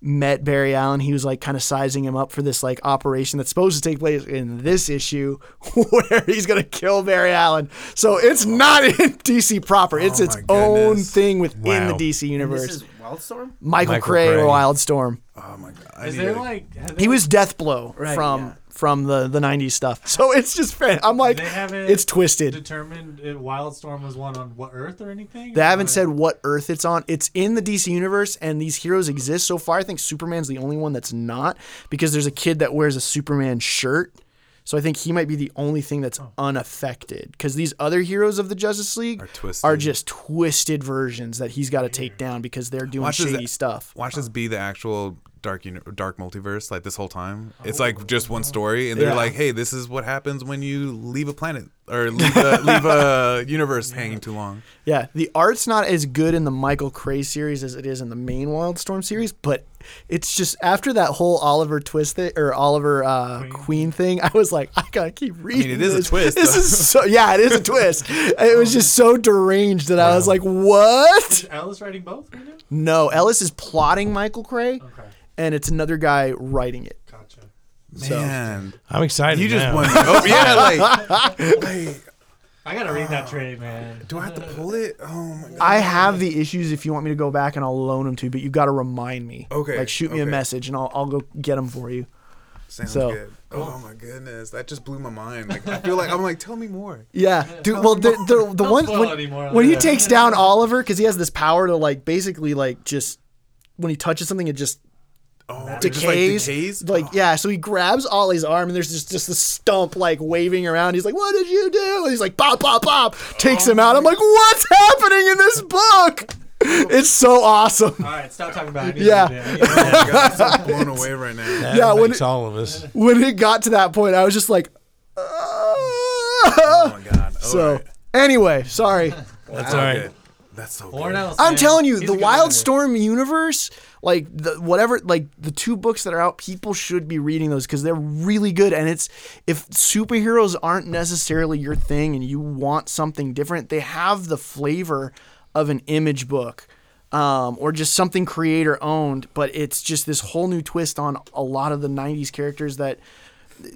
met Barry Allen. He was like kind of sizing him up for this like operation that's supposed to take place in this issue where he's gonna kill Barry Allen. So it's not in DC proper. It's
Oh
its
my
own
goodness.
thing within
Wow.
the DC universe.
Wildstorm.
Michael,
Michael
Cray,
Cray.
or Wildstorm.
Oh my god. I
Is
need
there
to-
like have they-
He was Death Blow
Right,
from
yeah.
from the the '90s stuff. So it's just fan. I'm like,
They haven't
it's twisted.
determined if Wildstorm was one on what Earth or anything?
They haven't
Or-
said what Earth it's on. It's in the DC universe, and these heroes exist so far. I think Superman's the only one that's not because there's a kid that wears a Superman shirt. So I think he might be the only thing that's
Oh.
unaffected because these other heroes of the Justice League
Are twisted.
are just twisted versions that he's got to take down because they're doing
Watch this-
shady stuff.
Watch this be the actual dark uni- dark multiverse like this whole time. It's like just one story, and they're
Oh. Yeah.
like, "Hey, this is what happens when you leave a planet or leave a, leave a universe hanging too long."
Yeah, the art's not as good in the Michael Cray series as it is in the main Wildstorm series, but it's just after that whole Oliver twist thi- or Oliver uh, Queen. thing, I was like, I gotta keep reading.
it is a
this.
twist,
This
though.
is so yeah, it is a twist. it was just so deranged that I was like, what?
Is Alice writing both right now?
No, Ellis is plotting Michael Cray,
Okay,
and it's another guy writing it.
gotcha.
Man,
I'm excited.
you just
now.
won. Oh yeah, like, like,
I gotta read that trade, man.
do I have to pull it? Oh my god.
I have the issues if you want me to go back and I'll loan them to you, but you got to remind me.
Okay,
Like shoot me a
okay.
message and I'll, I'll go get them for you.
Sounds
So-
good. Oh my goodness, that just blew my mind. Like I feel like I'm like, tell me more.
Yeah, dude. Well, the the, the
Don't
one
spoil
when,
anymore on
when he
that.
takes down Oliver because he has this power to like basically like just when he touches something it just
Oh, it just, like,
decays.
decays?
Like yeah, so he grabs Ollie's arm and there's just just the stump like waving around. He's like, "What did you do?" And he's like, "Pop, pop, pop!" Takes
Oh
him out. I'm like, "What's happening in this book?" It's so awesome.
All right, stop talking about it. I need
Yeah.
to read it. I need to read it.
Oh my god, I'm blown away right now.
That
Yeah, when
makes
it-
all of us.
When it got to that point, I was just like,
Oh
"Ah."
my god. All
So
right.
anyway, sorry.
That's
Wow,
all right.
good. That's so
Warren
good.
Ellis,
I'm
man.
telling you,
He's
the
a good writer.
Wildstorm universe, like the whatever, like the two books that are out, people should be reading those because they're really good. And it's if superheroes aren't necessarily your thing and you want something different, they have the flavor of an image book. Um, or just something creator owned, but it's just this whole new twist on a lot of the 90s characters that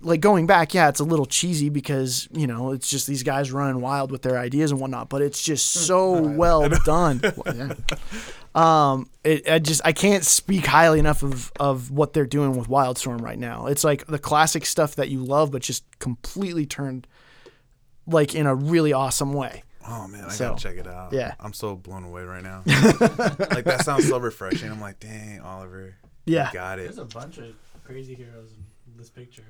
like going back, yeah, it's a little cheesy because you know it's just these guys running wild with their ideas and whatnot. But it's just so well done. Well, yeah. Um, it, I just I can't speak highly enough of of what they're doing with Wildstorm right now. It's like the classic stuff that you love, but just completely turned like in a really awesome way.
Oh man, I
So,
gotta check it out.
yeah.
I'm so blown away right now. like that sounds so refreshing. I'm like, dang, Oliver. you
Yeah.
got it.
There's a bunch of crazy heroes in this picture.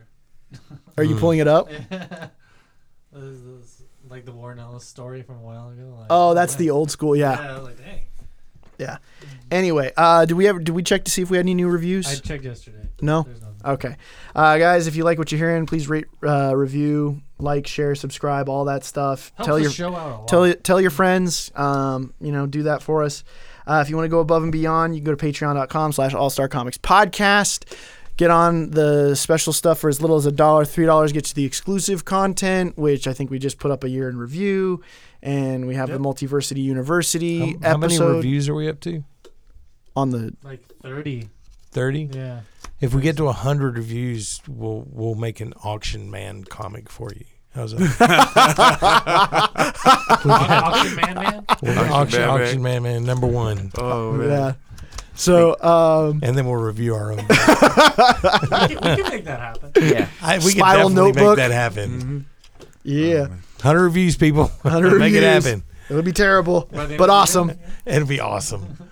Are you pulling it up?
This is like the Warren Ellis story from a while ago. Like,
Oh, that's the old school. Yeah.
Yeah, I was like dang.
Yeah. Anyway, uh, did we ever did we check to see if we had any new reviews?
I checked yesterday.
no.
There's nothing.
Okay. Uh, guys, if you like what you're hearing, please rate, uh, review, like, share, subscribe, all that stuff.
Helps
tell
the
your
show out a lot.
tell tell your friends. Um, you know, do that for us. Uh, if you want to go above and beyond, you can go to patreon.com slash all star comics podcast. Get on the special stuff for as little as a dollar. Three dollars gets you the exclusive content, which I think we just put up a year in review, and we have the Multiversity University
How, how many
episode
reviews are we up to?
on the.
like 30.
Thirty.
Yeah.
If we get to hundred reviews, we'll we'll make an auction man comic for you. How's that?
Auction Man Man?
We'll make
Auction
auction,
Man Man.
auction man, man, number one,
Oh man.
Yeah. So um,
and then we'll review our own.
We can, we can make that happen.
Yeah.
I, we
Spiral
can definitely
notebook.
make that happen.
Mm-hmm.
yeah,
Hundred reviews, people.
100
make it
reviews.
happen.
it would be terrible,
By the end
but
of the
awesome.
year.
It'd be awesome.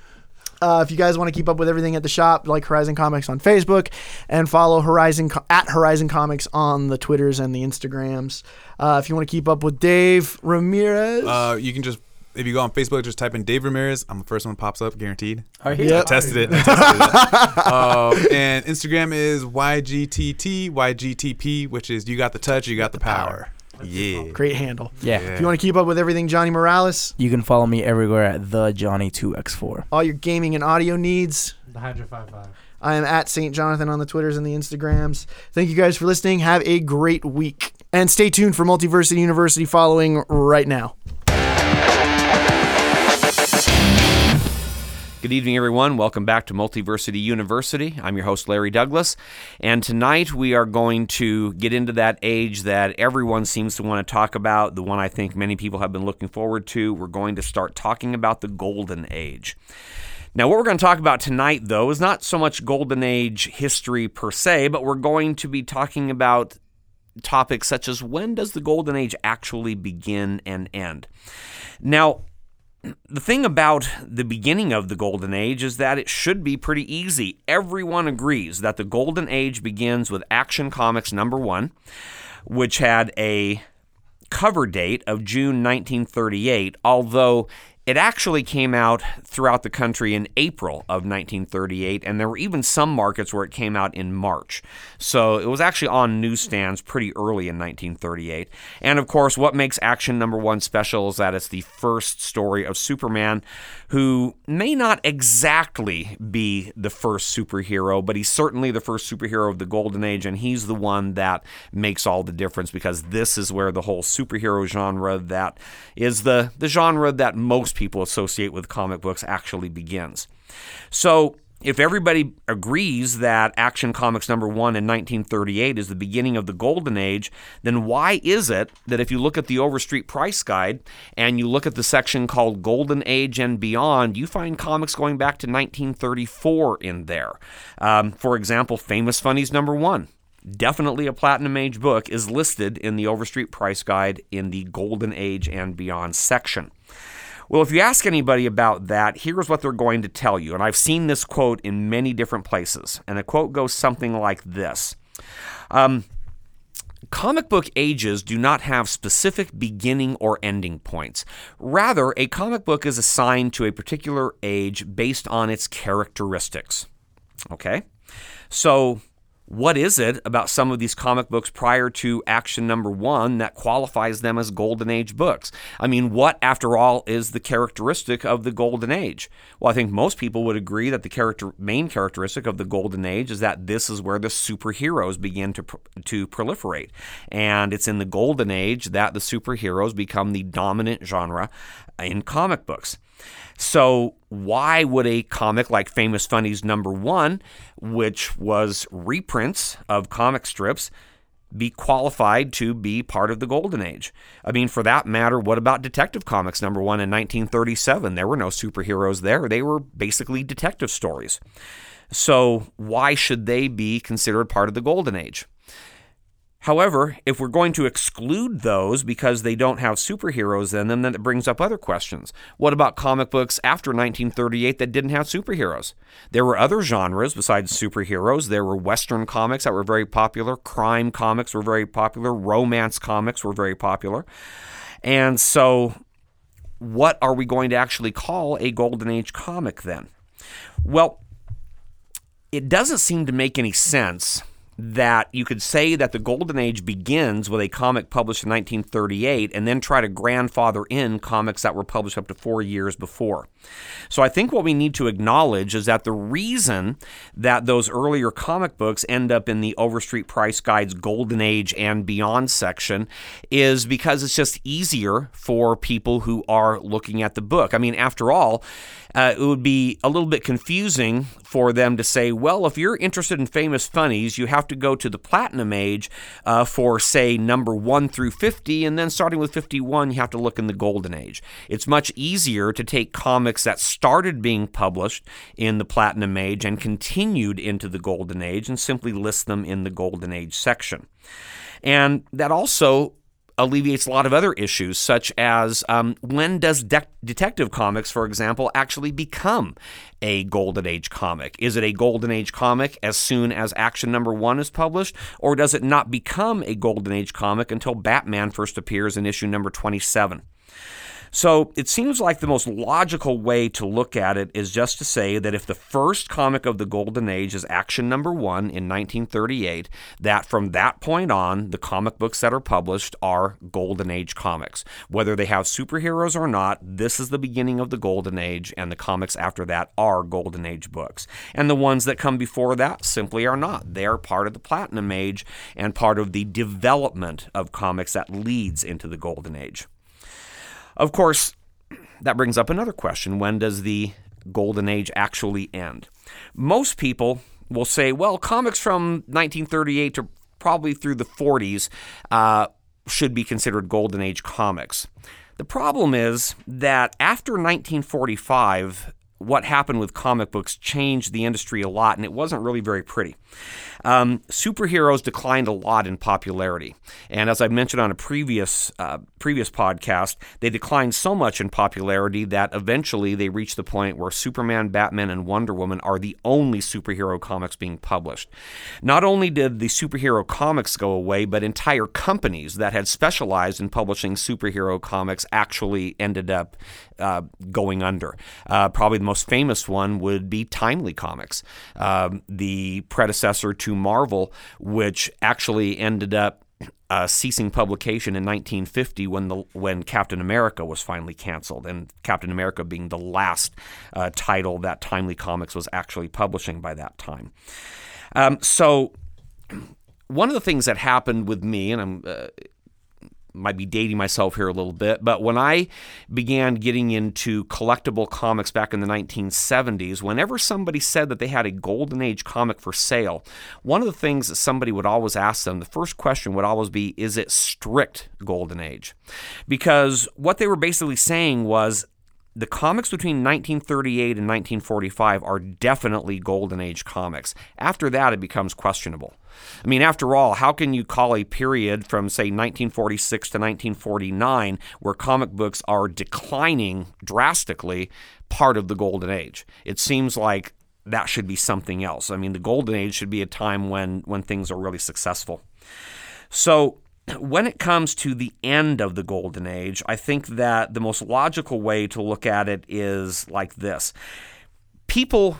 Uh, if you guys want to keep up with everything at the shop, like Horizon Comics on Facebook, and follow Horizon Co- at Horizon Comics on the Twitters and the Instagrams. Uh, if you want to keep up with Dave Ramirez,
Uh, you can just if you go on Facebook, just type in Dave Ramirez. I'm the first one that pops up, guaranteed.
Are you?
yep.
Tested it. I tested it. Um, and Instagram is YGTT, YGTP, which is you got the touch, you got the power. Yeah.
great handle.
Yeah.
Yeah.
If you want to keep up with everything Johnny Morales,
You can follow me everywhere at the Johnny Two X Four.
all your gaming and audio needs,
The Hydra 5-5.
I am at St. Jonathan on the Twitters and the Instagrams. Thank you guys for listening. Have a great week. And stay tuned for Multiversity University following right now.
Good evening, everyone. Welcome back to Multiversity University. I'm your host, Larry Douglas. And tonight we are going to get into that age that everyone seems to want to talk about, the one I think many people have been looking forward to. We're going to start talking about the Golden Age. Now, what we're going to talk about tonight, though, is not so much Golden Age history per se, but we're going to be talking about topics such as when does the Golden Age actually begin and end? Now, the thing about the beginning of the Golden Age is that it should be pretty easy. Everyone agrees that the Golden Age begins with Action Comics number one, which had a cover date of June 1938, although It actually came out throughout the country in April of 1938, and there were even some markets where it came out in March. So it was actually on newsstands pretty early in 1938. And of course, what makes Action Number One special is that it's the first story of Superman, who may not exactly be the first superhero, but he's certainly the first superhero of the Golden Age, and he's the one that makes all the difference because this is where the whole superhero genre that is the, the genre that most people associate with comic books actually begins. So if everybody agrees that Action Comics number one in 1938 is the beginning of the golden age, then why is it that if you look at the Overstreet Price Guide and you look at the section called Golden Age and Beyond, you find comics going back to 1934 in there? Um, for example, Famous Funnies number one, definitely a Platinum Age book, is listed in the Overstreet Price Guide in the Golden Age and Beyond section. Well, if you ask anybody about that, here's what they're going to tell you. And I've seen this quote in many different places. And the quote goes something like this um, Comic book ages do not have specific beginning or ending points. Rather, a comic book is assigned to a particular age based on its characteristics. Okay? So, what is it about some of these comic books prior to action number one that qualifies them as golden age books? I mean, what, after all, is the characteristic of the golden age? Well, I think most people would agree that the character, main characteristic of the golden age is that this is where the superheroes begin to, pr- to proliferate. And it's in the golden age that the superheroes become the dominant genre in comic books. So why would a comic like Famous Funnies number 1, which was reprints of comic strips, be qualified to be part of the golden age? I mean, for that matter, what about Detective Comics number 1 in 1937? There were no superheroes there. They were basically detective stories. So why should they be considered part of the golden age? However, if we're going to exclude those because they don't have superheroes in them, then it brings up other questions. What about comic books after 1938 that didn't have superheroes? There were other genres besides superheroes. There were Western comics that were very popular, crime comics were very popular, romance comics were very popular. And so, what are we going to actually call a Golden Age comic then? Well, it doesn't seem to make any sense that you could say that the golden age begins with a comic published in 1938 and then try to grandfather in comics that were published up to 4 years before. So I think what we need to acknowledge is that the reason that those earlier comic books end up in the Overstreet Price Guide's golden age and beyond section is because it's just easier for people who are looking at the book. I mean, after all, uh, it would be a little bit confusing for them to say, well, if you're interested in famous funnies, you have to go to the Platinum Age uh, for, say, number 1 through 50, and then starting with 51, you have to look in the Golden Age. It's much easier to take comics that started being published in the Platinum Age and continued into the Golden Age and simply list them in the Golden Age section. And that also alleviates a lot of other issues, such as um, when does de- Detective Comics, for example, actually become a Golden Age comic? Is it a Golden Age comic as soon as Action Number One is published, or does it not become a Golden Age comic until Batman first appears in issue number 27? So it seems like the most logical way to look at it is just to say that if the first comic of the Golden Age is Action Number One in 1938, that from that point on, the comic books that are published are Golden Age comics. Whether they have superheroes or not, this is the beginning of the Golden Age, and the comics after that are Golden Age books. And the ones that come before that simply are not. They are part of the Platinum Age and part of the development of comics that leads into the Golden Age. Of course, that brings up another question when does the golden age actually end? Most people will say, well, comics from 1938 to probably through the 40s uh, should be considered golden age comics. The problem is that after 1945, what happened with comic books changed the industry a lot, and it wasn't really very pretty. Um, superheroes declined a lot in popularity, and as I mentioned on a previous uh, previous podcast, they declined so much in popularity that eventually they reached the point where Superman, Batman, and Wonder Woman are the only superhero comics being published. Not only did the superhero comics go away, but entire companies that had specialized in publishing superhero comics actually ended up uh, going under. Uh, probably the most famous one would be Timely Comics, um, the predecessor to Marvel, which actually ended up uh, ceasing publication in 1950 when the when Captain America was finally canceled, and Captain America being the last uh, title that Timely Comics was actually publishing by that time. Um, so, one of the things that happened with me, and I'm uh, might be dating myself here a little bit, but when I began getting into collectible comics back in the 1970s, whenever somebody said that they had a golden age comic for sale, one of the things that somebody would always ask them, the first question would always be, is it strict golden age? Because what they were basically saying was, the comics between 1938 and 1945 are definitely golden age comics. After that, it becomes questionable. I mean, after all, how can you call a period from, say, 1946 to 1949, where comic books are declining drastically, part of the golden age? It seems like that should be something else. I mean, the golden age should be a time when, when things are really successful. So, when it comes to the end of the golden age, I think that the most logical way to look at it is like this people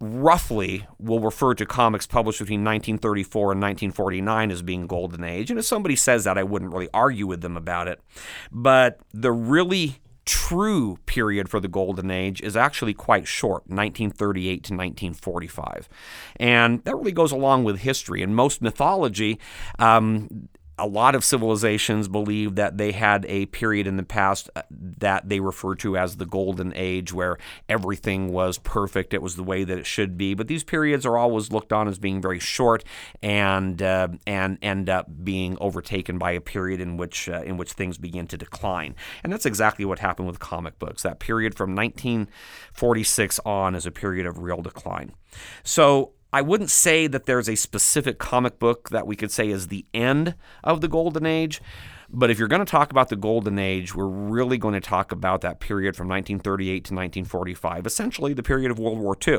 roughly will refer to comics published between 1934 and 1949 as being golden age and if somebody says that i wouldn't really argue with them about it but the really true period for the golden age is actually quite short 1938 to 1945 and that really goes along with history and most mythology um, a lot of civilizations believe that they had a period in the past uh, that they refer to as the golden age where everything was perfect it was the way that it should be but these periods are always looked on as being very short and uh, and end up being overtaken by a period in which uh, in which things begin to decline and that's exactly what happened with comic books that period from 1946 on is a period of real decline so I wouldn't say that there's a specific comic book that we could say is the end of the golden age, but if you're going to talk about the golden age, we're really going to talk about that period from 1938 to 1945, essentially the period of World War II.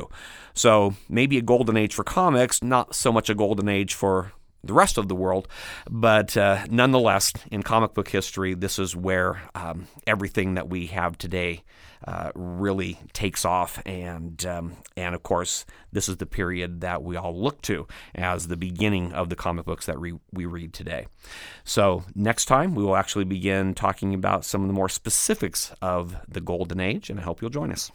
So maybe a golden age for comics, not so much a golden age for the rest of the world, but uh, nonetheless, in comic book history, this is where um, everything that we have today uh, really takes off, and um, and of course, this is the period that we all look to as the beginning of the comic books that re- we read today. So next time, we will actually begin talking about some of the more specifics of the Golden Age, and I hope you'll join us.